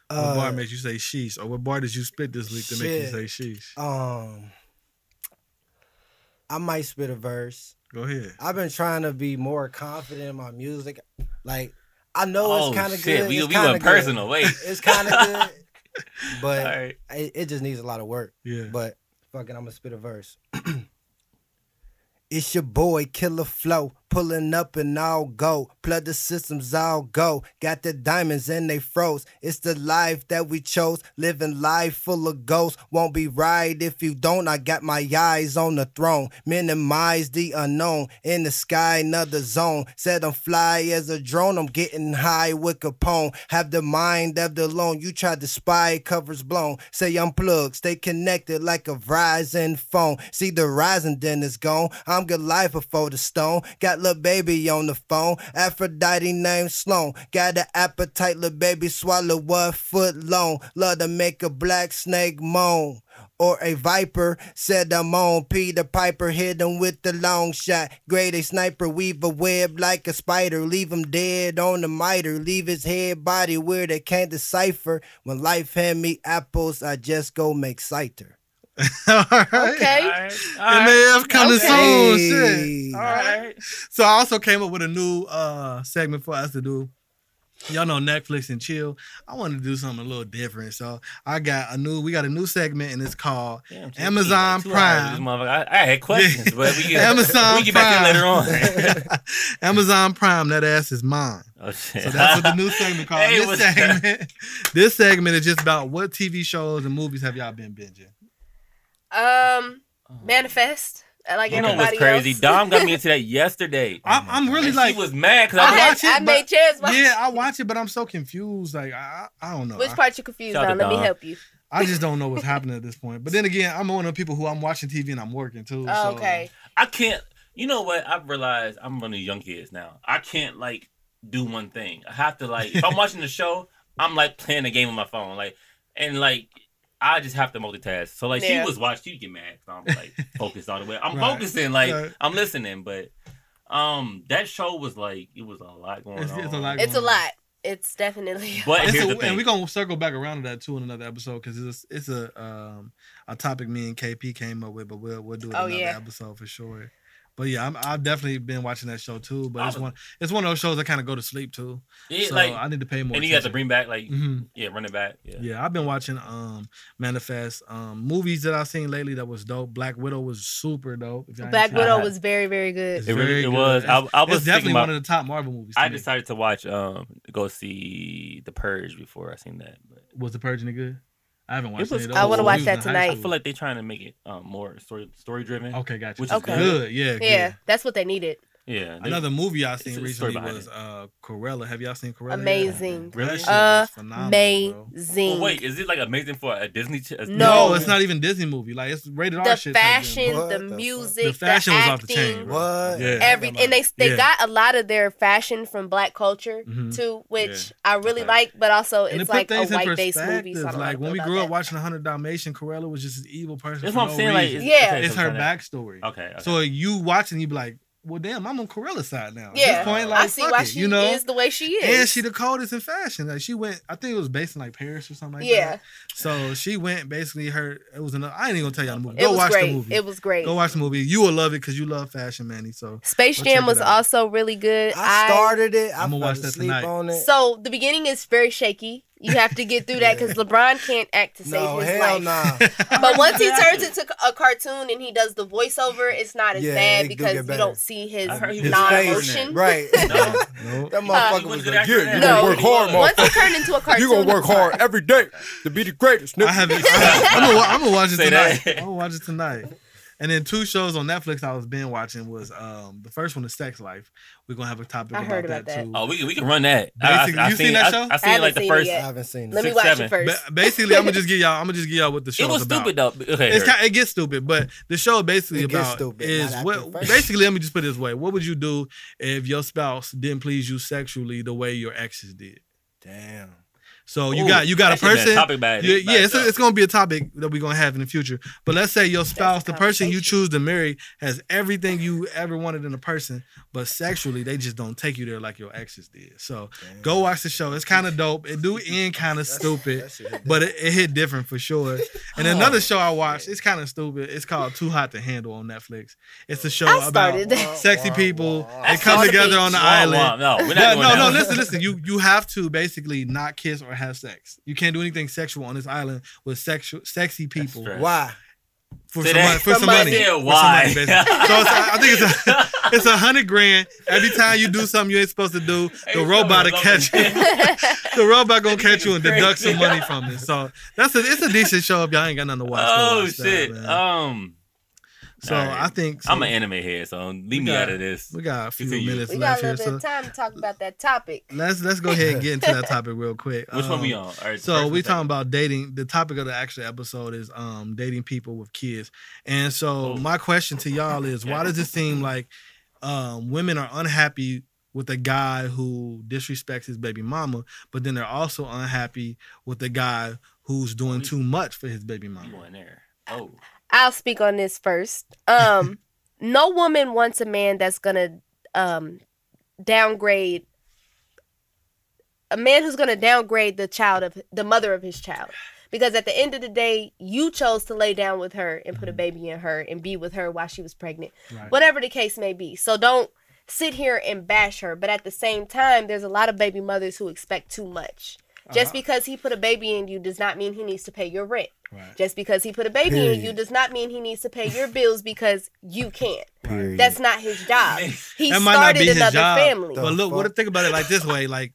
[SPEAKER 9] what bar
[SPEAKER 10] Uh,
[SPEAKER 9] makes you say "sheesh"? Or what bar did you spit this week to make you
[SPEAKER 10] shit.
[SPEAKER 9] say "sheesh"?
[SPEAKER 10] um, I might spit a verse.
[SPEAKER 9] Go ahead.
[SPEAKER 10] I've been trying to be more confident in my music. Like I know
[SPEAKER 11] oh
[SPEAKER 10] it's kind of
[SPEAKER 11] shit,
[SPEAKER 10] good.
[SPEAKER 11] we
[SPEAKER 10] it's
[SPEAKER 11] we
[SPEAKER 10] kinda
[SPEAKER 11] went
[SPEAKER 10] good.
[SPEAKER 11] personal. Wait,
[SPEAKER 10] It's kind of good, but
[SPEAKER 11] all right.
[SPEAKER 10] it, it just needs a lot of work.
[SPEAKER 9] Yeah.
[SPEAKER 10] But fucking, I'm gonna spit a verse. it's your boy Killer Flow pulling up and all go. Flood the systems, all go. Got the diamonds and they froze. It's the life that we chose. Living life full of ghosts. Won't be right if you don't. I got my eyes on the throne. Minimize the unknown. In the sky, another zone. Said I'm fly as a drone. I'm getting high with Capone. Have the mind of the lone. You tried to spy, covers blown. Say I'm plugged, stay connected like a Verizon phone. See the rising then is gone. I'm good life before the stone. Got lil' baby on the phone. Aphrodite named Sloan. Got an appetite, lil' baby swallow one foot long. Love to make a black snake moan. Or a viper said I'm on Peter Piper, hit him with the long shot. Great a sniper, weave a web like a spider, leave him dead on the miter, leave his head body where they can't decipher. When life hand me apples, I just go make cider.
[SPEAKER 9] All right.
[SPEAKER 3] Okay.
[SPEAKER 9] MAF coming
[SPEAKER 10] Okay.
[SPEAKER 9] soon.
[SPEAKER 10] Hey.
[SPEAKER 9] Shit. All right. So I also came up with a new uh segment for us to do. Y'all know Netflix and chill. I wanted to do something a little different, so I got a new. We got a new segment, and it's called
[SPEAKER 11] Damn, two-
[SPEAKER 9] Amazon
[SPEAKER 11] two hours, this
[SPEAKER 9] Prime.
[SPEAKER 11] motherfucker. I, I had questions, but we get,
[SPEAKER 9] Amazon
[SPEAKER 11] we get back in later on.
[SPEAKER 9] Prime. Amazon Prime, that ass is mine.
[SPEAKER 11] oh, shit.
[SPEAKER 9] So that's what the new segment called.
[SPEAKER 11] Hey,
[SPEAKER 9] this
[SPEAKER 11] what's that?
[SPEAKER 9] segment, this segment is just about what TV shows and movies have y'all been binging.
[SPEAKER 3] Um, manifest. uh, Like
[SPEAKER 11] You know what's
[SPEAKER 3] everybody
[SPEAKER 11] crazy?
[SPEAKER 3] else.
[SPEAKER 11] Dom got me into that yesterday.
[SPEAKER 9] I, I'm really like,
[SPEAKER 11] she was mad because
[SPEAKER 3] I,
[SPEAKER 11] I was
[SPEAKER 3] had,
[SPEAKER 9] watch it,
[SPEAKER 3] I
[SPEAKER 9] but-
[SPEAKER 3] made Chaz watch.
[SPEAKER 9] yeah, I watch it, but I'm so confused. Like, I, I I don't know.
[SPEAKER 3] Which
[SPEAKER 9] I-
[SPEAKER 3] part you confused
[SPEAKER 11] Shout out
[SPEAKER 3] on?
[SPEAKER 11] to
[SPEAKER 3] Let me
[SPEAKER 11] Dom.
[SPEAKER 3] help you.
[SPEAKER 9] I, just don't know what's happening at this point. But then again, I'm one of the people who I'm watching TV and I'm working too.
[SPEAKER 3] Oh,
[SPEAKER 9] so-
[SPEAKER 3] okay.
[SPEAKER 11] I can't. You know what? I've realized I'm one of the young kids now. I can't like do one thing. I have to like if I'm watching the show, I'm like playing a game on my phone, like and like I just have to multitask. So like
[SPEAKER 3] Yeah.
[SPEAKER 11] she was watching, she get mad. So I'm like focused on the way I'm
[SPEAKER 9] Right.
[SPEAKER 11] focusing, like
[SPEAKER 9] Right.
[SPEAKER 11] I'm listening. But um, that show was like it was a lot going
[SPEAKER 9] It's-
[SPEAKER 11] on.
[SPEAKER 9] it's a lot
[SPEAKER 3] It's a
[SPEAKER 9] Mm.
[SPEAKER 3] lot. It's definitely.
[SPEAKER 11] But
[SPEAKER 9] It's
[SPEAKER 11] here's
[SPEAKER 9] a-
[SPEAKER 11] the thing.
[SPEAKER 9] and we're gonna circle back around to that too in another episode because it's it's a um a topic me and KP came up with, but we'll we'll do it
[SPEAKER 3] Oh,
[SPEAKER 9] another
[SPEAKER 3] yeah.
[SPEAKER 9] episode for sure. But yeah, I'm, I've definitely been watching that show too. But
[SPEAKER 11] I
[SPEAKER 9] it's
[SPEAKER 11] was-
[SPEAKER 9] one it's one of those shows I kind of go to sleep to.
[SPEAKER 11] Yeah,
[SPEAKER 9] so
[SPEAKER 11] like
[SPEAKER 9] I need to pay more.
[SPEAKER 11] and you got to
[SPEAKER 9] attention.
[SPEAKER 11] bring back like
[SPEAKER 9] Mhm.
[SPEAKER 11] yeah, run it back. Yeah.
[SPEAKER 9] Yeah, I've been watching um Manifest um movies that I've seen lately that was dope. Black Widow was super dope. If y'all ain't
[SPEAKER 3] Black
[SPEAKER 9] seen
[SPEAKER 3] Widow
[SPEAKER 11] I-
[SPEAKER 3] was very, very good.
[SPEAKER 9] It's
[SPEAKER 11] It really
[SPEAKER 9] very
[SPEAKER 11] it
[SPEAKER 9] good.
[SPEAKER 11] was. I, I was
[SPEAKER 9] it's
[SPEAKER 11] thinking
[SPEAKER 9] definitely
[SPEAKER 11] about
[SPEAKER 9] one of the top Marvel movies. to
[SPEAKER 11] I
[SPEAKER 9] me.
[SPEAKER 11] decided to watch um go see The Purge before I seen that. But
[SPEAKER 9] was the Purge any good? I haven't watched it.
[SPEAKER 11] was
[SPEAKER 9] It
[SPEAKER 11] cool.
[SPEAKER 9] was
[SPEAKER 11] I wanna
[SPEAKER 9] when
[SPEAKER 11] watch
[SPEAKER 9] we was
[SPEAKER 3] that
[SPEAKER 9] in high
[SPEAKER 3] tonight.
[SPEAKER 11] I
[SPEAKER 9] school.
[SPEAKER 11] feel like they're trying to make it um, more story story driven.
[SPEAKER 9] Okay, gotcha.
[SPEAKER 11] Which
[SPEAKER 9] Which
[SPEAKER 11] is
[SPEAKER 9] is
[SPEAKER 11] Okay.
[SPEAKER 9] good. Yeah, good.
[SPEAKER 3] Yeah, that's what they needed.
[SPEAKER 11] Yeah. they-
[SPEAKER 9] Another movie I
[SPEAKER 11] It's
[SPEAKER 9] seen
[SPEAKER 11] a story
[SPEAKER 9] recently
[SPEAKER 11] behind
[SPEAKER 9] was uh Corella. Have y'all seen Corella? yet?
[SPEAKER 3] Amazing. Uh,
[SPEAKER 9] That
[SPEAKER 11] Really?
[SPEAKER 9] shit was phenomenal, bro.
[SPEAKER 3] Amazing.
[SPEAKER 11] Well, wait, is it like amazing for a Disney? Ch- a-
[SPEAKER 9] No,
[SPEAKER 3] No.
[SPEAKER 9] it's not even Disney movie. Like it's rated R
[SPEAKER 3] the
[SPEAKER 9] shit. type thing.
[SPEAKER 3] fashion,
[SPEAKER 10] What
[SPEAKER 3] the
[SPEAKER 10] the fuck?
[SPEAKER 3] music,
[SPEAKER 9] The fashion was off the
[SPEAKER 3] acting,
[SPEAKER 9] chain, bro.
[SPEAKER 10] What?
[SPEAKER 9] Yeah.
[SPEAKER 3] every and they they
[SPEAKER 9] Yeah.
[SPEAKER 3] got a lot of their fashion from black culture
[SPEAKER 9] Mhm.
[SPEAKER 3] too, which I really
[SPEAKER 11] Okay.
[SPEAKER 3] like, but also
[SPEAKER 9] And it
[SPEAKER 3] it's
[SPEAKER 9] put
[SPEAKER 3] like a
[SPEAKER 9] things in
[SPEAKER 3] white based movie.
[SPEAKER 9] perspective.
[SPEAKER 3] So I don't
[SPEAKER 9] Like when we grew up watching 100 Dalmatian, Corella was just an evil person.
[SPEAKER 11] That's
[SPEAKER 9] for
[SPEAKER 11] what I'm
[SPEAKER 9] no
[SPEAKER 11] saying. Like,
[SPEAKER 9] reason.
[SPEAKER 3] Yeah.
[SPEAKER 11] okay,
[SPEAKER 9] it's
[SPEAKER 11] so
[SPEAKER 9] her
[SPEAKER 11] kinda-
[SPEAKER 9] backstory.
[SPEAKER 11] Okay. okay.
[SPEAKER 9] So you watching, you be like, well, damn, I'm on Corella's side now. At
[SPEAKER 3] yeah,
[SPEAKER 9] this point, like,
[SPEAKER 3] I see
[SPEAKER 9] fuck
[SPEAKER 3] why
[SPEAKER 9] it,
[SPEAKER 3] she
[SPEAKER 9] you know?
[SPEAKER 3] is the way she is.
[SPEAKER 9] And she the coldest in fashion. Like she went, I think it was based in like Paris or something like
[SPEAKER 3] yeah,
[SPEAKER 9] that. So she went basically her. It was another. I ain't even gonna tell y'all the movie.
[SPEAKER 3] it
[SPEAKER 9] Go
[SPEAKER 3] was
[SPEAKER 9] watch
[SPEAKER 3] great.
[SPEAKER 9] the movie.
[SPEAKER 3] It was great.
[SPEAKER 9] Go watch the movie. You will love it because you love fashion, Manny. So
[SPEAKER 3] Space
[SPEAKER 9] Go check
[SPEAKER 3] Jam
[SPEAKER 9] it
[SPEAKER 3] was
[SPEAKER 9] out.
[SPEAKER 3] also really good.
[SPEAKER 10] I started it. I
[SPEAKER 9] I'ma
[SPEAKER 10] am
[SPEAKER 9] watch
[SPEAKER 10] going to
[SPEAKER 9] that
[SPEAKER 10] sleep
[SPEAKER 9] tonight.
[SPEAKER 10] on it.
[SPEAKER 3] So the beginning is very shaky. You have to get through that because LeBron can't act to save
[SPEAKER 10] no,
[SPEAKER 3] his
[SPEAKER 10] hell
[SPEAKER 3] life.
[SPEAKER 10] nah.
[SPEAKER 3] But once he turns into a cartoon and he does the voiceover, it's not as
[SPEAKER 10] Yeah, it
[SPEAKER 3] bad
[SPEAKER 10] do
[SPEAKER 3] because
[SPEAKER 10] get
[SPEAKER 3] you
[SPEAKER 10] better.
[SPEAKER 3] don't see his
[SPEAKER 11] I heard he
[SPEAKER 9] was
[SPEAKER 3] non-emotion.
[SPEAKER 10] Right.
[SPEAKER 11] No.
[SPEAKER 9] no.
[SPEAKER 10] That
[SPEAKER 11] he
[SPEAKER 10] motherfucker
[SPEAKER 11] was
[SPEAKER 10] was
[SPEAKER 11] good
[SPEAKER 10] like,
[SPEAKER 11] actor
[SPEAKER 10] yeah,
[SPEAKER 11] then.
[SPEAKER 10] you
[SPEAKER 3] No,
[SPEAKER 10] gonna work
[SPEAKER 11] he
[SPEAKER 10] hard,
[SPEAKER 11] was.
[SPEAKER 10] motherfucker.
[SPEAKER 3] Once he turned into a cartoon,
[SPEAKER 10] You gonna work
[SPEAKER 3] it's fine.
[SPEAKER 10] hard every day to be the greatest.
[SPEAKER 9] I
[SPEAKER 10] Nigga.
[SPEAKER 9] haven't. I, am gonna, I'm gonna watch it
[SPEAKER 11] Say
[SPEAKER 9] tonight.
[SPEAKER 11] that.
[SPEAKER 9] I'm gonna watch it tonight. And then two shows on Netflix I was been watching was um the first one is Sex Life. We're gonna have a topic
[SPEAKER 3] I
[SPEAKER 9] about,
[SPEAKER 3] heard
[SPEAKER 9] that,
[SPEAKER 3] about that.
[SPEAKER 9] too.
[SPEAKER 11] oh, we can we can run that. I-
[SPEAKER 9] Basically,
[SPEAKER 11] I, I,
[SPEAKER 9] you seen that show?
[SPEAKER 11] I, I
[SPEAKER 3] I
[SPEAKER 11] seen like
[SPEAKER 3] haven't
[SPEAKER 11] the
[SPEAKER 3] seen it
[SPEAKER 11] first.
[SPEAKER 10] I
[SPEAKER 3] yet.
[SPEAKER 10] haven't
[SPEAKER 3] Let
[SPEAKER 10] seen it.
[SPEAKER 3] me
[SPEAKER 11] Six,
[SPEAKER 3] watch
[SPEAKER 11] seven.
[SPEAKER 3] it first.
[SPEAKER 9] Ba- basically, I'm gonna just give y'all. I'm gonna just give y'all what the show
[SPEAKER 11] It was
[SPEAKER 9] about.
[SPEAKER 11] stupid though. Okay,
[SPEAKER 9] It's
[SPEAKER 11] here.
[SPEAKER 9] kind, it gets stupid, but the show basically
[SPEAKER 10] It gets
[SPEAKER 9] about
[SPEAKER 10] stupid,
[SPEAKER 9] is
[SPEAKER 10] not after
[SPEAKER 9] what
[SPEAKER 10] the first.
[SPEAKER 9] basically. Let me just put it this way: What would you do if your spouse didn't please you sexually the way your exes did?
[SPEAKER 10] Damn.
[SPEAKER 9] So you
[SPEAKER 11] Ooh,
[SPEAKER 9] got you got a
[SPEAKER 11] that should be
[SPEAKER 9] person.
[SPEAKER 11] Topic by,
[SPEAKER 9] Yeah,
[SPEAKER 11] by
[SPEAKER 9] yeah it's,
[SPEAKER 11] itself.
[SPEAKER 9] it's gonna be a topic that we're gonna have in the future. But let's say your spouse, the person you
[SPEAKER 3] conversation.
[SPEAKER 9] choose to marry, has everything you ever wanted in a person, but sexually they just don't take you there like your exes did. So go watch the show. It's kind of dope. It do end kind of stupid, but it, it hit different for sure. And
[SPEAKER 11] Oh,
[SPEAKER 9] another show I watched, it's kind of stupid. It's called Too Hot to Handle on Netflix. It's a show
[SPEAKER 3] I
[SPEAKER 9] about
[SPEAKER 3] started that.
[SPEAKER 9] sexy people. They
[SPEAKER 11] That's
[SPEAKER 9] come
[SPEAKER 11] on the
[SPEAKER 9] together
[SPEAKER 11] beach.
[SPEAKER 9] on the
[SPEAKER 11] Wah,
[SPEAKER 9] island.
[SPEAKER 11] wah. No,
[SPEAKER 9] No,
[SPEAKER 11] we're not doing
[SPEAKER 9] no,
[SPEAKER 11] that
[SPEAKER 9] no.
[SPEAKER 11] one.
[SPEAKER 9] Listen, listen. You you have to basically not kiss or have sex. You can't do anything sexual on this island with sexual, sexy people
[SPEAKER 11] right.
[SPEAKER 10] Why?
[SPEAKER 9] for
[SPEAKER 11] Say
[SPEAKER 9] some
[SPEAKER 11] that.
[SPEAKER 9] money. For some
[SPEAKER 3] Somebody
[SPEAKER 9] money.
[SPEAKER 11] said
[SPEAKER 9] For some
[SPEAKER 11] why.
[SPEAKER 9] money, basically. so it's, I think it's a, it's a hundred grand every time you do something you ain't supposed to do. The
[SPEAKER 11] Hey,
[SPEAKER 9] robot will
[SPEAKER 11] it's
[SPEAKER 9] catch you.
[SPEAKER 11] coming.
[SPEAKER 9] the robot gonna catch you and
[SPEAKER 11] Crazy.
[SPEAKER 9] deduct some money from it. So that's a it's a decent show if y'all ain't got nothing to watch. go
[SPEAKER 11] Oh
[SPEAKER 9] watch that,
[SPEAKER 11] shit.
[SPEAKER 9] man.
[SPEAKER 11] Um,
[SPEAKER 9] so
[SPEAKER 11] all right.
[SPEAKER 9] I think so
[SPEAKER 11] I'm an anime head, so leave me
[SPEAKER 9] got-
[SPEAKER 11] out of this.
[SPEAKER 9] we got a few
[SPEAKER 11] Continue.
[SPEAKER 9] minutes
[SPEAKER 3] We got
[SPEAKER 9] left
[SPEAKER 3] a
[SPEAKER 9] here.
[SPEAKER 3] little bit
[SPEAKER 9] So
[SPEAKER 3] of time to talk about that topic.
[SPEAKER 9] let's let's go ahead and get into that topic real quick.
[SPEAKER 11] Which one
[SPEAKER 9] Um,
[SPEAKER 11] we on? All right, the
[SPEAKER 9] So
[SPEAKER 11] first
[SPEAKER 9] we
[SPEAKER 11] one,
[SPEAKER 9] talking
[SPEAKER 11] second.
[SPEAKER 9] about dating. The topic of the actual episode is um dating people with kids. And so
[SPEAKER 11] Oh.
[SPEAKER 9] my question to y'all is, why does it seem like um women are unhappy with a guy who disrespects his baby mama, but then they're also unhappy with a guy who's doing too much for his baby
[SPEAKER 11] You
[SPEAKER 9] mama.
[SPEAKER 11] on there? Oh,
[SPEAKER 3] I'll speak on this first. Um, no woman wants a man that's gonna um downgrade a man who's gonna downgrade the child of the mother of his child. Because at the end of the day, you chose to lay down with her and put a baby in her and be with her while she was pregnant.
[SPEAKER 9] Right.
[SPEAKER 3] Whatever the case may be. So don't sit here and bash her, but at the same time, there's a lot of baby mothers who expect too much. Just
[SPEAKER 12] Uh-huh.
[SPEAKER 3] because he put a baby in you does not mean he needs to pay your rent.
[SPEAKER 12] Right.
[SPEAKER 3] Just because he put a baby in you
[SPEAKER 12] Period.
[SPEAKER 3] does not mean he needs to pay your bills because you can't.
[SPEAKER 9] Period.
[SPEAKER 3] That's not his job. He started
[SPEAKER 9] That might not be his
[SPEAKER 3] another
[SPEAKER 9] job,
[SPEAKER 3] family.
[SPEAKER 9] But look, what if think about it like this way? Like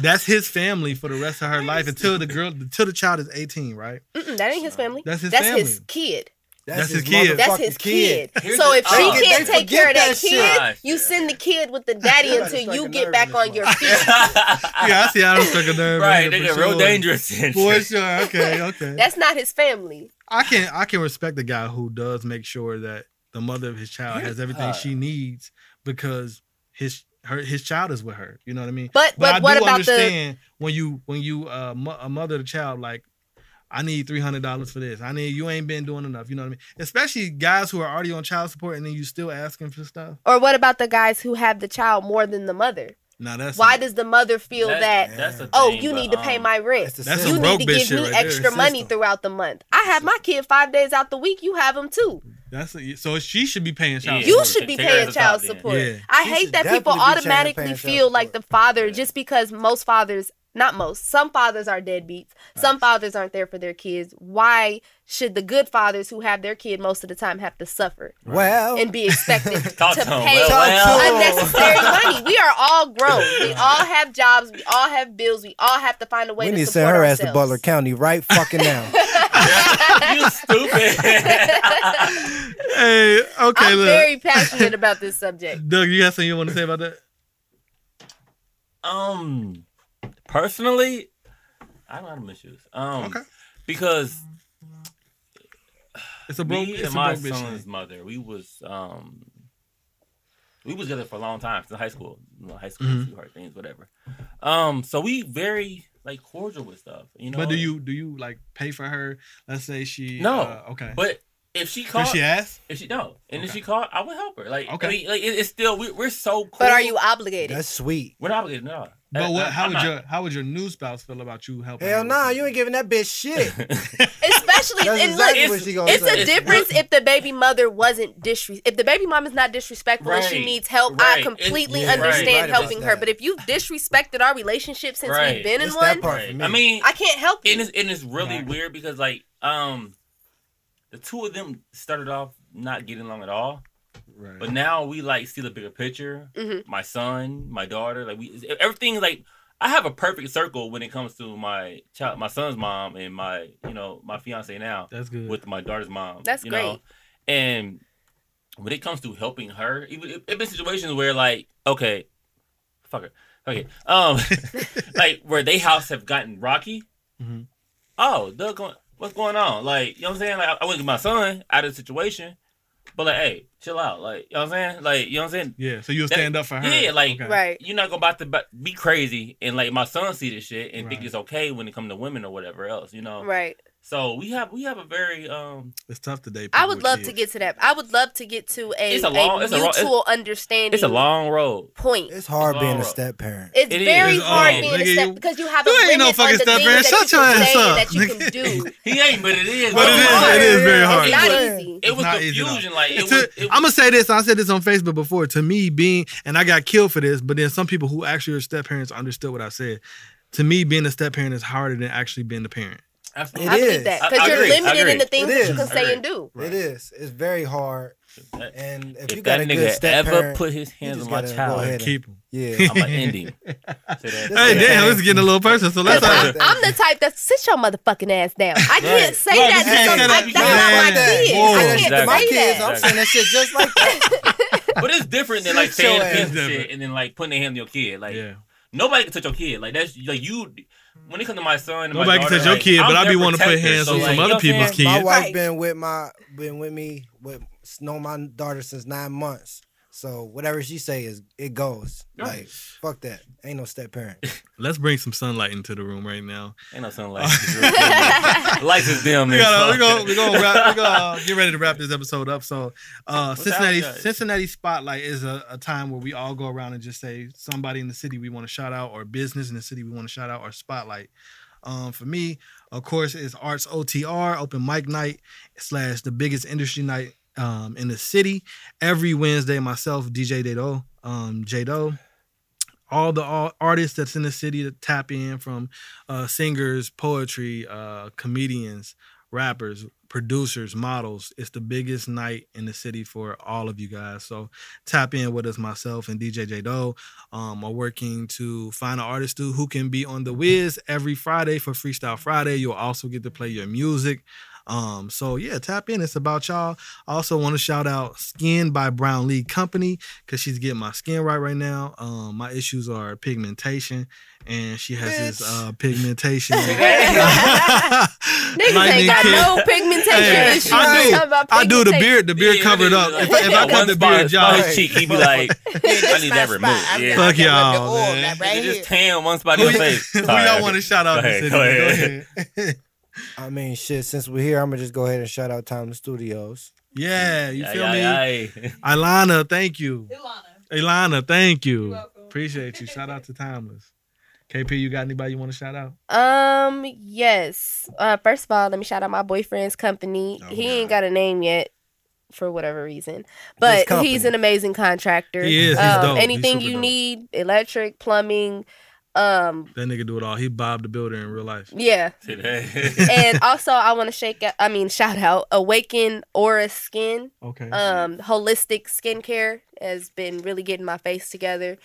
[SPEAKER 9] that's his family for the rest of her life until the girl until the child is 18, right?
[SPEAKER 3] Mm-mm, that ain't his family.
[SPEAKER 9] That's his family.
[SPEAKER 3] kid.
[SPEAKER 9] That's That's his his kid.
[SPEAKER 3] That's his
[SPEAKER 9] motherfucking kid.
[SPEAKER 3] kid.
[SPEAKER 9] Here's
[SPEAKER 3] So
[SPEAKER 9] the-
[SPEAKER 3] if she
[SPEAKER 9] Oh, they
[SPEAKER 3] can't take care of
[SPEAKER 9] forget
[SPEAKER 3] that
[SPEAKER 9] that
[SPEAKER 3] kid,
[SPEAKER 9] shit.
[SPEAKER 3] you send the kid with the daddy until you get back on your feet.
[SPEAKER 9] Yeah, I see how I'm stuck a nerve.
[SPEAKER 11] Right,
[SPEAKER 9] in here
[SPEAKER 11] they
[SPEAKER 9] for
[SPEAKER 11] get
[SPEAKER 9] sure.
[SPEAKER 11] real dangerous and
[SPEAKER 9] For
[SPEAKER 11] shit.
[SPEAKER 9] sure. Okay, okay.
[SPEAKER 3] That's not his family.
[SPEAKER 9] I can I can respect the guy who does make sure that the mother of his child has everything
[SPEAKER 3] uh,
[SPEAKER 9] she needs because his her his child is with her. You know what I mean?
[SPEAKER 3] But- but
[SPEAKER 9] I
[SPEAKER 3] what
[SPEAKER 9] do
[SPEAKER 3] about the-
[SPEAKER 9] understand when you when you uh, mo- a mother of the child like I need three hundred dollars for this. I need you ain't been doing enough. You know what I mean? Especially guys who are already on child support and then you still asking for stuff.
[SPEAKER 3] Or what about the guys who have the child more than the mother?
[SPEAKER 9] Now that's
[SPEAKER 3] Why does the mother feel
[SPEAKER 9] That-
[SPEAKER 3] that,
[SPEAKER 9] that's the
[SPEAKER 3] oh,
[SPEAKER 9] thing,
[SPEAKER 3] you
[SPEAKER 9] but,
[SPEAKER 3] need to pay
[SPEAKER 9] um,
[SPEAKER 3] my rent?
[SPEAKER 9] that's the That's
[SPEAKER 3] you
[SPEAKER 9] system. a broke
[SPEAKER 3] need to
[SPEAKER 9] bitch
[SPEAKER 3] give
[SPEAKER 9] shit
[SPEAKER 3] me
[SPEAKER 9] right there,
[SPEAKER 3] extra
[SPEAKER 9] the
[SPEAKER 3] money throughout the month. I have my kid five days out the week. You have them too.
[SPEAKER 9] that's a, so she should be paying child.
[SPEAKER 3] you
[SPEAKER 9] support.
[SPEAKER 3] should be paying child support. I
[SPEAKER 9] She
[SPEAKER 3] hate
[SPEAKER 9] should
[SPEAKER 3] that people
[SPEAKER 9] definitely be paying-
[SPEAKER 3] automatically
[SPEAKER 9] paying child
[SPEAKER 3] feel like the father just because most fathers, not most, some fathers are deadbeats. Some fathers aren't there for their kids. Why should the good fathers who have their kid most of the time have to suffer?
[SPEAKER 10] Well,
[SPEAKER 9] Oh.
[SPEAKER 3] and be expected to
[SPEAKER 10] Talk
[SPEAKER 3] pay
[SPEAKER 10] to 'em. Well, well.
[SPEAKER 3] Uh, unnecessary money. We are all grown. We all have jobs. We all have bills. We all have to find a way
[SPEAKER 10] We
[SPEAKER 3] to
[SPEAKER 10] need to
[SPEAKER 3] support
[SPEAKER 10] send her ass to
[SPEAKER 3] ourselves.
[SPEAKER 10] Butler County right fucking now.
[SPEAKER 11] you stupid.
[SPEAKER 9] Hey, okay,
[SPEAKER 3] I'm
[SPEAKER 9] look.
[SPEAKER 3] very passionate about this subject.
[SPEAKER 9] Doug, you got something you want to say about that?
[SPEAKER 11] Um, personally, I don't have them issues. Um, because
[SPEAKER 9] it's a broke-
[SPEAKER 11] me
[SPEAKER 9] it's
[SPEAKER 11] and
[SPEAKER 9] a
[SPEAKER 11] my
[SPEAKER 9] broke bitch
[SPEAKER 11] son's
[SPEAKER 9] thing.
[SPEAKER 11] mother. We was um, we was together for a long time since high school. You know, high school
[SPEAKER 9] Mhm.
[SPEAKER 11] sweetheart things, whatever. Um, so we very like cordial with stuff. You know,
[SPEAKER 9] but do you do you like pay for her? Let's say she
[SPEAKER 11] No,
[SPEAKER 9] uh, okay,
[SPEAKER 11] But if she
[SPEAKER 9] Does
[SPEAKER 11] called,
[SPEAKER 9] she ask?
[SPEAKER 11] If she no, and if
[SPEAKER 9] Okay.
[SPEAKER 11] she called, I would help her. Like okay,
[SPEAKER 9] Okay.
[SPEAKER 11] I mean, like it, it's still we, we're so. Cool.
[SPEAKER 3] But are you obligated?
[SPEAKER 10] That's sweet.
[SPEAKER 11] We're not obligated. No.
[SPEAKER 9] But what?
[SPEAKER 11] I-
[SPEAKER 9] How
[SPEAKER 11] Uh, I'm
[SPEAKER 9] would
[SPEAKER 11] not.
[SPEAKER 9] your how would your new spouse feel about you helping?
[SPEAKER 10] Hell
[SPEAKER 9] her?
[SPEAKER 10] nah, you ain't giving that bitch shit.
[SPEAKER 3] Especially,
[SPEAKER 10] That's
[SPEAKER 3] and
[SPEAKER 10] exactly
[SPEAKER 3] look,
[SPEAKER 10] what she gonna
[SPEAKER 3] it's
[SPEAKER 10] say.
[SPEAKER 3] a difference if the baby mother wasn't disres. If the baby mom is not disrespectful and she
[SPEAKER 11] Right,
[SPEAKER 3] needs help, I
[SPEAKER 11] right.
[SPEAKER 3] completely
[SPEAKER 11] It- yeah, right. Right
[SPEAKER 3] understand
[SPEAKER 11] about
[SPEAKER 3] helping her.
[SPEAKER 11] that.
[SPEAKER 3] But if you've disrespected our relationship since we've
[SPEAKER 11] Right.
[SPEAKER 3] been in
[SPEAKER 11] It's
[SPEAKER 3] one,
[SPEAKER 11] that part for me. I mean,
[SPEAKER 3] I can't help
[SPEAKER 11] and it's and it's really weird because like um, the two of them started off not getting along at all.
[SPEAKER 9] Right.
[SPEAKER 11] But now we like see the bigger picture.
[SPEAKER 3] Mhm.
[SPEAKER 11] My son, my daughter, like we everything is, like I have a perfect circle when it comes to my child, my son's mom, and my you know my fiance now.
[SPEAKER 9] That's good
[SPEAKER 11] with my daughter's mom.
[SPEAKER 3] Mm. That's
[SPEAKER 11] you know?
[SPEAKER 3] great.
[SPEAKER 11] And when it comes to helping her, even it, it been situations where like okay, fuck her, okay, um, like where they house have gotten rocky
[SPEAKER 9] Mhm.
[SPEAKER 11] oh, Doug, going- what's going on? Like, you know what I'm saying? Like, I, I went to my son out of the situation, but like, hey, chill out. Like, you know what I'm saying? Like, you know what I'm saying?
[SPEAKER 9] Yeah, so you'll stand up for her.
[SPEAKER 11] Yeah, like,
[SPEAKER 9] Okay.
[SPEAKER 3] Right.
[SPEAKER 11] You're not gonna about to bu- be crazy and like my son see this shit and think
[SPEAKER 9] Right.
[SPEAKER 11] it's okay when it come to women or whatever else, you know?
[SPEAKER 3] Right.
[SPEAKER 11] So we have we have a very um.
[SPEAKER 9] It's tough today.
[SPEAKER 3] I would love to get to that. I would love to get to a,
[SPEAKER 11] It's a long-
[SPEAKER 3] a
[SPEAKER 11] it's a ro- it's-
[SPEAKER 3] mutual understanding.
[SPEAKER 11] It's a long road.
[SPEAKER 3] point.
[SPEAKER 10] It's hard
[SPEAKER 11] It's
[SPEAKER 10] being a
[SPEAKER 11] all-
[SPEAKER 10] step parent.
[SPEAKER 3] It's
[SPEAKER 11] It
[SPEAKER 3] very
[SPEAKER 11] is.
[SPEAKER 3] hard
[SPEAKER 11] Oh,
[SPEAKER 3] being a
[SPEAKER 11] nigga,
[SPEAKER 3] step
[SPEAKER 11] you-
[SPEAKER 3] because you have a
[SPEAKER 11] you ain't
[SPEAKER 3] limit
[SPEAKER 11] no fucking
[SPEAKER 3] on the
[SPEAKER 11] step
[SPEAKER 3] things
[SPEAKER 11] parent.
[SPEAKER 3] that
[SPEAKER 11] Shut
[SPEAKER 3] you
[SPEAKER 11] your
[SPEAKER 3] can
[SPEAKER 11] ass
[SPEAKER 3] say
[SPEAKER 11] up,
[SPEAKER 3] that you can do.
[SPEAKER 11] He ain't, but it is.
[SPEAKER 9] But it is. It is very hard.
[SPEAKER 11] It was- It was
[SPEAKER 9] It's not easy at all.
[SPEAKER 11] confusion. Like it
[SPEAKER 9] To-
[SPEAKER 11] was. It was
[SPEAKER 9] I'm gonna say this. I said this on Facebook before. To me, being and I got killed for this, but then some people who actually are step parents understood what I said. To me, being a step parent is harder than actually being the parent.
[SPEAKER 11] Absolutely.
[SPEAKER 3] I believe that because you're limited in the things
[SPEAKER 10] It
[SPEAKER 3] that you
[SPEAKER 10] is.
[SPEAKER 3] can say and do.
[SPEAKER 10] It is. It's very hard. And if,
[SPEAKER 11] If
[SPEAKER 10] you got
[SPEAKER 11] that
[SPEAKER 10] a good
[SPEAKER 11] nigga
[SPEAKER 10] step
[SPEAKER 11] ever
[SPEAKER 10] parent,
[SPEAKER 11] put his
[SPEAKER 10] you
[SPEAKER 11] hands
[SPEAKER 10] just
[SPEAKER 11] on my
[SPEAKER 10] gotta go
[SPEAKER 11] child,
[SPEAKER 10] ahead and-
[SPEAKER 11] keep him.
[SPEAKER 10] Yeah,
[SPEAKER 11] I'ma end him. Say that.
[SPEAKER 9] Hey, damn, this is getting a little personal. So let's.
[SPEAKER 3] I'm, I'm the type that sit your motherfucking ass down. I can't say
[SPEAKER 9] Right,
[SPEAKER 3] that
[SPEAKER 9] you can't
[SPEAKER 3] to
[SPEAKER 9] say
[SPEAKER 3] some,
[SPEAKER 9] that.
[SPEAKER 3] I, that's not my
[SPEAKER 9] Yeah.
[SPEAKER 3] kids.
[SPEAKER 9] Whoa.
[SPEAKER 3] I can't
[SPEAKER 11] Exactly.
[SPEAKER 3] say
[SPEAKER 11] My
[SPEAKER 3] that.
[SPEAKER 11] kids, I'm saying
[SPEAKER 10] that shit just like
[SPEAKER 11] But it's different than like
[SPEAKER 10] Sit
[SPEAKER 11] saying
[SPEAKER 10] your ass
[SPEAKER 11] offensive shit and then like putting their hand on your kid. Like nobody can touch your kid. Like that's like you. When it comes to my son, and my
[SPEAKER 9] Nobody can
[SPEAKER 11] daughter,
[SPEAKER 9] touch your
[SPEAKER 11] like,
[SPEAKER 9] kid, but
[SPEAKER 11] I'm
[SPEAKER 9] I be
[SPEAKER 11] their
[SPEAKER 9] wanting to put
[SPEAKER 11] protector,
[SPEAKER 9] hands
[SPEAKER 11] so,
[SPEAKER 9] on
[SPEAKER 11] like,
[SPEAKER 9] some
[SPEAKER 11] you know
[SPEAKER 9] other
[SPEAKER 11] what I'm
[SPEAKER 9] people's
[SPEAKER 11] saying?
[SPEAKER 9] kids.
[SPEAKER 10] My wife
[SPEAKER 11] Right.
[SPEAKER 10] been with my been with me with know my daughter since nine months. So whatever she say is it goes. Like fuck that. Ain't no step parent.
[SPEAKER 9] Let's bring some sunlight into the room right now.
[SPEAKER 11] Ain't no sunlight. Lights is dim.
[SPEAKER 9] We
[SPEAKER 11] man.
[SPEAKER 9] gotta, we gonna, we gonna, wrap, we gonna get ready to wrap this episode up. So, uh,
[SPEAKER 11] What's
[SPEAKER 9] Cincinnati,
[SPEAKER 11] that, guys?
[SPEAKER 9] Cincinnati Spotlight is a, a time where we all go around and just say somebody in the city we want to shout out, or business in the city we want to shout out, or spotlight. Um, for me, of course, it's Arts OTR Open Mic Night slash the biggest industry night um, in the city every Wednesday. Myself, DJ Dado, um, Jado, all the all artists that's in the city to tap in from uh, singers, poetry, uh, comedians, rappers, producers, models. It's the biggest night in the city for all of you guys. So tap in with us, myself and DJ J Doe. Um, are working to find an artist too who can be on the Wiz every Friday for Freestyle Friday. You'll also get to play your music. Um, so yeah, tap in. It's about y'all. I also want to shout out Skin by Brown Lee Company because she's getting my skin right right now. Um, my issues are pigmentation, and she has this
[SPEAKER 3] Bitch.
[SPEAKER 9] uh, pigmentation.
[SPEAKER 3] Niggas ain't got no pigmentation
[SPEAKER 9] Hey,
[SPEAKER 3] issues.
[SPEAKER 9] I do.
[SPEAKER 3] Talking about
[SPEAKER 9] I do. The
[SPEAKER 3] pigmentation.
[SPEAKER 9] beard, the beard covered up. If, I- if I
[SPEAKER 11] Got
[SPEAKER 9] cut
[SPEAKER 11] one
[SPEAKER 9] the
[SPEAKER 11] spot-
[SPEAKER 9] beard,
[SPEAKER 11] spot
[SPEAKER 9] y'all,
[SPEAKER 11] on his cheek, he be like, I need that removed. Yeah.
[SPEAKER 9] fuck y'all, man.
[SPEAKER 11] Nigga, just tan one spot on your face.
[SPEAKER 9] Who
[SPEAKER 11] Sorry.
[SPEAKER 9] y'all want to shout out?
[SPEAKER 11] Go
[SPEAKER 9] this
[SPEAKER 11] ahead,
[SPEAKER 9] city?
[SPEAKER 11] go ahead.
[SPEAKER 10] I mean, shit. Since we're here, I'm gonna just go ahead and shout out Time Studios.
[SPEAKER 9] Yeah, you
[SPEAKER 11] Aye,
[SPEAKER 9] feel
[SPEAKER 11] aye,
[SPEAKER 9] me? Ilana, thank you. Ilana. Ilana, thank you. Appreciate you. Shout out to Timeless. KP, you got anybody you want to shout out?
[SPEAKER 3] Um, yes. Uh, first of all, let me shout out my boyfriend's company. he ain't got a name yet for whatever reason, but
[SPEAKER 12] company.
[SPEAKER 3] he's an amazing contractor.
[SPEAKER 9] He is. He's
[SPEAKER 3] Um,
[SPEAKER 9] dope. He's
[SPEAKER 3] Anything
[SPEAKER 9] super
[SPEAKER 3] you
[SPEAKER 9] dope.
[SPEAKER 3] need, electric, plumbing, um,
[SPEAKER 9] That nigga do it all. He bobbed the builder in real life.
[SPEAKER 3] Yeah. and also I want to shake out, I mean shout out Awaken Aura Skin.
[SPEAKER 9] Okay.
[SPEAKER 3] Um holistic skincare has been really getting my face together.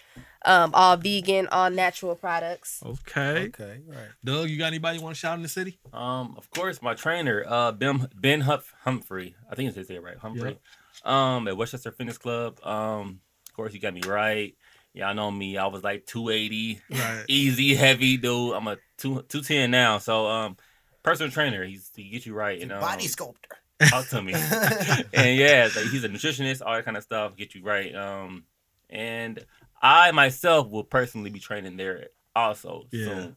[SPEAKER 3] Um all vegan, all natural products.
[SPEAKER 9] Okay.
[SPEAKER 10] Okay. Right.
[SPEAKER 9] Doug, you got anybody you want to shout in the city?
[SPEAKER 11] Um, of course, my trainer, uh, Ben Ben Huff Humphrey. I think it's say it right, Humphrey. Um, at Westchester Fitness Club. Um, of course, you got me right. Y'all know me. I was like 280,
[SPEAKER 9] Right.
[SPEAKER 11] easy, heavy dude. I'm a two 210 now. So, um, personal trainer. He's he gets you right. And, um,
[SPEAKER 12] Body sculptor.
[SPEAKER 11] talk to me. and yeah, it's like he's a nutritionist, all that kind of stuff, get you right. Um, and I myself will personally be training there also
[SPEAKER 9] Yeah.
[SPEAKER 11] soon.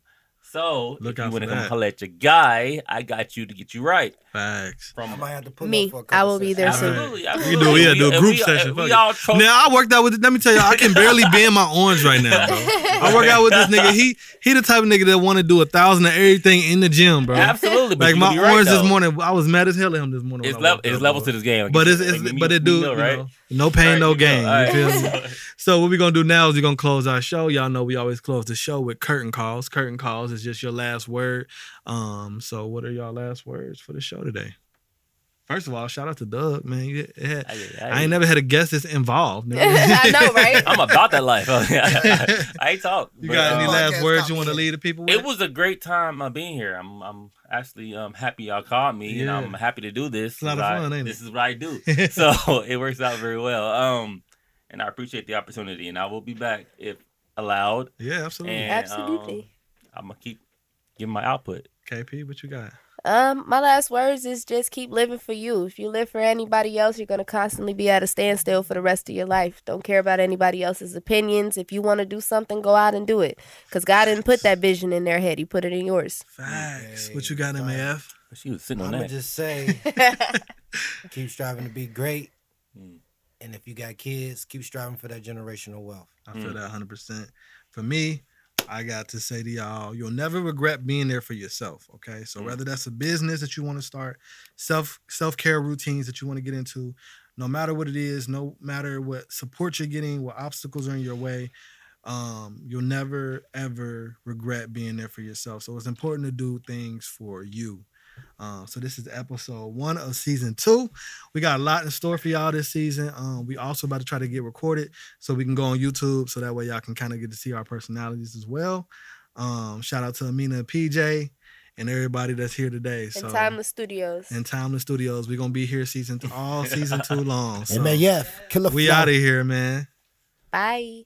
[SPEAKER 11] So
[SPEAKER 9] Look
[SPEAKER 11] if
[SPEAKER 9] out
[SPEAKER 11] you
[SPEAKER 9] for
[SPEAKER 11] want to come
[SPEAKER 9] that.
[SPEAKER 11] holler at your guy, I got you to get you right.
[SPEAKER 9] Facts.
[SPEAKER 11] From I
[SPEAKER 10] might have to pull
[SPEAKER 3] Me. I will be there soon.
[SPEAKER 11] absolutely,
[SPEAKER 9] We can do, yeah, do a
[SPEAKER 11] If
[SPEAKER 9] group
[SPEAKER 11] we-
[SPEAKER 9] session.
[SPEAKER 11] if
[SPEAKER 9] Fuck
[SPEAKER 11] We
[SPEAKER 9] it.
[SPEAKER 11] all tro-
[SPEAKER 9] now I worked out with. Let me tell you, I can barely bend my arms right now. Bro. I work out with this nigga. He he the type of nigga that want to do a thousand of everything in the gym, bro.
[SPEAKER 11] Absolutely, but
[SPEAKER 9] Like
[SPEAKER 11] you
[SPEAKER 9] my
[SPEAKER 11] be right,
[SPEAKER 9] arms this
[SPEAKER 11] though.
[SPEAKER 9] morning, I was mad as hell at him this morning.
[SPEAKER 11] it's,
[SPEAKER 9] when I
[SPEAKER 11] level,
[SPEAKER 9] woke
[SPEAKER 11] it's
[SPEAKER 9] up,
[SPEAKER 11] levels
[SPEAKER 9] bro.
[SPEAKER 11] to this game.
[SPEAKER 9] But it's, it's
[SPEAKER 11] Like, we-
[SPEAKER 9] but it
[SPEAKER 11] we
[SPEAKER 9] do
[SPEAKER 11] know,
[SPEAKER 9] you
[SPEAKER 11] right?
[SPEAKER 9] know, no pain,
[SPEAKER 11] Right,
[SPEAKER 9] no
[SPEAKER 11] we know.
[SPEAKER 9] gain.
[SPEAKER 11] All
[SPEAKER 9] You feel
[SPEAKER 11] right.
[SPEAKER 9] me? so what we gonna do now is we gonna close our show. Y'all know we always close the show with curtain calls. Curtain calls is just your last word. Um, so what are y'all last words for the show today? First of all, shout out to Doug, man. You- it had- I ain't never had a guest that's involved.
[SPEAKER 3] I know, right?
[SPEAKER 11] I'm about that life. Oh, I ain't talk.
[SPEAKER 9] You
[SPEAKER 11] but,
[SPEAKER 9] got any
[SPEAKER 11] um,
[SPEAKER 9] last words you want to leave the people with?
[SPEAKER 11] It was a great time uh, being here. I'm I'm actually um happy y'all called me and
[SPEAKER 9] Yeah.
[SPEAKER 11] I'm happy to do this.
[SPEAKER 9] It's a lot of
[SPEAKER 11] 'cause I-
[SPEAKER 9] fun, ain't it?
[SPEAKER 11] This is what I do. so it works out very well. Um and I appreciate the opportunity and I will be back if allowed.
[SPEAKER 9] Yeah, absolutely.
[SPEAKER 11] um,
[SPEAKER 3] Absolutely.
[SPEAKER 11] I'm gonna keep giving my output.
[SPEAKER 9] KP, what you got?
[SPEAKER 3] Um, my last words is just keep living for you. If you live for anybody else, you're gonna constantly be at a standstill for the rest of your life. Don't care about anybody else's opinions. If you want to do something, go out and do it. Cause God didn't put that vision in their head; He put it in yours.
[SPEAKER 9] Facts. What you got, MAF?
[SPEAKER 11] She was sitting
[SPEAKER 10] I'm gonna
[SPEAKER 11] on that.
[SPEAKER 10] just say, keep striving to be great, and if you got kids, keep striving for that generational wealth.
[SPEAKER 9] I
[SPEAKER 11] Hmm.
[SPEAKER 9] feel that 100. percent For me, I got to say to y'all, you'll never regret being there for yourself. Okay,
[SPEAKER 11] Hmm.
[SPEAKER 9] so whether that's a business that you want to start, self self care routines that you want to get into, no matter what it is, no matter what support you're getting, what obstacles are in your way, um, you'll never ever regret being there for yourself. So it's important to do things for you. Um, so this is episode one of season two. We got a lot in store for y'all this season. Um, we also about to try to get recorded so we can go on YouTube so that way y'all can kind of get to see our personalities as well. Um, shout out to Amina and PJ and everybody that's here today. So
[SPEAKER 3] And Timeless Studios.
[SPEAKER 9] and Timeless Studios, we're gonna be here season all season too long. So
[SPEAKER 10] MAF, killer
[SPEAKER 9] we
[SPEAKER 10] flow.
[SPEAKER 9] out of here, man.
[SPEAKER 3] Bye.